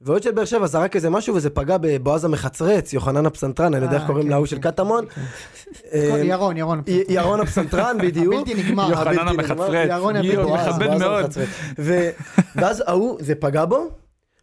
ועוד של באר שבע זרק איזה משהו וזה פגע בבועז המחצרץ, יוחנן הפסנתרן, אני לא יודע איך
אה,
קוראים
כן,
להוא
כן,
של
כן,
קטמון.
כל-
אה,
ירון, ירון.
י- ירון הפסנתרן בדיוק.
הבלתי נגמר.
יוחנן
יוחנן
הבלתי נגמר.
המחצרץ.
ירון הבלתי
יואו,
נגמר.
בועז,
מכבד
בועז
מאוד.
המחצרץ. ו- ואז ההוא, זה פגע בו,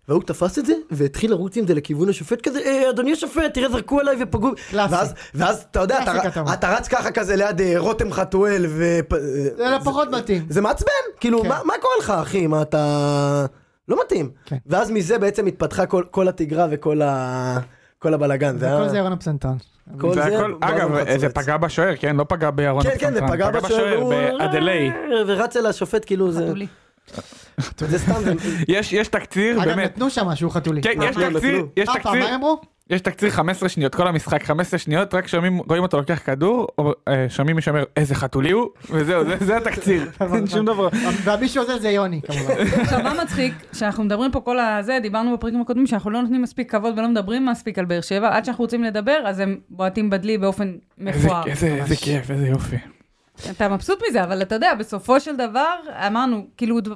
וההוא תפס את זה, והתחיל לרוץ עם זה לכיוון השופט כזה, "אה, אדוני השופט, תראה, זרקו עליי ופגעו.
קלאסי.
ואז- ואז אתה יודע, אתה-
קלאסי כתבה.
אתה רץ ככה כזה ליד אה, רותם חתואל, ו... אה,
זה לא פחות מתאים.
זה מעצבן, כאילו,
כן.
מה מה קורה לך, אחי? מה אתה... לא מתאים.
כן.
ואז מזה בעצם התפתחה כל- כל התגרה וכל ה... כל הבלאגן.
וכל זה ירון הפסנתרן.
כל
זה
זה
הכל-
בועז
אגב,
המחצרץ.
זה פגע בשוער, כן? לא פגע בירון
כן, כן, זה פגע בשוער, והוא-
באדליי.
ורץ אל השופט, כאילו, זה
חתולי.
זה סתם, זה-
יש יש תקציר,
אגב,
באמת.
נתנו שם משהו חתולי.
כן,
נתנו,
יש
נתנו.
תקציר, יש
אה,
תקציר,
פעמיים אמרו?
יש תקציר 15 שניות, כל המשחק 15 שניות, רק שומעים, רואים אותו לוקח כדור, או, אה, שומעים מי שאומר איזה חתולי הוא, וזהו, זה- זה התקציר, אין שום דבר.
והמישהו הזה זה יוני כמובן.
עכשיו, מה מצחיק? שאנחנו מדברים פה כל הזה, דיברנו בפרקים הקודמים שאנחנו לא נותנים מספיק כבוד ולא מדברים מספיק על באר שבע, עד שאנחנו רוצים לדבר, אז הם בועטים בדלי באופן
איזה-
מכוער.
איזה איזה כיף, איזה יופי.
אתה מבסוט מזה, אבל אתה יודע, בסופו של דבר, אמרנו, כאילו, דו-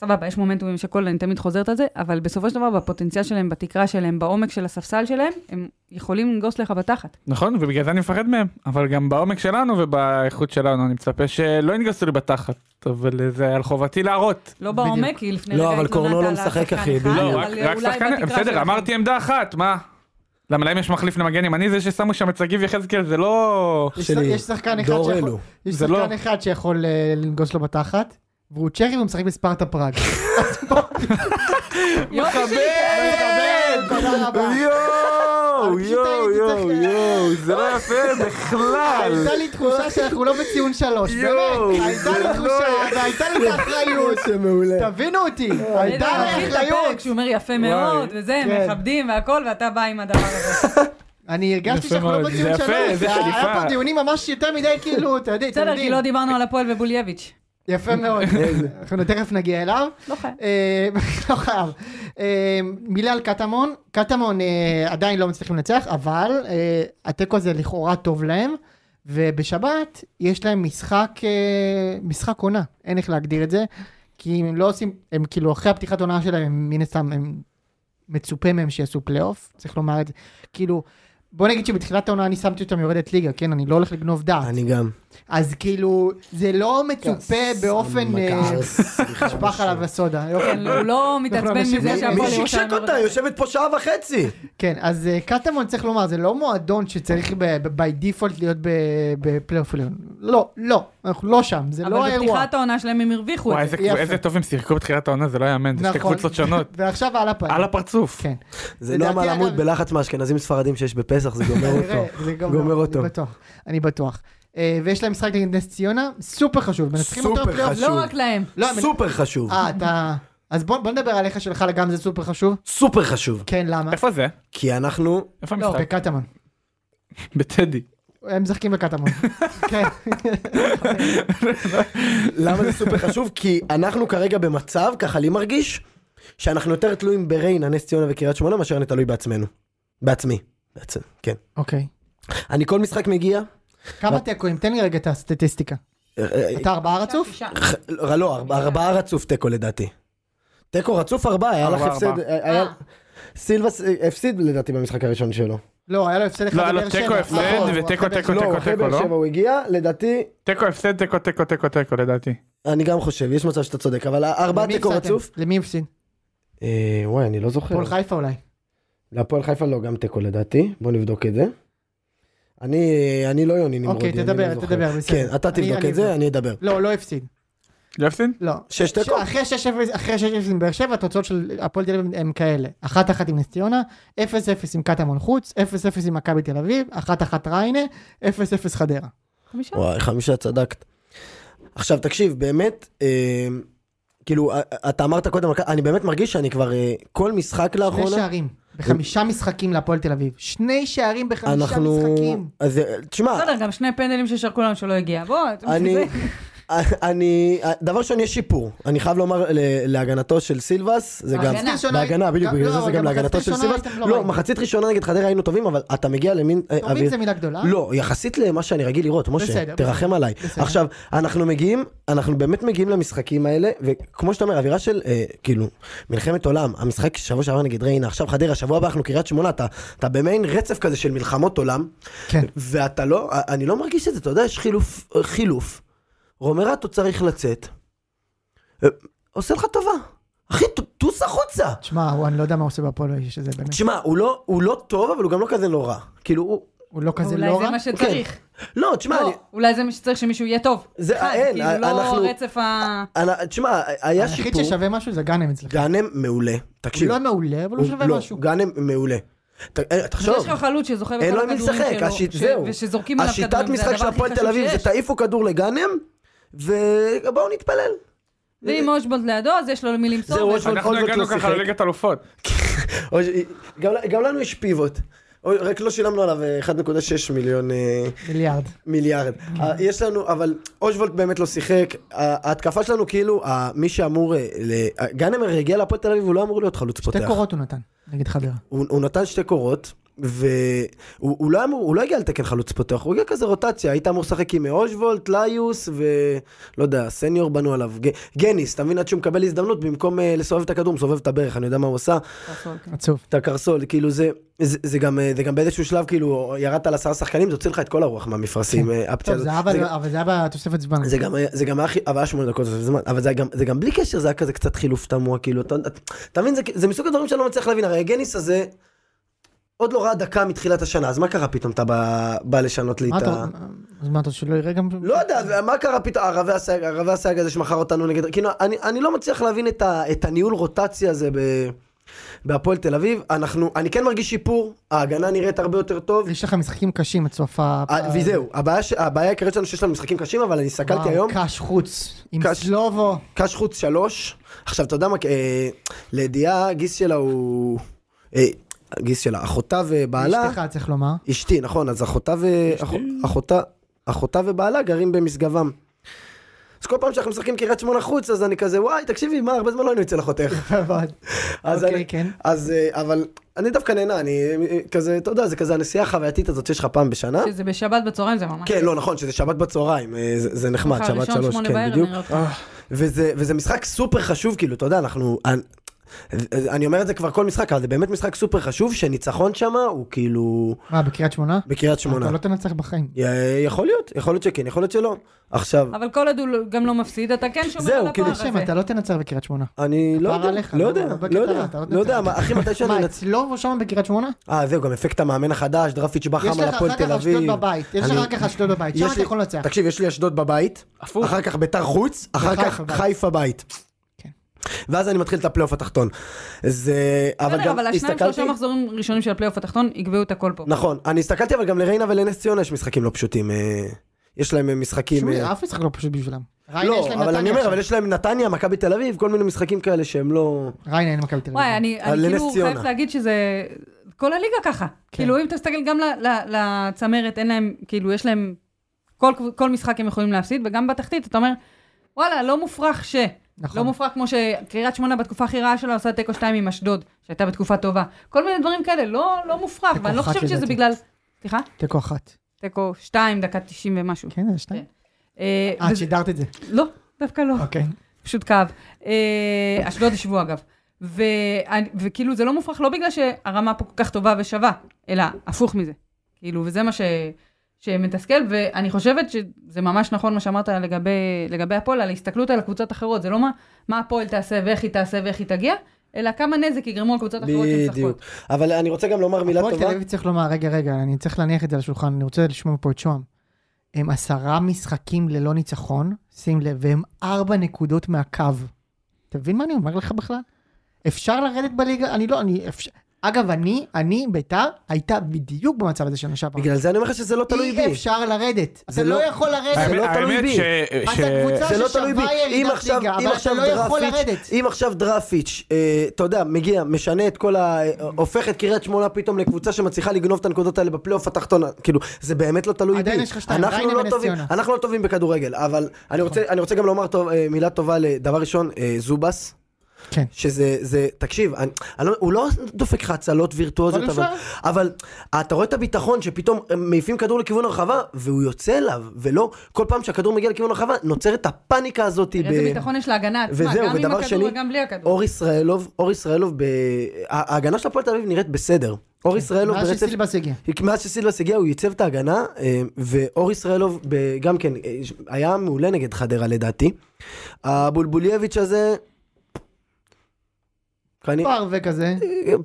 סבבה, יש מומנטומים שכל, אני תמיד חוזרת על זה, אבל בסופו של דבר, בפוטנציאל שלהם, בתקרה שלהם, בעומק של הספסל שלהם, הם יכולים לנגוס לך בתחת.
נכון, ובגלל זה אני מפחד מהם, אבל גם בעומק שלנו ובאיכות שלנו, אני מצפה שלא ינגסו לי בתחת, אבל אה, זה על חובתי להראות.
לא
בדיוק.
בעומק, כי לפני
לא,
רגע
אבל
התלוננת
קורנו לא
על
משחק,
השחקן
אחי,
אחד,
לא,
אבל
רק רק
אולי
שחקן,
בתקרה
בסדר,
שלכם.
אמרתי עמדה אחת, מה? למה להם יש מחליף למגן ימני? זה ששמו שם את שגיב יחזקאל זה לא...
יש-
שלי.
יש שחקן אחד
דור
שיכול-
אלו.
יש
זה לא.
שחקן אחד שיכול אה, לנגוס לו בתחת, והוא צ'כי והוא משחק בספרטה פראג.
יופי שלי,
תודה רבה.
יואו,
אבל פשוט
יואו,
הייתי
יואו,
צריך-
יואו, זה לא יפה בכלל.
הייתה לי תחושה שאנחנו לא בציון שלוש,
יואו,
באמת, הייתה לי
זה
תחושה
לא-
והייתה לי את האחריות,
כאילו, זה מעולה.
תבינו אותי,
אתה
הייתה לי
מכיר את הפרק
אחריות.
שהוא אומר יפה מאוד, וזה,
כן.
מכבדים והכל, ואתה בא עם הדבר הזה.
אני הרגשתי
יפה
שאנחנו לא
מאוד, זה
בציון
יפה,
שלוש,
זה
זה היה
חליפה.
היה פה דיונים ממש יותר מדי כאילו, אתה יודע, אתם
בסדר, כי
יודעים,
לא דיברנו על הפועל ובולייביץ'.
יפה מאוד, אנחנו תכף נגיע אליו.
לא חייב.
אה, לא חייב. אה, מילה על קטמון, קטמון אה, עדיין לא מצליחים לנצח, אבל אה, התיקו הזה לכאורה טוב להם, ובשבת יש להם משחק, אה, משחק עונה, אין איך להגדיר את זה, כי אם הם לא עושים, הם כאילו אחרי הפתיחת עונה שלהם, הם מן הסתם, הם מצופה מהם שיעשו פלייאוף, צריך לומר את זה, כאילו... בוא נגיד שבתחילת העונה אני שמתי אותם יורדת ליגה, כן? אני לא הולך לגנוב דעת.
אני כן. גם.
אז כאילו, זה לא מצופה באופן... אה, שפך עליו הסודה. יופי.
כן, הוא לא
אנחנו
מתעצבן
אנשים-
מזה
מי
שהפועל
שקשק
ירושלים- לא
אותה יושבת פה שעה וחצי.
כן, אז אה, קטמון צריך לומר, זה לא מועדון שצריך by default להיות ב- בפלייאוף עליון. לא, לא, אנחנו לא שם, זה לא
אבל
האירוע.
בפתיחת העונה שלהם הם הרוויחו
וואי,
את זה.
איזה-
יפה.
איזה טוב הם שיחקו בתחילת העונה, זה לא יאמן, זה שתי
נכון.
קבוצות שונות.
ועכשיו על הפעם.
על הפרצוף.
כן.
זה לא
לדעתי,
מה למות
אגב-
בלחץ מהאשכנזים ספרדים שיש בפסח, זה גומר
נראה,
אותו.
זה
גומר אותו.
אני בטוח, אני בטוח. אה, ויש להם משחק נגד נס ציונה, סופר חשוב, מנצחים אותו
סופר
בפלייאוף.
חשוב.
לא רק להם.
לא, הם-
סופר חשוב.
אה, אתה... אז בוא בוא נדבר עליך שלך גם זה סופר חשוב.
סופר חשוב.
כן, למה?
איפה זה?
כי אנחנו...
איפה
לא,
המשחק?
בקטמון.
בטדי.
הם משחקים בקטמון. כן,
למה זה סופר חשוב? כי אנחנו כרגע במצב, ככה לי מרגיש, שאנחנו יותר תלויים בריינה, נס ציונה וקריית שמונה, מאשר אני תלוי בעצמנו. בעצמי. בעצם, כן.
אוקיי.
אני כל משחק מגיע,
כמה תיקואים? תן לי רגע את הסטטיסטיקה.
אה, אה,
אתה ארבעה רצוף?
שישה.
ח- לא, ארבע- ארבעה רצוף תיקו לדעתי. תיקו רצוף ארבעה, היה לך
ארבעה,
הפסד,
ארבעה.
היה-
אה.
סילבס אה, הפסיד לדעתי במשחק הראשון שלו.
לא, היה לו הפסד אחד
לא, היה לו
לבאר שבע.
תיקו הפסד
נכון,
ותיקו
אחרי באר
תיקו
לא,
תיקו
אחרי
תיקו,
באר שבע
לא?
הוא הגיע, לדעתי,
תיקו הפסד תיקו תיקו תיקו תיקו לדעתי.
אני גם חושב, יש מצב שאתה צודק, אבל ארבעה
למי
תיקו
הפסדתם?
רצוף.
למי הפסיד?
אה, וואי, אני לא זוכר.
הפועל חיפה אולי.
להפועל חיפה לא, גם תיקו לדעתי, בוא נבדוק את זה. אני, אני לא יוני נמרודי,
אוקיי,
אני לא
תדבר,
זוכר.
תדבר, בסדר.
כן, אתה
אני-
תבדוק
אני
את זה,
אבדוק.
אני אדבר.
לא, לא הפסיד.
לא הפסיד?
לא.
שש תיקו?
ש- אחרי 6-0 אחרי 6-0 עם באר שבע, התוצאות של הפועל תל אביב הם כאלה. 1-1 עם נס ציונה, 0-0 עם קטמון חוץ, 0-0 עם מכבי תל אביב, 1-1 ריינה, 0-0 חדרה.
חמישה.
כן. וואי, חמישה צדקת. עכשיו, תקשיב, באמת, אה, כאילו, אה, אתה אמרת קודם, אני באמת מרגיש שאני כבר, אה, כל משחק
שני
לאחרונה,
שערים. בחמישה משחקים להפועל תל אביב. שני שערים בחמישה
אנחנו...
משחקים.
אז אה, תשמע,
בסדר, גם שני פנדלים ששרקו לנו שלא הגיע. בוא, אתה-
אני, אה,
זה-
אני, דבר ראשון, יש שיפור. אני חייב לומר ל- להגנתו של סילבס, זה גם,
בהגנה.
בהגנה, בדיוק,
גם-
בגלל
לא,
זה זה
אבל
גם
גם
להגנתו
מחצית
של
ראשונה
סילבס.
הייתם לא
לא,
רעים.
מחצית ראשונה נגד חדרה היינו טובים, אבל אתה מגיע למין אה,
תורמים
אוויר.
זה מילה גדולה?
לא, יחסית למה שאני רגיל לראות, משה,
בסדר,
תרחם עליי.
בסדר.
עכשיו, אנחנו מגיעים, אנחנו באמת מגיעים למשחקים האלה, וכמו שאתה אומר, אווירה של, אה, כאילו, מלחמת עולם, המשחק שבוע שעבר נגד ריינה, עכשיו חדרה, שבוע הבא אנחנו קריית שמונה, אתה- אתה במעין רצף כזה של מלחמות עולם,
כן.
ואתה לא, אני לא מרגיש את זה, אתה יודע, יש חילוף, אה, חילוף. רומרטו צריך לצאת. אה, עושה לך טובה. אחי, ט- טוס החוצה.
תשמע, הוא- אני לא יודע מה הוא עושה בהפועל האיש הזה, באמת.
תשמע, הוא לא, הוא לא טוב, אבל הוא גם לא כזה נורא. כאילו, הוא...
הוא לא כזה לא רע.
אולי זה מה שצריך.
לא, תשמע, אוקיי. אני...
לא, אולי זה מה שצריך שמישהו יהיה טוב.
זה-
אחד,
אין,
כאילו לא
אנחנו-
הרצף ה...
אני- תשמע, היה
היחיד
שיפור.
ששווה משהו זה גאנם אצלך.
גאנם מעולה.
הוא
תקשיב.
לא מעולה, אבל הוא שווה
לא,
משהו.
גאנם מעולה. ת- אה,
אבל יש
תחשוב.
לך חלוץ שזוכה
אין
בכל
לו עם מי
הכדורים
לשחק,
שלו,
השיט-
ש-
זהו.
ושזורקים עליו
השיטת
כדורים, זה
משחק של
הדבר הכי
הפועל תל
חשוב
אביב זה
שיש.
תעיפו כדור לגאנם, ובואו נתפלל.
ואם אושבולט לידו, אז יש לו למי למסור.
זהו,
ויש לו
אושבולט.
אנחנו
בכל זאת
הגענו
לא
ככה
שיחק.
לליגת אלופות.
או ש- גם- גם לנו יש פיבוט. או- רק לא שילמנו עליו אה, 1.6 מיליון אה,
מיליארד.
מיליארד.
Mm-hmm.
אה, יש לנו, אבל אושוולט באמת לא שיחק. ה- ההתקפה שלנו כאילו, ה- מי שאמור... אה, ל- גאנם הרי הגיע להפועל תל אביב, הוא לא אמור להיות חלוץ פותח.
שתי קורות הוא נתן, נגד חדרה.
הוא הוא נתן שתי קורות, והוא הוא לא, אמור, הוא לא הגיע לתקן חלוץ פתוח, הוא הגיע כזה רוטציה, היית אמור לשחק עם אושבולט, ליוס ולא יודע, סניור בנו עליו, ג, גניס, אתה מבין עד שהוא מקבל הזדמנות, במקום uh, לסובב את הכדור, הוא מסובב את הברך, אני יודע מה הוא עשה,
פסול, כן.
עצוב.
את הקרסול, כאילו זה, זה, זה, גם, אה, זה גם באיזשהו שלב, כאילו, ירדת על עשרה שחקנים, זה הוציא לך את כל הרוח מהמפרשים, אה,
כן. טוב,
הפציעה הזאת.
זה היה
זה-
ב- אבל זה היה בתוספת זמן.
זה גם היה, זה גם היה, חי- אבל היה שמונה דקות זה זמן, אבל זה היה גם, זה גם בלי קשר, זה היה כזה קצת חילוף תמוה, כאילו, אתה, אתה, אתה מבין, זה, כ- זה מסוג הדברים שאני לא מצליח להבין, הרי הגניס הזה, עוד לא ראה דקה מתחילת השנה, אז מה קרה פתאום אתה בא, בא לשנות לי
מה
את
אתה-
ה...
אז מה אתה רוצה שלא יראה גם?
לא יודע, מה קרה פתאום, הרבי הסייג, הרבי הסייג הזה שמכר אותנו נגד, כאילו, אני, אני לא מצליח להבין את, ה, את הניהול רוטציה הזה ב... בהפועל תל אביב, אנחנו, אני כן מרגיש שיפור, ההגנה נראית הרבה יותר טוב,
יש לך משחקים קשים עד סוף ה...
אה, וזהו, הבעיה ש- הבעיה העיקרית שלנו שיש לנו משחקים קשים, אבל אני הסתכלתי
וואו,
היום,
אה, קאש חוץ. עם
קאש.
סלובו.
קש חוץ שלוש. עכשיו, אתה יודע מה, אה, לידיעה, גיס שלה הוא... אה, גיס שלה, אחותה ובעלה...
אשתך צריך לומר.
אשתי, נכון, אז אחותה ו... אח- אחותה... אחותה ובעלה גרים במשגבם. אז כל פעם שאנחנו משחקים קריית שמונה חוץ, אז אני כזה, וואי, תקשיבי, מה, הרבה זמן לא היינו אצל אחותך. אז
אוקיי,
אני-
כן.
אז, אה, אבל אני דווקא נהנה, אני אה, כזה, אתה יודע, זה כזה הנסיעה החווייתית הזאת שיש לך פעם בשנה.
שזה בשבת בצהריים זה ממש...
כן, לא, נכון, שזה שבת בצהריים, אה, זה זה נחמד,
מחר
שבת
ראשון,
שלוש,
נכון, שמונה
כן,
בערב, לא
בדיוק.
נראה אותך.
וזה, וזה משחק סופר חשוב, כאילו, אתה יודע, אנחנו... אני, אני אומר את זה כבר כל משחק, אבל זה באמת משחק סופר חשוב, שניצחון שמה הוא כאילו...
מה, בקריית שמונה?
בקריית שמונה.
אתה לא תנצח בחיים.
י- יכול להיות, יכול להיות שכן, יכול להיות שלא. עכשיו,
אבל כל עוד הוא לא- גם לא מפסיד, אתה כן שומר
זהו,
על הפער
כאילו,
הזה.
שם, אתה לא תנצח בקריית שמונה.
אני לא
כפרה
יודע,
עליך,
לא
לא,
יודע,
לא בקטע,
לא יודע,
אתה עוד
לא יודע,
נצח.
מה, אחי, מתי שאני
מה,
נצ...
סלובו שם בקרית שמונה?
אה, זהו, גם אפקט המאמן החדש, דרפיץ'
יש
בחם על
לך
הפועל
אחר כך
תל
אשדוד
אביב.
בבית. יש לך
אני-
אחר כך אשדוד בבית. שם
יש
אתה
לי-
יכול לנצח.
תקשיב, יש לי אשדוד בבית,
הפוך.
אחר כך ביתר חוץ, אחר
וחיפה
כך
בית.
חיפה בית.
כן.
ואז אני מתחיל את הפלייאוף התחתון. זה... אבל
בסדר,
גם
אבל השניים
הסתכלתי...
שלושה מחזורים ראשונים של הפלייאוף התחתון יקבעו את הכל פה.
נכון, אני הסתכלתי אבל גם לריינה ולנס ציונה יש משחקים לא פשוטים. אה, יש להם אה, משחקים...
שום-
אה,
אף משחק לא פשוט בשבילם. ריינה יש
לא,
להם
אבל
נתניה
אני אומר,
עכשיו.
אבל יש להם נתניה, מכבי תל אביב, כל מיני משחקים כאלה שהם לא...
ריינה אין מכבי תל אביב.
וואי, אני,
על
אני
נס
כאילו
ציונה.
חייבת להגיד שזה... כל הליגה ככה. כאילו, אם תסתכל גם ל- ל- לצמרת, אין להם, כאילו, יש להם... כל, כל משחק הם יכולים להפסיד, וגם בתחתית, אתה אומר, וואלה, לא מופרך ש...
נכון.
לא מופרך כמו שקריית שמונה בתקופה הכי רעה שלה עושה תיקו 2 עם אשדוד, שהייתה בתקופה טובה. כל מיני דברים כאלה, לא, לא מופרך,
תיקו
ואני לא
אחת
חושבת שזה
לדעתי.
בגלל... סליחה?
תיקו אחת.
תיקו 2, דקה 90 ומשהו.
כן, זה שתיים.
אה,
אה,
וזה-
שידרת את זה.
לא, דווקא לא.
אוקיי.
פשוט כאב. אה, אשדוד ישבו אגב. ו... וכאילו זה לא מופרך לא בגלל שהרמה פה כל כך טובה ושווה, אלא הפוך מזה. כאילו, וזה מה ש... שמתסכל, ואני חושבת שזה ממש נכון מה שאמרת לגבי, לגבי הפועל, על ההסתכלות על הקבוצות האחרות, זה לא מה, מה הפועל תעשה ואיך היא תעשה ואיך היא תגיע, אלא כמה נזק יגרמו הקבוצות האחרות
בדיוק.
שמשחקות.
אבל אני רוצה גם לומר מילה
הפועל תל
טובה.
אביב צריך לומר, רגע, רגע, אני צריך להניח את זה על השולחן, אני רוצה לשמוע פה את שוהם. הם עשרה משחקים ללא ניצחון, שים לב, והם ארבע נקודות מהקו. אתה מבין מה אני אומר לך בכלל? אפשר לרדת בליגה? אני לא, אני... אפשר... אגב, אני, אני, ביתר, הייתה בדיוק במצב הזה שנה שעברה.
בגלל זה אני אומר לך שזה לא תלוי בי.
אי אפשר לרדת.
זה
אתה לא
לא-
יכול
זה
לרדת.
לא תלוי
האמת
בי.
ש...
אתה
ש-
קבוצה
זה לא
ששווה
תלוי בי. אם
ירידת
עכשיו,
ליגה,
אם
אבל אתה
עכשיו
לא יכול
דרפיץ',
לרדת.
אם עכשיו דרפיץ', אה, אתה יודע, מגיע, משנה את כל ה... אה, הופך את קריית שמונה פתאום לקבוצה שמצליחה לגנוב את הנקודות האלה בפלייאוף התחתון, כאילו, זה באמת לא תלוי בי.
עדיין יש לך שתיים,
אנחנו
ריינה
לא
ונס
טובים-
ציונה. נכון.
אנחנו לא טובים בכדורגל, אבל אני רוצה- אני רוצה גם לומר טוב- אה, מילה טובה לדבר ראשון, אה, זובס.
כן.
שזה, זה, תקשיב, אני, אני לא, הוא לא דופק לך הצלות וירטואוזיות,
אבל
אבל, אבל אתה רואה את הביטחון שפתאום הם מעיפים כדור לכיוון הרחבה, והוא יוצא אליו, ולא, כל פעם שהכדור מגיע לכיוון הרחבה, נוצרת הפאניקה הזאת.
תראה איזה ביטחון יש להגנה עצמה,
וזהו,
גם עם
ודבר
הכדור
שני,
וגם בלי הכדור.
אור ישראלוב, אור ישראלוב, ב... ה- ההגנה של הפועל תל אביב נראית בסדר. אור
כן,
ישראלוב
מאז
לא ברצף... אה,
שסילבס הגיע.
מאז שסילבס הגיע הוא ייצב את ההגנה, אה, ואור ישראלוב ב- גם כן אה, היה מעולה נגד חדרה לדעתי. הבולבולייביץ' הזה... אני-
פרווה כזה.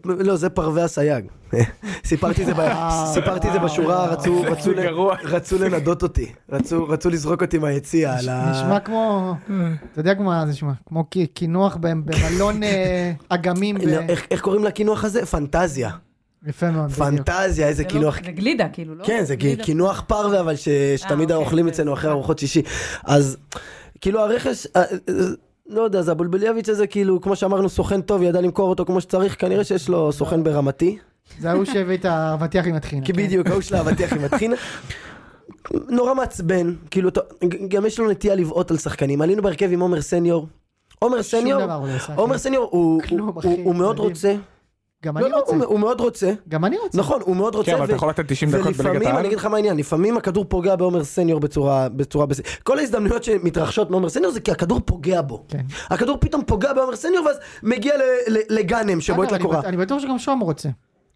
לא, זה פרווה הסייג. סיפרתי את זה ב- סיפרתי את זה בשורה, רצו- רצו
זה
ל-
גרוע.
רצו לנדות אותי. רצו רצו לזרוק אותי מהיציע על ה...
נשמע כמו,
כן.
אתה יודע כמו מה זה נשמע, כמו כי- קינוח במ- במלון אה, אגמים, ב-
לא, איך- איך קוראים לקינוח הזה? פנטזיה.
יפה מאוד, בדיוק.
פנטזיה, איזה
זה לא-
קינוח.
זה גלידה, כאילו, לא?
כן, זה
גלידה.
קינוח פרווה, אבל ש-
אה,
שתמיד
אוקיי,
אוכלים
כן.
אצלנו אחרי ארוחות שישי. אז כאילו הרכש... אה, אה, לא יודע, זה הבולבליאביץ' הזה, כאילו, כמו שאמרנו, סוכן טוב, ידע למכור אותו כמו שצריך, כנראה שיש לו סוכן
אוקיי.
ברמתי.
זה ההוא שהביא את האבטיח עם הטחינה.
כי
כן?
בדיוק, ההוא של האבטיח עם הטחינה. נורא מעצבן, כאילו, אתה- ג- גם יש לו נטייה לבעוט על שחקנים. עלינו בהרכב עם עומר סניור. עומר
שום
סניור,
דבר הוא לא עשה,
עומר
כן.
סניור הוא-
כלום,
הוא-
אחי,
הוא מאוד
מדהים.
רוצה,
גם אני
לא, לא,
רוצה.
הוא- הוא מאוד רוצה.
גם אני רוצה.
נכון, הוא מאוד רוצה.
כן, אבל אתה
ו-
יכול לתת 90 דקות בליגת
ולפעמים,
העל?
אני אגיד לך מה העניין, לפעמים הכדור פוגע בעומר סניור בצורה, בצורה בס... כל ההזדמנויות שמתרחשות מעומר סניור זה כי הכדור פוגע בו.
כן.
הכדור פתאום פוגע בעומר סניור ואז מגיע ל- ל- לגאנם שבועט
אגב, אני
לקורה.
בט- אני בטוח שגם שוהם רוצה.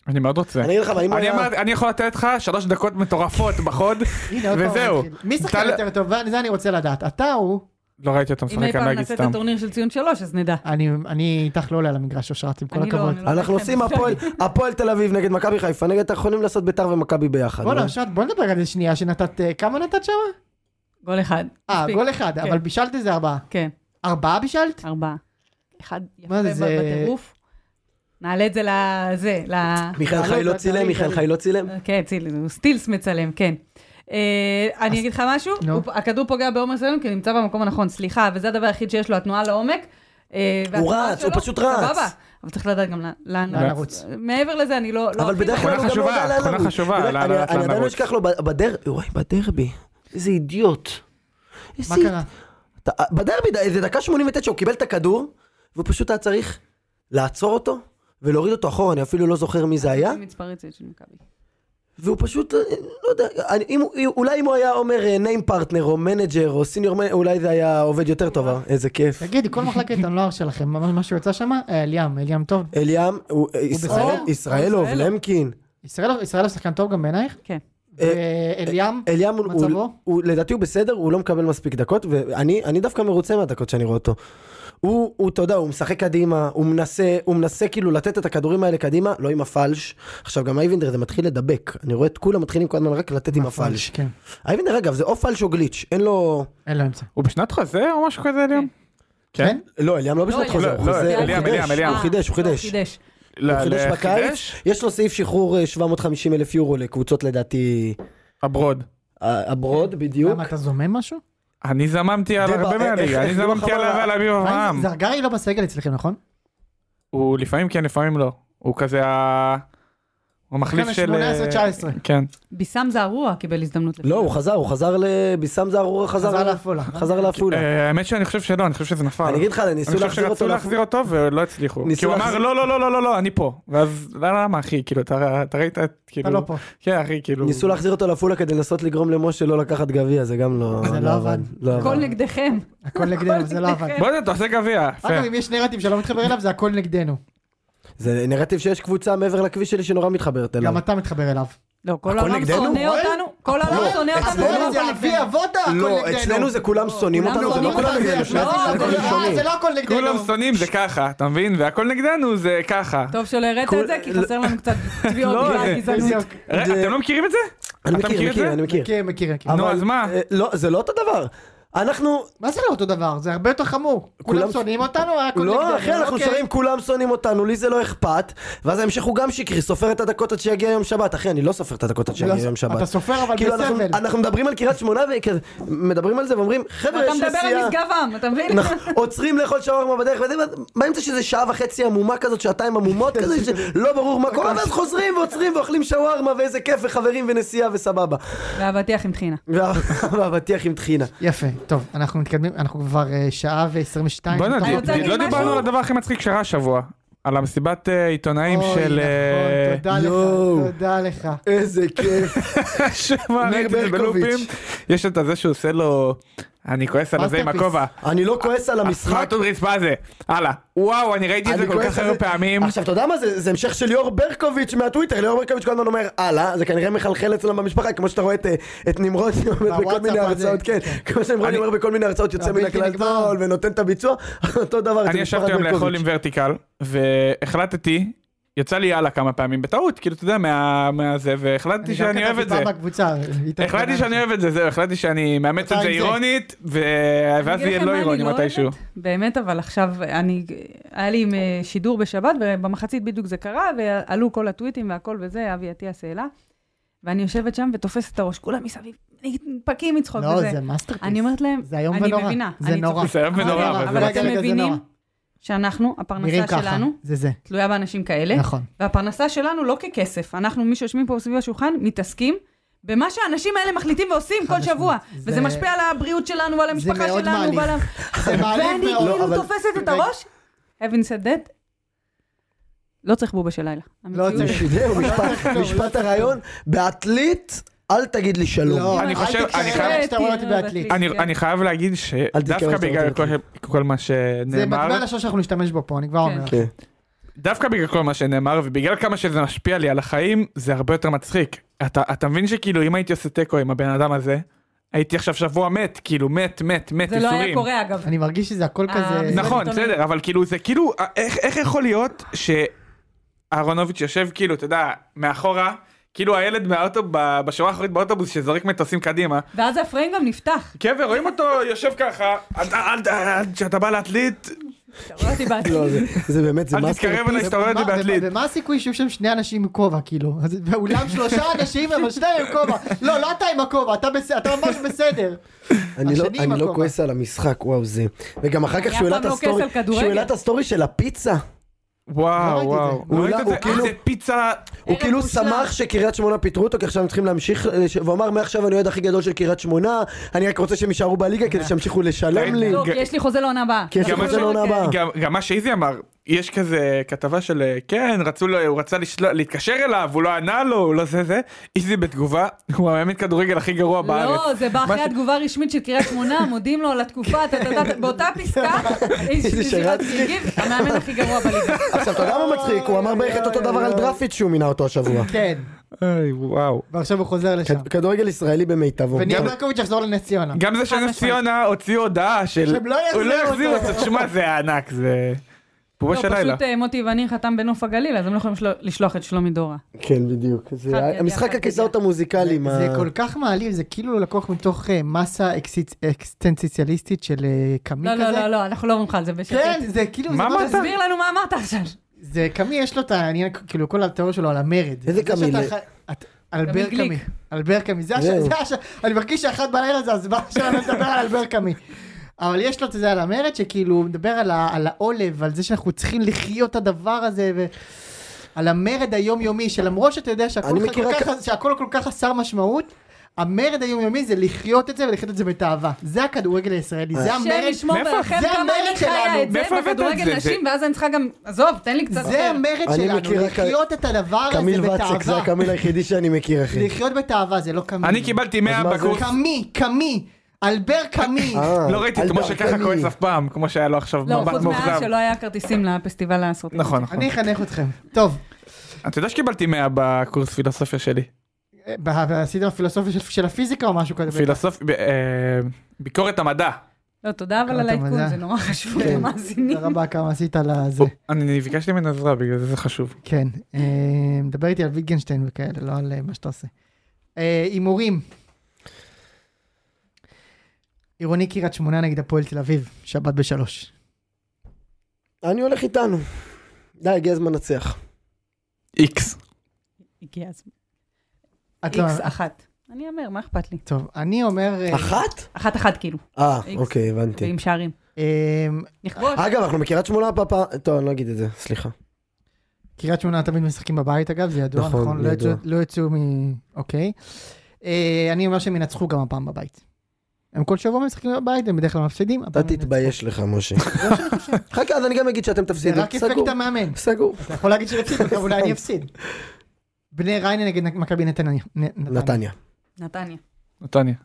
אני מאוד רוצה.
אני אגיד לך, אבל אם הוא
אני
היה-
אמרתי, אני יכול לתת לך שלוש דקות מטורפות בחוד,
הנה, עוד פעם
וזהו.
נתחיל. מי שחקן
טל-
יותר טוב? זה אני רוצה לדעת. אתה הוא...
לא ראיתי אותו
אם אי
משחק, אני לא
פעם
אגיד
נעשה את
סתם.
הטורניר של ציון שלוש, אז נדע.
אני- אני איתך לא עולה על המגרש, אושרת, עם כל
אני לא,
הכבוד.
אני לא.
אנחנו עושים הפועל, הפועל תל אביב נגד מכבי חיפה, נגד, אנחנו יכולים לעשות ביתר ומכבי ביחד.
בואנה,
לא?
אושרת, בוא נדבר על זה שנייה, שנתת... אה, כמה נתת שם?
גול אחד.
אה,
מספיק.
גול אחד, אבל בישלת איזה ארבעה.
כן,
ארבעה בישלת?
ארבעה. אחד יפה
מה זה?
בטירוף. נעלה את זה לזה, ל...
מיכאל חי לא צילם, מיכאל חי לא
אה,
צילם.
כן, ציל, הוא סטילס מצלם, כן. אה, אני אגיד לך משהו,
נו.
הוא- הכדור פוגע בעומר סלם כי הוא נמצא במקום הנכון, סליחה, וזה הדבר היחיד שיש לו, התנועה לעומק. אה,
הוא
והתנועה
רץ, הוא
שלו,
פשוט רץ.
סבבה, אבל צריך לדעת גם לאן- לאן
לאן
לרוץ. מעבר לזה, אני לא... לא
אבל
הכי
בדרך כלל
תכונה
הוא גם לא
חשובה,
יודע לאן
תכונה
לרוץ.
חשובה,
אני-
לאן-
אני-
לאן
אני עדיין לא
לרוץ.
אשכח לו ב- בדר- וואי, בדרבי, איזה אידיוט.
מה
איזה
קרה?
אתה- אה, בדרבי, איזה דקה 89, הוא קיבל את הכדור, והוא פשוט היה צריך לעצור אותו ולהוריד אותו אחורה, אני אפילו לא זוכר מי זה היה,
מצפרצת של מכבי.
והוא פשוט, אה, לא יודע, אני, אם, הוא- אולי אם הוא היה אומר ניים פרטנר או מנג'ר או סיניור מנג'ר, אולי זה היה עובד יותר טוב, אה? איזה כיף.
תגידי, כל מחלקת הנוער שלכם, מה מה שיצא שם? אה, אליאם, אליאם טוב.
אליאם, הוא- אה, ישראל-
בסדר?
ישראלוב,
ישראלוב.
למקין.
ישראלוב ישראלוב שחקן טוב גם בעינייך?
כן.
אה,
אליאם?
אליאם, הוא-
מצבו?
הוא- הוא- לדעתי הוא בסדר, הוא לא מקבל מספיק דקות, ואני אני דווקא מרוצה מהדקות שאני רואה אותו. הוא, הוא, אתה יודע, הוא משחק קדימה, הוא מנסה, הוא מנסה כאילו לתת את הכדורים האלה קדימה, לא עם הפלש. עכשיו גם אייבינדר זה מתחיל לדבק, אני רואה את כולם מתחילים כל הזמן רק לתת עם הפלש.
כן.
אייבינדר אגב זה או פלש או גליץ', אין לו...
אין לו אמצע.
הוא בשנת חוזה או משהו כזה אליום?
כן?
לא, אליאם לא בשנת
אליאם.
חוזר,
לא,
הוא
לא,
חוזר, הוא
אליאם,
חידש,
אליאם, אליאם.
הוא חידש, הוא
לא,
חידש.
חידש.
הוא חידש
ל-
בקיץ,
לחידש?
יש לו סעיף שחרור אה, 750 אלף יורו לקבוצות לדעתי
הברוד.
אה, הברוד בדיוק.
למה, אתה זומם משהו?
אני זממתי על
דיבה,
הרבה
איך- איך-
מהליגה, אני
איך לא
זממתי
חבל
על
על-
על אביב אברהם.
זרגרי לא בסגל אצלכם, נכון?
הוא לפעמים כן, לפעמים לא. הוא כזה ה... הוא המחליף
כן,
של...
18, 19.
כן.
ביסאם זערוע קיבל הזדמנות.
לא, הוא חזר, הוא חזר לביסאם זערורה,
חזר
חזר
לעפולה.
חזר לעפולה.
אה, האמת שאני חושב שלא, אני חושב שזה נפל.
אני אגיד לך,
אני
ניסו
חושב
להחזיר אותו.
שרצו
לעפולה.
להחזיר אותו ולא הצליחו.
ניסו
כי הוא אמר
להחזיר-
לא לא לא לא לא לא אני פה. ואז "לא, למה אחי כאילו אתה אתה ראית את
אתה לא
כאילו.
פה.
כן אחי כאילו.
ניסו להחזיר אותו לעפולה כדי לנסות לגרום למשה לא לקחת גביע, זה גם לא...
זה לא עבד.
לא
הכל
עבד.
נגדכם.
הכל נגדנו, זה לא עבד.
בוא אתה עושה גביע. יפה.
אגב, אם יש נרטיב שאני לא מתחבר אליו, זה הכל נגדנו.
זה נרטיב שיש קבוצה מעבר לכביש שלי שנורא מתחברת אליו.
גם אתה מתחבר אליו.
לא, כל
הכל
העולם
נגדנו?
שונא
רואה? לא,
אותנו, כל העולם שונא אותנו.
לא, אצלנו
אבל
זה
הכל
אבי
נגדנו.
אבות, הכל נגדנו.
לא, אצלנו זה כולם שונאים
כולם
אותנו, זה לא
שונאים
כולם
אותנו,
נגדנו.
זה לא,
שני
הכל
חלקים
נגדנו.
שונים.
זה לא הכל נגדנו.
כולם שונאים זה ככה אתה מבין והכל נגדנו זה ככה.
טוב שלא הראת
כל-
את זה, כי חסר לנו קצת תביעות
לא,
בגלל
זה-
הגזענות.
בדיוק.
ר-
זה-
אתם לא מכירים את זה?
אני
אתה
מכיר,
מכיר את
מכיר,
זה?
אני מכיר.
מכיר, מכיר, מכיר.
אבל-
אז מה?
אה, לא, זה לא אותו דבר. אנחנו...
מה זה לא אותו דבר? זה הרבה יותר חמור. כולם
כולם-
שונאים אותנו, הכל נגדנו.
לא, אחי, אנחנו
אוקיי.
שרים כולם שונאים אותנו, לי זה לא אכפת. ואז ההמשך הוא גם שקרי, סופר את הדקות עד שיגיע יום שבת. אחי, אני לא סופר את הדקות עד שיגיע יום שבת.
אתה סופר אבל
כאילו, אנחנו-
בסבל.
אנחנו מדברים על קריית שמונה וכזה, מדברים על זה ואומרים, חבר'ה,
אתה
יש
מדבר
נסיעה.
על משגב עם, אתה מבין?
אנחנו
נכון.
עוצרים לאכול שווארמה בדרך, ואתם יודעים, באמצע שזה שעה וחצי עמומה כזאת, שעתיים עמומות כזה, שלא ברור מה קורה, ואז חוזרים ועוצרים ואוכלים שווארמה, ואיזה כיף, וחברים ונסיעה וסבבה.
ואבטיח עם טחינה.
וה- והאבטיח עם טחינה.
יפה, טוב, אנחנו מתקדמים, אנחנו כבר אה, שעה
אה,
ו-22.
בוא'נה,
אני
די-
רוצה
די-
להגיד
לא
משהו?
דיברנו על הדבר הכי מצחיק שקרה השבוע. על המסיבת אה, עיתונאים של... אה,
נכון, תודה לך,
יואו.
תודה לך.
איזה כיף.
שמע, אני
ניר
ראיתי את זה
ברקוביץ'.
בלופים. יש את הזה שהוא עושה לו... אני כועס על הזה עם
מאסטרפיס.
הכובע.
אני לא כועס על המשחק.
סמרטוט רצפה זה. הלאה. וואו, אני ראיתי את זה
אני
כל
כועס
כך
על
הרבה
זה.
פעמים.
עכשיו, אתה יודע מה זה? זה המשך של ליאור ברקוביץ' מהטוויטר. ליאור ברקוביץ' כל הזמן אומר, הלאה, זה כנראה מחלחל אצלם במשפחה, כמו שאתה רואה את, אה, את נמרוד עומד בכל
בוואטסאפ
מיני
הזה.
הרצאות, כן. כמו שנמרוד
אני-
אומר בכל מיני הרצאות, יוצא מן
הבלתי
הכלל
נגמר.
טוב, ונותן את הביצוע, אותו דבר. אצל
אני ישבתי
משפחת
היום לאכול
ברקוביץ'.
עם ורטיקל, והחלטתי, יצא לי יאללה כמה פעמים בטעות, כאילו, אתה יודע, מה- מהזה, והחלטתי
גם
שאני
כתבתי
אוהב את זה.
פעם בקבוצה. אה, איתן
החלטתי
קטן.
שאני אוהב את זה, זהו, החלטתי שאני מאמץ את
אתה
זה
עם זה.
אירונית, ו- ואז
אגיד
יהיה
לכם
לא
מה אני
אירוני
לא
מתישהו.
אוהבת? באמת, אבל עכשיו, אני, היה לי עם אה, שידור בשבת, ובמחצית בדיוק זה קרה, ועלו כל הטוויטים והכל וזה, אבי אטיאס העלה, ואני יושבת שם ותופסת את הראש, כולם מסביב, נדפקים מצחוק
לא,
וזה.
זה מאסטרפיס.
אני אומרת להם,
זה איום
אני
ונורא.
מבינה,
זה
אני
נורא.
צוחקת.
זה היום ונורא,
אבל-
אבל זה
אבל
מצחיק.
אתם
רגע, רגע, זה
מבינים
נורא.
שאנחנו,
נראים
הפרנסה
ככה,
שלנו, כן.
זה זה.
תלויה באנשים כאלה,
נכון.
והפרנסה שלנו לא ככסף. אנחנו, מי שיושבים פה סביב השולחן, מתעסקים במה שהאנשים האלה מחליטים ועושים כל
משמעית.
שבוע.
זה-
וזה משפיע על הבריאות שלנו, ועל המשפחה
מאוד
שלנו,
מעליב.
ועל... ה-
זה מעליב
ואני
מאוד.
לא,
כאילו
אבל-
תופסת את
רגע.
הראש, having said that, לא צריך בובה של לילה. המציאות-
צריך.
זהו, לא,
לא,
משפט- משפעת הרעיון, בעתלית, אל תגיד לי שלום.
לא,
אני
אל
חושב-
תתקרב
אני חייב-
אליי כשאתה רואה אותי
לא,
בעתלית.
אני, אני חייב להגיד
תתקרב,
שדווקא
אתה
בגלל
רוצה
כל, כל מה
זה
שנאמר,
מטבע לשון שאנחנו נשתמש בו פה, אני כבר
כן.
אומר.
כן.
דווקא בגלל כל מה שנאמר ובגלל כמה שזה משפיע לי על החיים זה הרבה יותר מצחיק. אתה, אתה מבין שכאילו אם הייתי עושה תיקו עם הבן אדם הזה הייתי עכשיו שבוע מת כאילו מת מת מת
זה לא היה
ייסורים.
קורה אגב.
אני מרגיש שזה הכל
אה,
כזה...
זה
נכון
עיתונאים.
בסדר אבל כאילו זה כאילו אה, איך, איך יכול להיות שאהרונוביץ' יושב כאילו אתה יודע מאחורה כאילו הילד מהאוטו ב- בשורה האחורית באוטובוס שזורק מטוסים קדימה
ואז הפריים גם נפתח.
קבר רואים אותו יושב ככה "אתה- אל- אל- כשאתה בא
לא
להטליט
אתה רואה אותי בעתיד.
לא, זה- זה באמת, זה
אל תתקרב אליי
זה-
שאתה רואה את זה
מה-
בעתלית.
ומה הסיכוי שיהיו שם שני אנשים עם כובע, כאילו? אז באולם שלושה אנשים, אבל שניים עם כובע. לא, לא אתה עם הכובע, אתה בס- אתה ממש בסדר.
אני לא,
השני עם
אני לא
הכובע.
כועס על המשחק, וואו זה. וגם אחר כך
אני
שהוא
אף
העלה
פעם
את
לא
הסטורי,
כועס על כדורגל.
שהוא העלה את הסטורי של הפיצה.
וואו
לא ראיתי את
וואו.
זה.
לא ראית
הוא
את זה?
כאילו-
איזה פיצה.
הוא
ערב
כאילו
מושלם.
שמח שקריית שמונה פיטרו אותו, כי עכשיו הם צריכים להמשיך, אה, ש- והוא אמר מעכשיו אני אוהד הכי גדול של קריית שמונה, אני רק רוצה שהם יישארו בליגה כדי שימשיכו לשלם לי.
לא, כי יש לי חוזה לעונה הבאה.
כי יש לי
גם מה
חוזה
לא
ש-
לעונה הבאה.
גם- גם מה שאיזי אמר יש כזה כתבה של אה, כן רצו לו הוא רצה לשל- להתקשר אליו הוא לא ענה לו הוא לא זה זה איזי בתגובה הוא המאמן כדורגל הכי גרוע בארץ.
לא, זה בא
מה
אחרי
ש-
התגובה הרשמית של קריית שמונה, מודים לו על התקופה, אתה יודע, באותה פסקה, איש- איש-
שרצקי.
הגיב, המאמן הכי גרוע בליגה.
עכשיו אתה יודע מה מצחיק? הוא אמר בערך את אותו
אה,
דבר על דראפיץ' שהוא מינה אותו השבוע.
כן,
איי, וואו.
ועכשיו הוא חוזר לשם.
כד- כדורגל ישראלי במיטבו.
וניר ברקוביץ' יחזור לנס ציונה.
גם זה
משמעית.
שנס ציונה הוציאו הודעה של
שהם לא
הוא לא
יחזירו
יחזיר
אותו.
אותו. תשמע זה היה ענק זה.
לא,
בובה של לילה.
פשוט אה, מוטי ואני חתם בנוף הגליל, אז הם לא יכולים לשלוח- לשלוח את שלומי דורה.
כן בדיוק. זה
אחד ידיע,
המשחק
אחד
הכיסאות
ידיע.
המוזיקליים.
זה
ה-
כל כך מעליב, זה כאילו לקוח מתוך אה, מסה אקסיצ- אקסטנציאליסטית של אה, קאמי
לא,
כזה.
לא, לא, לא, אנחנו לא אומרים לך על זה בשקט.
כן, זה כאילו...
מה
זה
אמרת?
זה-
תסביר לנו מה אמרת עכשיו.
זה קאמי יש לו את העניין, כאילו כל התיאוריה שלו על המרד.
איזה
זה
קאמי?
שאתה ח- את- אלבר
קאמי גליק.
קאמי. אלבר קאמי. זה הש-
זהו.
זה הש... אני מרגיש שאחת בלילה זה הזמן שלנו לדבר על אלבר קאמי. אבל יש לו את זה על המרד שכאילו הוא מדבר על ה- על העולב, על זה שאנחנו צריכים לחיות את הדבר הזה. ו... על המרד היומיומי שלמרות שאתה יודע שהכל
אני
כל
מכיר רק-
כך- שהכל כל כך חסר משמעות. המרד היומיומי זה לחיות את זה ולחיות את זה בתאווה. זה הכדורגל הישראלי,
אה.
זה
השם
המרד.
ישמור
מאיפה-
ולכן
זה
כמה
המרד
אני חיה
שלנו.
את זה
מאיפה הבאת את
בכדורגל
זה? זה-
נשים, ואז אני צריכה גם, עזוב, תן לי קצת
זה
אחר.
המרד
אני
שלנו,
מכיר רק-
לחיות את הדבר הזה
קמיל
בתאווה.
ואצק, זה הקמיל היחידי שאני מכיר אחי.
לחיות בתאווה זה לא
אה,
קמי.
כן. אני קיבלתי 100
אז מה זה?
בקורס
קמי, קמי, אלבר קמי.
אה,
לא ראיתי
אל
את משה
דרכני.
ככה כועס אף פעם כמו שהיה לו עכשיו
לא,
מבט
חוץ מאז
מאוכזב.
שלא היה כרטיסים לפסטיבל לעשות.
נכון נכון.
אני אחנך אתכם. טוב,
אתה יודע שקיבלתי 100 בקורס פילוסופיה שלי.
אה, ב- עשיתם פילוסופיה של- של הפיזיקה או משהו כזה?
פילוסופ... ב- אה, ביקורת המדע.
לא, תודה אבל על
קראת מדע.
העדכון, זה נורא חשוב
כן.
למאזינים.
תודה רבה כמה עשית לזה.
אני ביקשתי ממנו עזרה בגלל זה זה חשוב.
כן, אה, מדבר איתי על ויטגנשטיין וכאלה, לא על אה, מה שאתה עושה. אה, הימורים. עירוני קריית שמונה נגד הפועל תל אביב, שבת בשלוש.
אני הולך איתנו. די, הגיע הזמן לנצח.
איקס.
הגיע הזמן.
את לא-
איקס אחת. אני אומר, מה אכפת לי?
טוב, אני אומר... אה,
אחת?
אחת אחת כאילו,
אה,
איקס.
אוקיי, הבנתי.
ועם שערים.
אה,
נכבוש.
אגב, אנחנו מקריית שמונה פעם... טוב, אני לא אגיד את זה, סליחה.
קריית שמונה תמיד משחקים בבית אגב, זה ידוע,
נכון,
נכון? לא
ידוע.
יצאו- לא יצאו מ... אוקיי. אה, אני אומר שהם ינצחו גם הפעם בבית. הם כל שבוע משחקים בבית, הם בדרך כלל מפסידים.
אתה
הפעם הם
תתבייש לך, משה. אחר כך אז אני גם אגיד שאתם
ינצחו.
תפסידו.
זה רק אפקט
סגור.
המאמן.
סגור.
אתה יכול להגיד שהם יפסידו, גם אולי אני אפסיד. בני ריינה נגד מכבי נתניה. נ-
נתניה.
נתניה.
נתניה.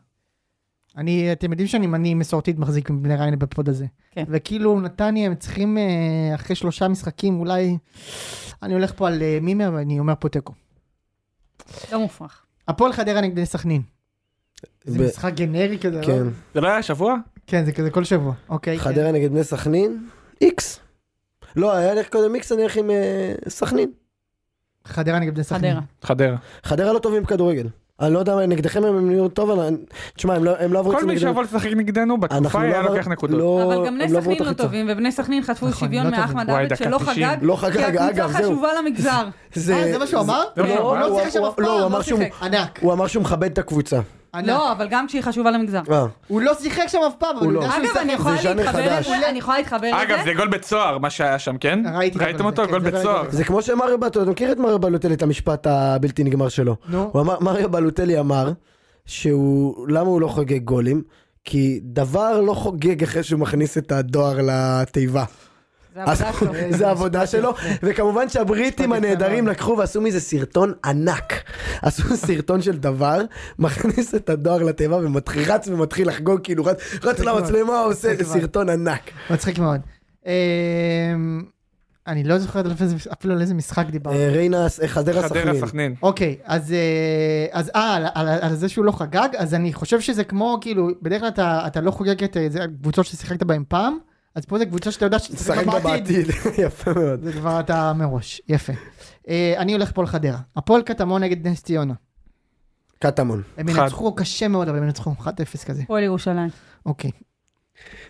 אני, אתם יודעים שאני אני מסורתית מחזיק מבני ריינה בפוד הזה.
כן.
וכאילו נתניה הם צריכים אה, אחרי שלושה משחקים אולי, אני הולך פה על אה, מימר ואני אומר פה תיקו.
לא מופרך.
הפועל חדרה נגד סכנין. זה
ב-
משחק גנרי כזה, לא?
כן.
זה לא היה השבוע?
כן, זה כזה כל שבוע. אוקיי. כן.
חדרה נגד בני סכנין? איקס. לא, היה הולך קודם איקס, אני הולך עם אה, סכנין.
חדרה נגד בני סכנין.
חדרה.
חדרה.
חדרה לא טובים בכדורגל. אני לא יודע מה, נגדכם הם נראו טוב, אבל... תשמע, הם לא- הם לא עברו את
כל
זה
מי
נגדנו.
שיבוא לשחק נגדנו בתקופה
אנחנו לא
היה
עבר-
לוקח נקודות.
לא-
אבל גם
הם
בני
לא עברו
סכנין
את
לא
החצי.
טובים, ובני סכנין חטפו
נכון,
שוויון
לא
מאחמד
וואי,
עבד
דקה
שלא
90.
חגג,
לא חגג,
כי
אגב,
הקבוצה
זהו.
חשובה למגזר.
אה, זה מה שהוא אמר?
לא,
כן.
הוא
הוא לא
הוא-
שיחק שם אף
הוא- לא, הוא
פעם,
אמר
לא
שהוא-
שיחק. ענק.
הוא אמר שהוא מכבד את הקבוצה.
ענק.
לא, אבל גם כשהיא חשובה למגזר.
אה,
הוא לא שיחק שם אף פעם, אבל
הוא
הוא
לא.
יודע שהוא
אגב,
ישחק.
אני יכולה
זה ז'אנר
להתחבר
חדש.
לזה, אני יכולה להתחבר
אגב
לזה.
זה גול בית סוהר מה שהיה שם כן?
ראיתי את הגול הזה,
ראיתם אותו?
כן,
גול
זה
בית
ראיתי
סוהר.
אותו.
זה כמו שמריו בלוטלי, אתה מכיר את מריו בלוטלי, את המשפט הבלתי נגמר שלו?
נו.
הוא אמר, מריו בלוטלי אמר, שהוא, למה הוא לא חוגג גולים? כי דבר לא חוגג אחרי שהוא מכניס את הדואר לתיבה.
זה
אז-
עבודה שלו.
זה העבודה שלו, וכמובן שהבריטים הנהדרים לקחו ועשו מזה סרטון ענק. עשו סרטון של דבר, מכניס את הדואר לתיבה ומתחיל, רץ ומתחיל לחגוג, כאילו רץ, רץ
מצחיק מאוד.
למצלמה, עושה
מצחיק מאוד.
סרטון ענק.
מצחיק מאוד. אמ, אני לא זוכר על איזה- אפילו על איזה משחק דיברנו.
אה, ריינה, אה, חדרה
חדרה
סכנין.
סכנין.
אוקיי, אז אה, אז אה, על- על- על זה שהוא לא חגג, אז אני חושב שזה כמו, כאילו, בדרך כלל אתה אתה לא חוגג את אה, זה הקבוצות ששיחקת בהן פעם, אז פה זה קבוצה שאתה יודע
שחק
שתשחק בה בעתיד.
בבעתיד, יפה מאוד.
זה כבר אתה מראש, יפה. אה, אני הולך פה לחדרה. הפועל קטמון נגד נס ציונה.
קטמון,
הם
אחד.
ינצחו קשה מאוד, אבל הם ינצחו 1-0 כזה.
הפועל ירושלים.
אוקיי.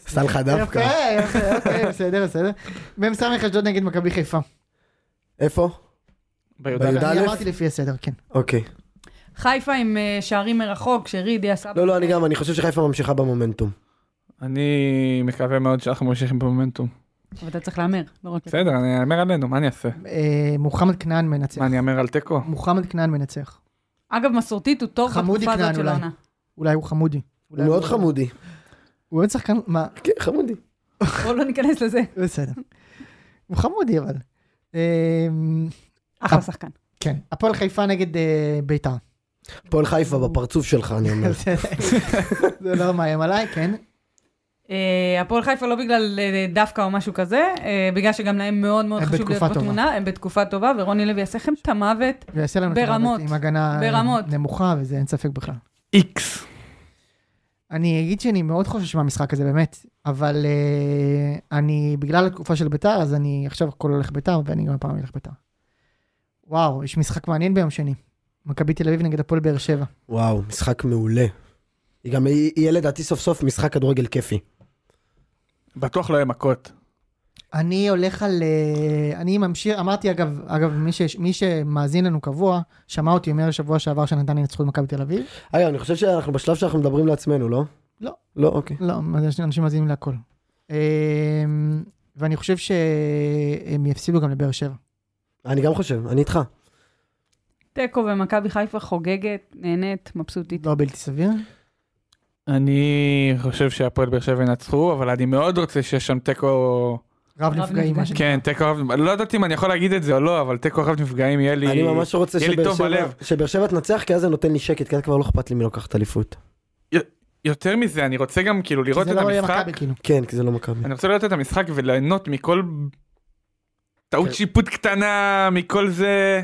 סלחה דווקא.
יפה, יפה, אוקיי, בסדר, בסדר. מ"ס אשדוד נגד מכבי חיפה.
איפה? בי"א?
בי"א.
אני אמרתי לפי הסדר, כן.
אוקיי.
חיפה עם אה, שערים מרחוק, שרידי עשה...
לא, לא, אני גם, אני חושב שחיפה ממשיכה במומנטום.
אני מקווה מאוד שאנחנו ממשיכים במומנטום.
אבל אתה צריך להמר. לא רק-
בסדר, אני אאמר עלינו, מה אני אעשה?
אה, מוחמד כנען מנצח.
מה, אני אאמר על תיקו?
מוחמד כנען מנצח.
אגב, מסורתית הוא טוב
חמודי
בתקופה הזאת
כנען
של
אולי.
העונה.
אולי הוא חמודי.
הוא מאוד חמודי.
הוא באמת שחקן, מה?
כן, חמודי.
בואו לא ניכנס לזה.
בסדר. הוא חמודי אבל. אמ,
אחלה
אה.
שחקן.
כן. הפועל חיפה נגד אה, ביתר.
הפועל חיפה בפרצוף שלך, אני אומר.
זה לא מאיים עליי, כן.
אה, הפועל חיפה לא בגלל אה, דווקא או משהו כזה, אה, בגלל שגם להם מאוד מאוד
הם
חשוב להיות
בתקופה טובה.
בתמונה, הם בתקופה טובה, ורוני לוי יעשה לכם את המוות.
ויעשה לנו את המוות
ברמות.
עם הגנה אה,
ברמות.
נמוכה וזה אין ספק בכלל.
איקס.
אני אגיד שאני מאוד חושש מהמשחק הזה באמת, אבל אה, אני בגלל התקופה של ביתר אז אני עכשיו הכל הולך ביתר ואני גם הפעם אלך ביתר. וואו, יש משחק מעניין ביום שני. מכבי תל אביב נגד הפועל באר שבע.
וואו, משחק מעולה. היא גם יהיה לדעתי סוף סוף משחק כדורגל כיפי.
בטוח לא יהיה מכות.
אני הולך על... אה, אני ממשיך, אמרתי אגב, אגב, מי, ש, מי שמאזין לנו קבוע, שמע אותי אומר שבוע שעבר שנתן לי נצחות מכבי תל אביב.
אגב, אני חושב שאנחנו בשלב שאנחנו מדברים לעצמנו, לא?
לא.
לא, אוקיי.
לא, אז יש אנשים מאזינים להכל. אה, ואני חושב שהם יפסידו גם לבאר שבע.
אני גם חושב, אני איתך.
תיקו ומכבי חיפה חוגגת, נהנית, מבסוטית.
לא בלתי סביר.
אני חושב שהפועל באר שבע ינצחו, אבל אני מאוד רוצה שיש שם תיקו...
רב
רב
נפגעים, מה
נפגעים.
שנקרא.
כן, תיקו רב... לא יודעת אם אני יכול להגיד את זה או לא, אבל תיקו רב נפגעים יהיה לי...
אני ממש רוצה
יהיה לי
שבאר
טוב
שבע-
בלב.
שבאר שבע תנצח, כי אז זה נותן לי שקט, כי אז כבר לא אכפת לי מי לוקחת אליפות.
יותר מזה, אני רוצה גם כאילו לראות
זה
את
לא יהיה
המשחק.
מכבי, כאילו.
כן, כי זה לא מכבי.
אני רוצה לראות את המשחק וליהנות מכל
כן.
אוקיי.
טעות שיפוט קטנה, מכל זה...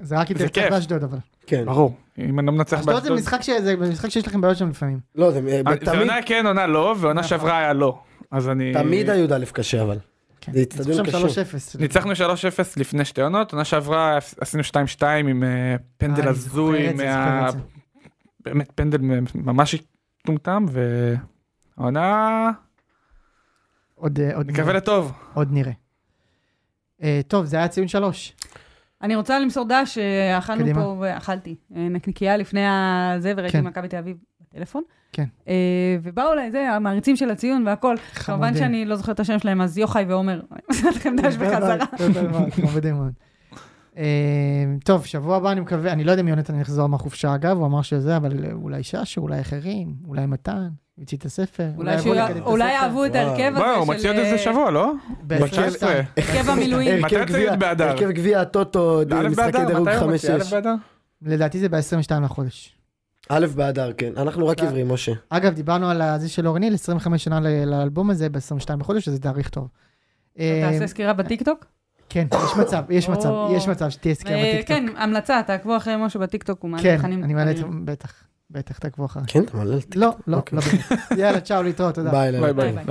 זה רק אם
זה
תנצח
כיף.
באשדוד אבל.
כן.
ברור. אם אני לא מנצח
אשדוד זה משחק ש- זה משחק שיש לכם בעיות שם לפעמים.
לא, זה
אה, זה
תמיד-
עונה כן, עונה לא, ועונה
נכון.
שעברה היה לא. אז אני...
תמיד הי"א קשה, אבל.
כן.
זה הצטדיון
ניצחו שם
קשה.
3-0.
ניצחנו 3-0 לפני שתי עונות, עונה שעברה עשינו 2-2 עם אה,
אה,
פנדל
אני זוכר
הזוי,
את זה,
מה-
זוכר את זה.
באמת פנדל ממש מטומטם, והעונה
עוד, אה, עוד
נקווה
נראה.
לטוב.
עוד נראה. אה, טוב, זה היה ציון שלוש.
אני רוצה למסור דעה שאכלנו
קדימה.
פה, ואכלתי אה, נקניקייה לפני הזה, וראיתי
כן.
מכבי תל אביב בטלפון.
כן.
אה, ובאו אליי, זה, המעריצים של הציון והכל. כמובן שאני לא זוכרת את השם שלהם, אז יוחאי ועומר, אני עושה לכם דש בחזרה.
טוב, מאוד, חמודים מאוד. אה, טוב, שבוע הבא אני מקווה, אני לא יודע אם יונתן יחזור מהחופשה אגב, הוא אמר שזה, אבל אולי ששו, אולי אחרים, אולי מתן, יוציא את הספר.
אולי
יבוא
שהוא-
לקדם את
אולי
הספר.
אהבו את
וואו.
ההרכב
וואו, הוא
הזה
מוציא
של אה,
עוד איזה שבוע, לא?
בעזרת
ב- 19.
השם.
הרכב המילואים.
הרכב
מתי
גביע-
צריך באדר?
הרכב גביע
אה,
הטוטו,
א'
משחקי
באדר?
דירוג
מתי הוא
5-6.
מוציא? א' באדר?
לדעתי זה ב-22 לחודש.
א' באדר, כן. אנחנו רק
א'.
עבריים, משה.
אגב, דיברנו על זה של אורניל, 25 שנה ל- לאלבום הזה, ב-22 בחודש, שזה תאריך טוב. אה,
תעשה סקירה בטיקטוק?
כן, יש מצב, יש
או.
מצב, יש מצב שתהיה סקירה
אה,
בטיקטוק.
כן, המלצה, תעקבו אחרי משה בטיקטוק, הוא מעלה
כן,
תכנים.
אני מעלה את זה,
מעניינים.
בטח, בטח, תעקבו אחריי.
כן, אתה מלא.
לא, לא,
אוקיי.
לא. באמת. יאללה, צאו, להתראות, תודה.
ביי, לילה.
ביי
ביי,
ביי.
ביי.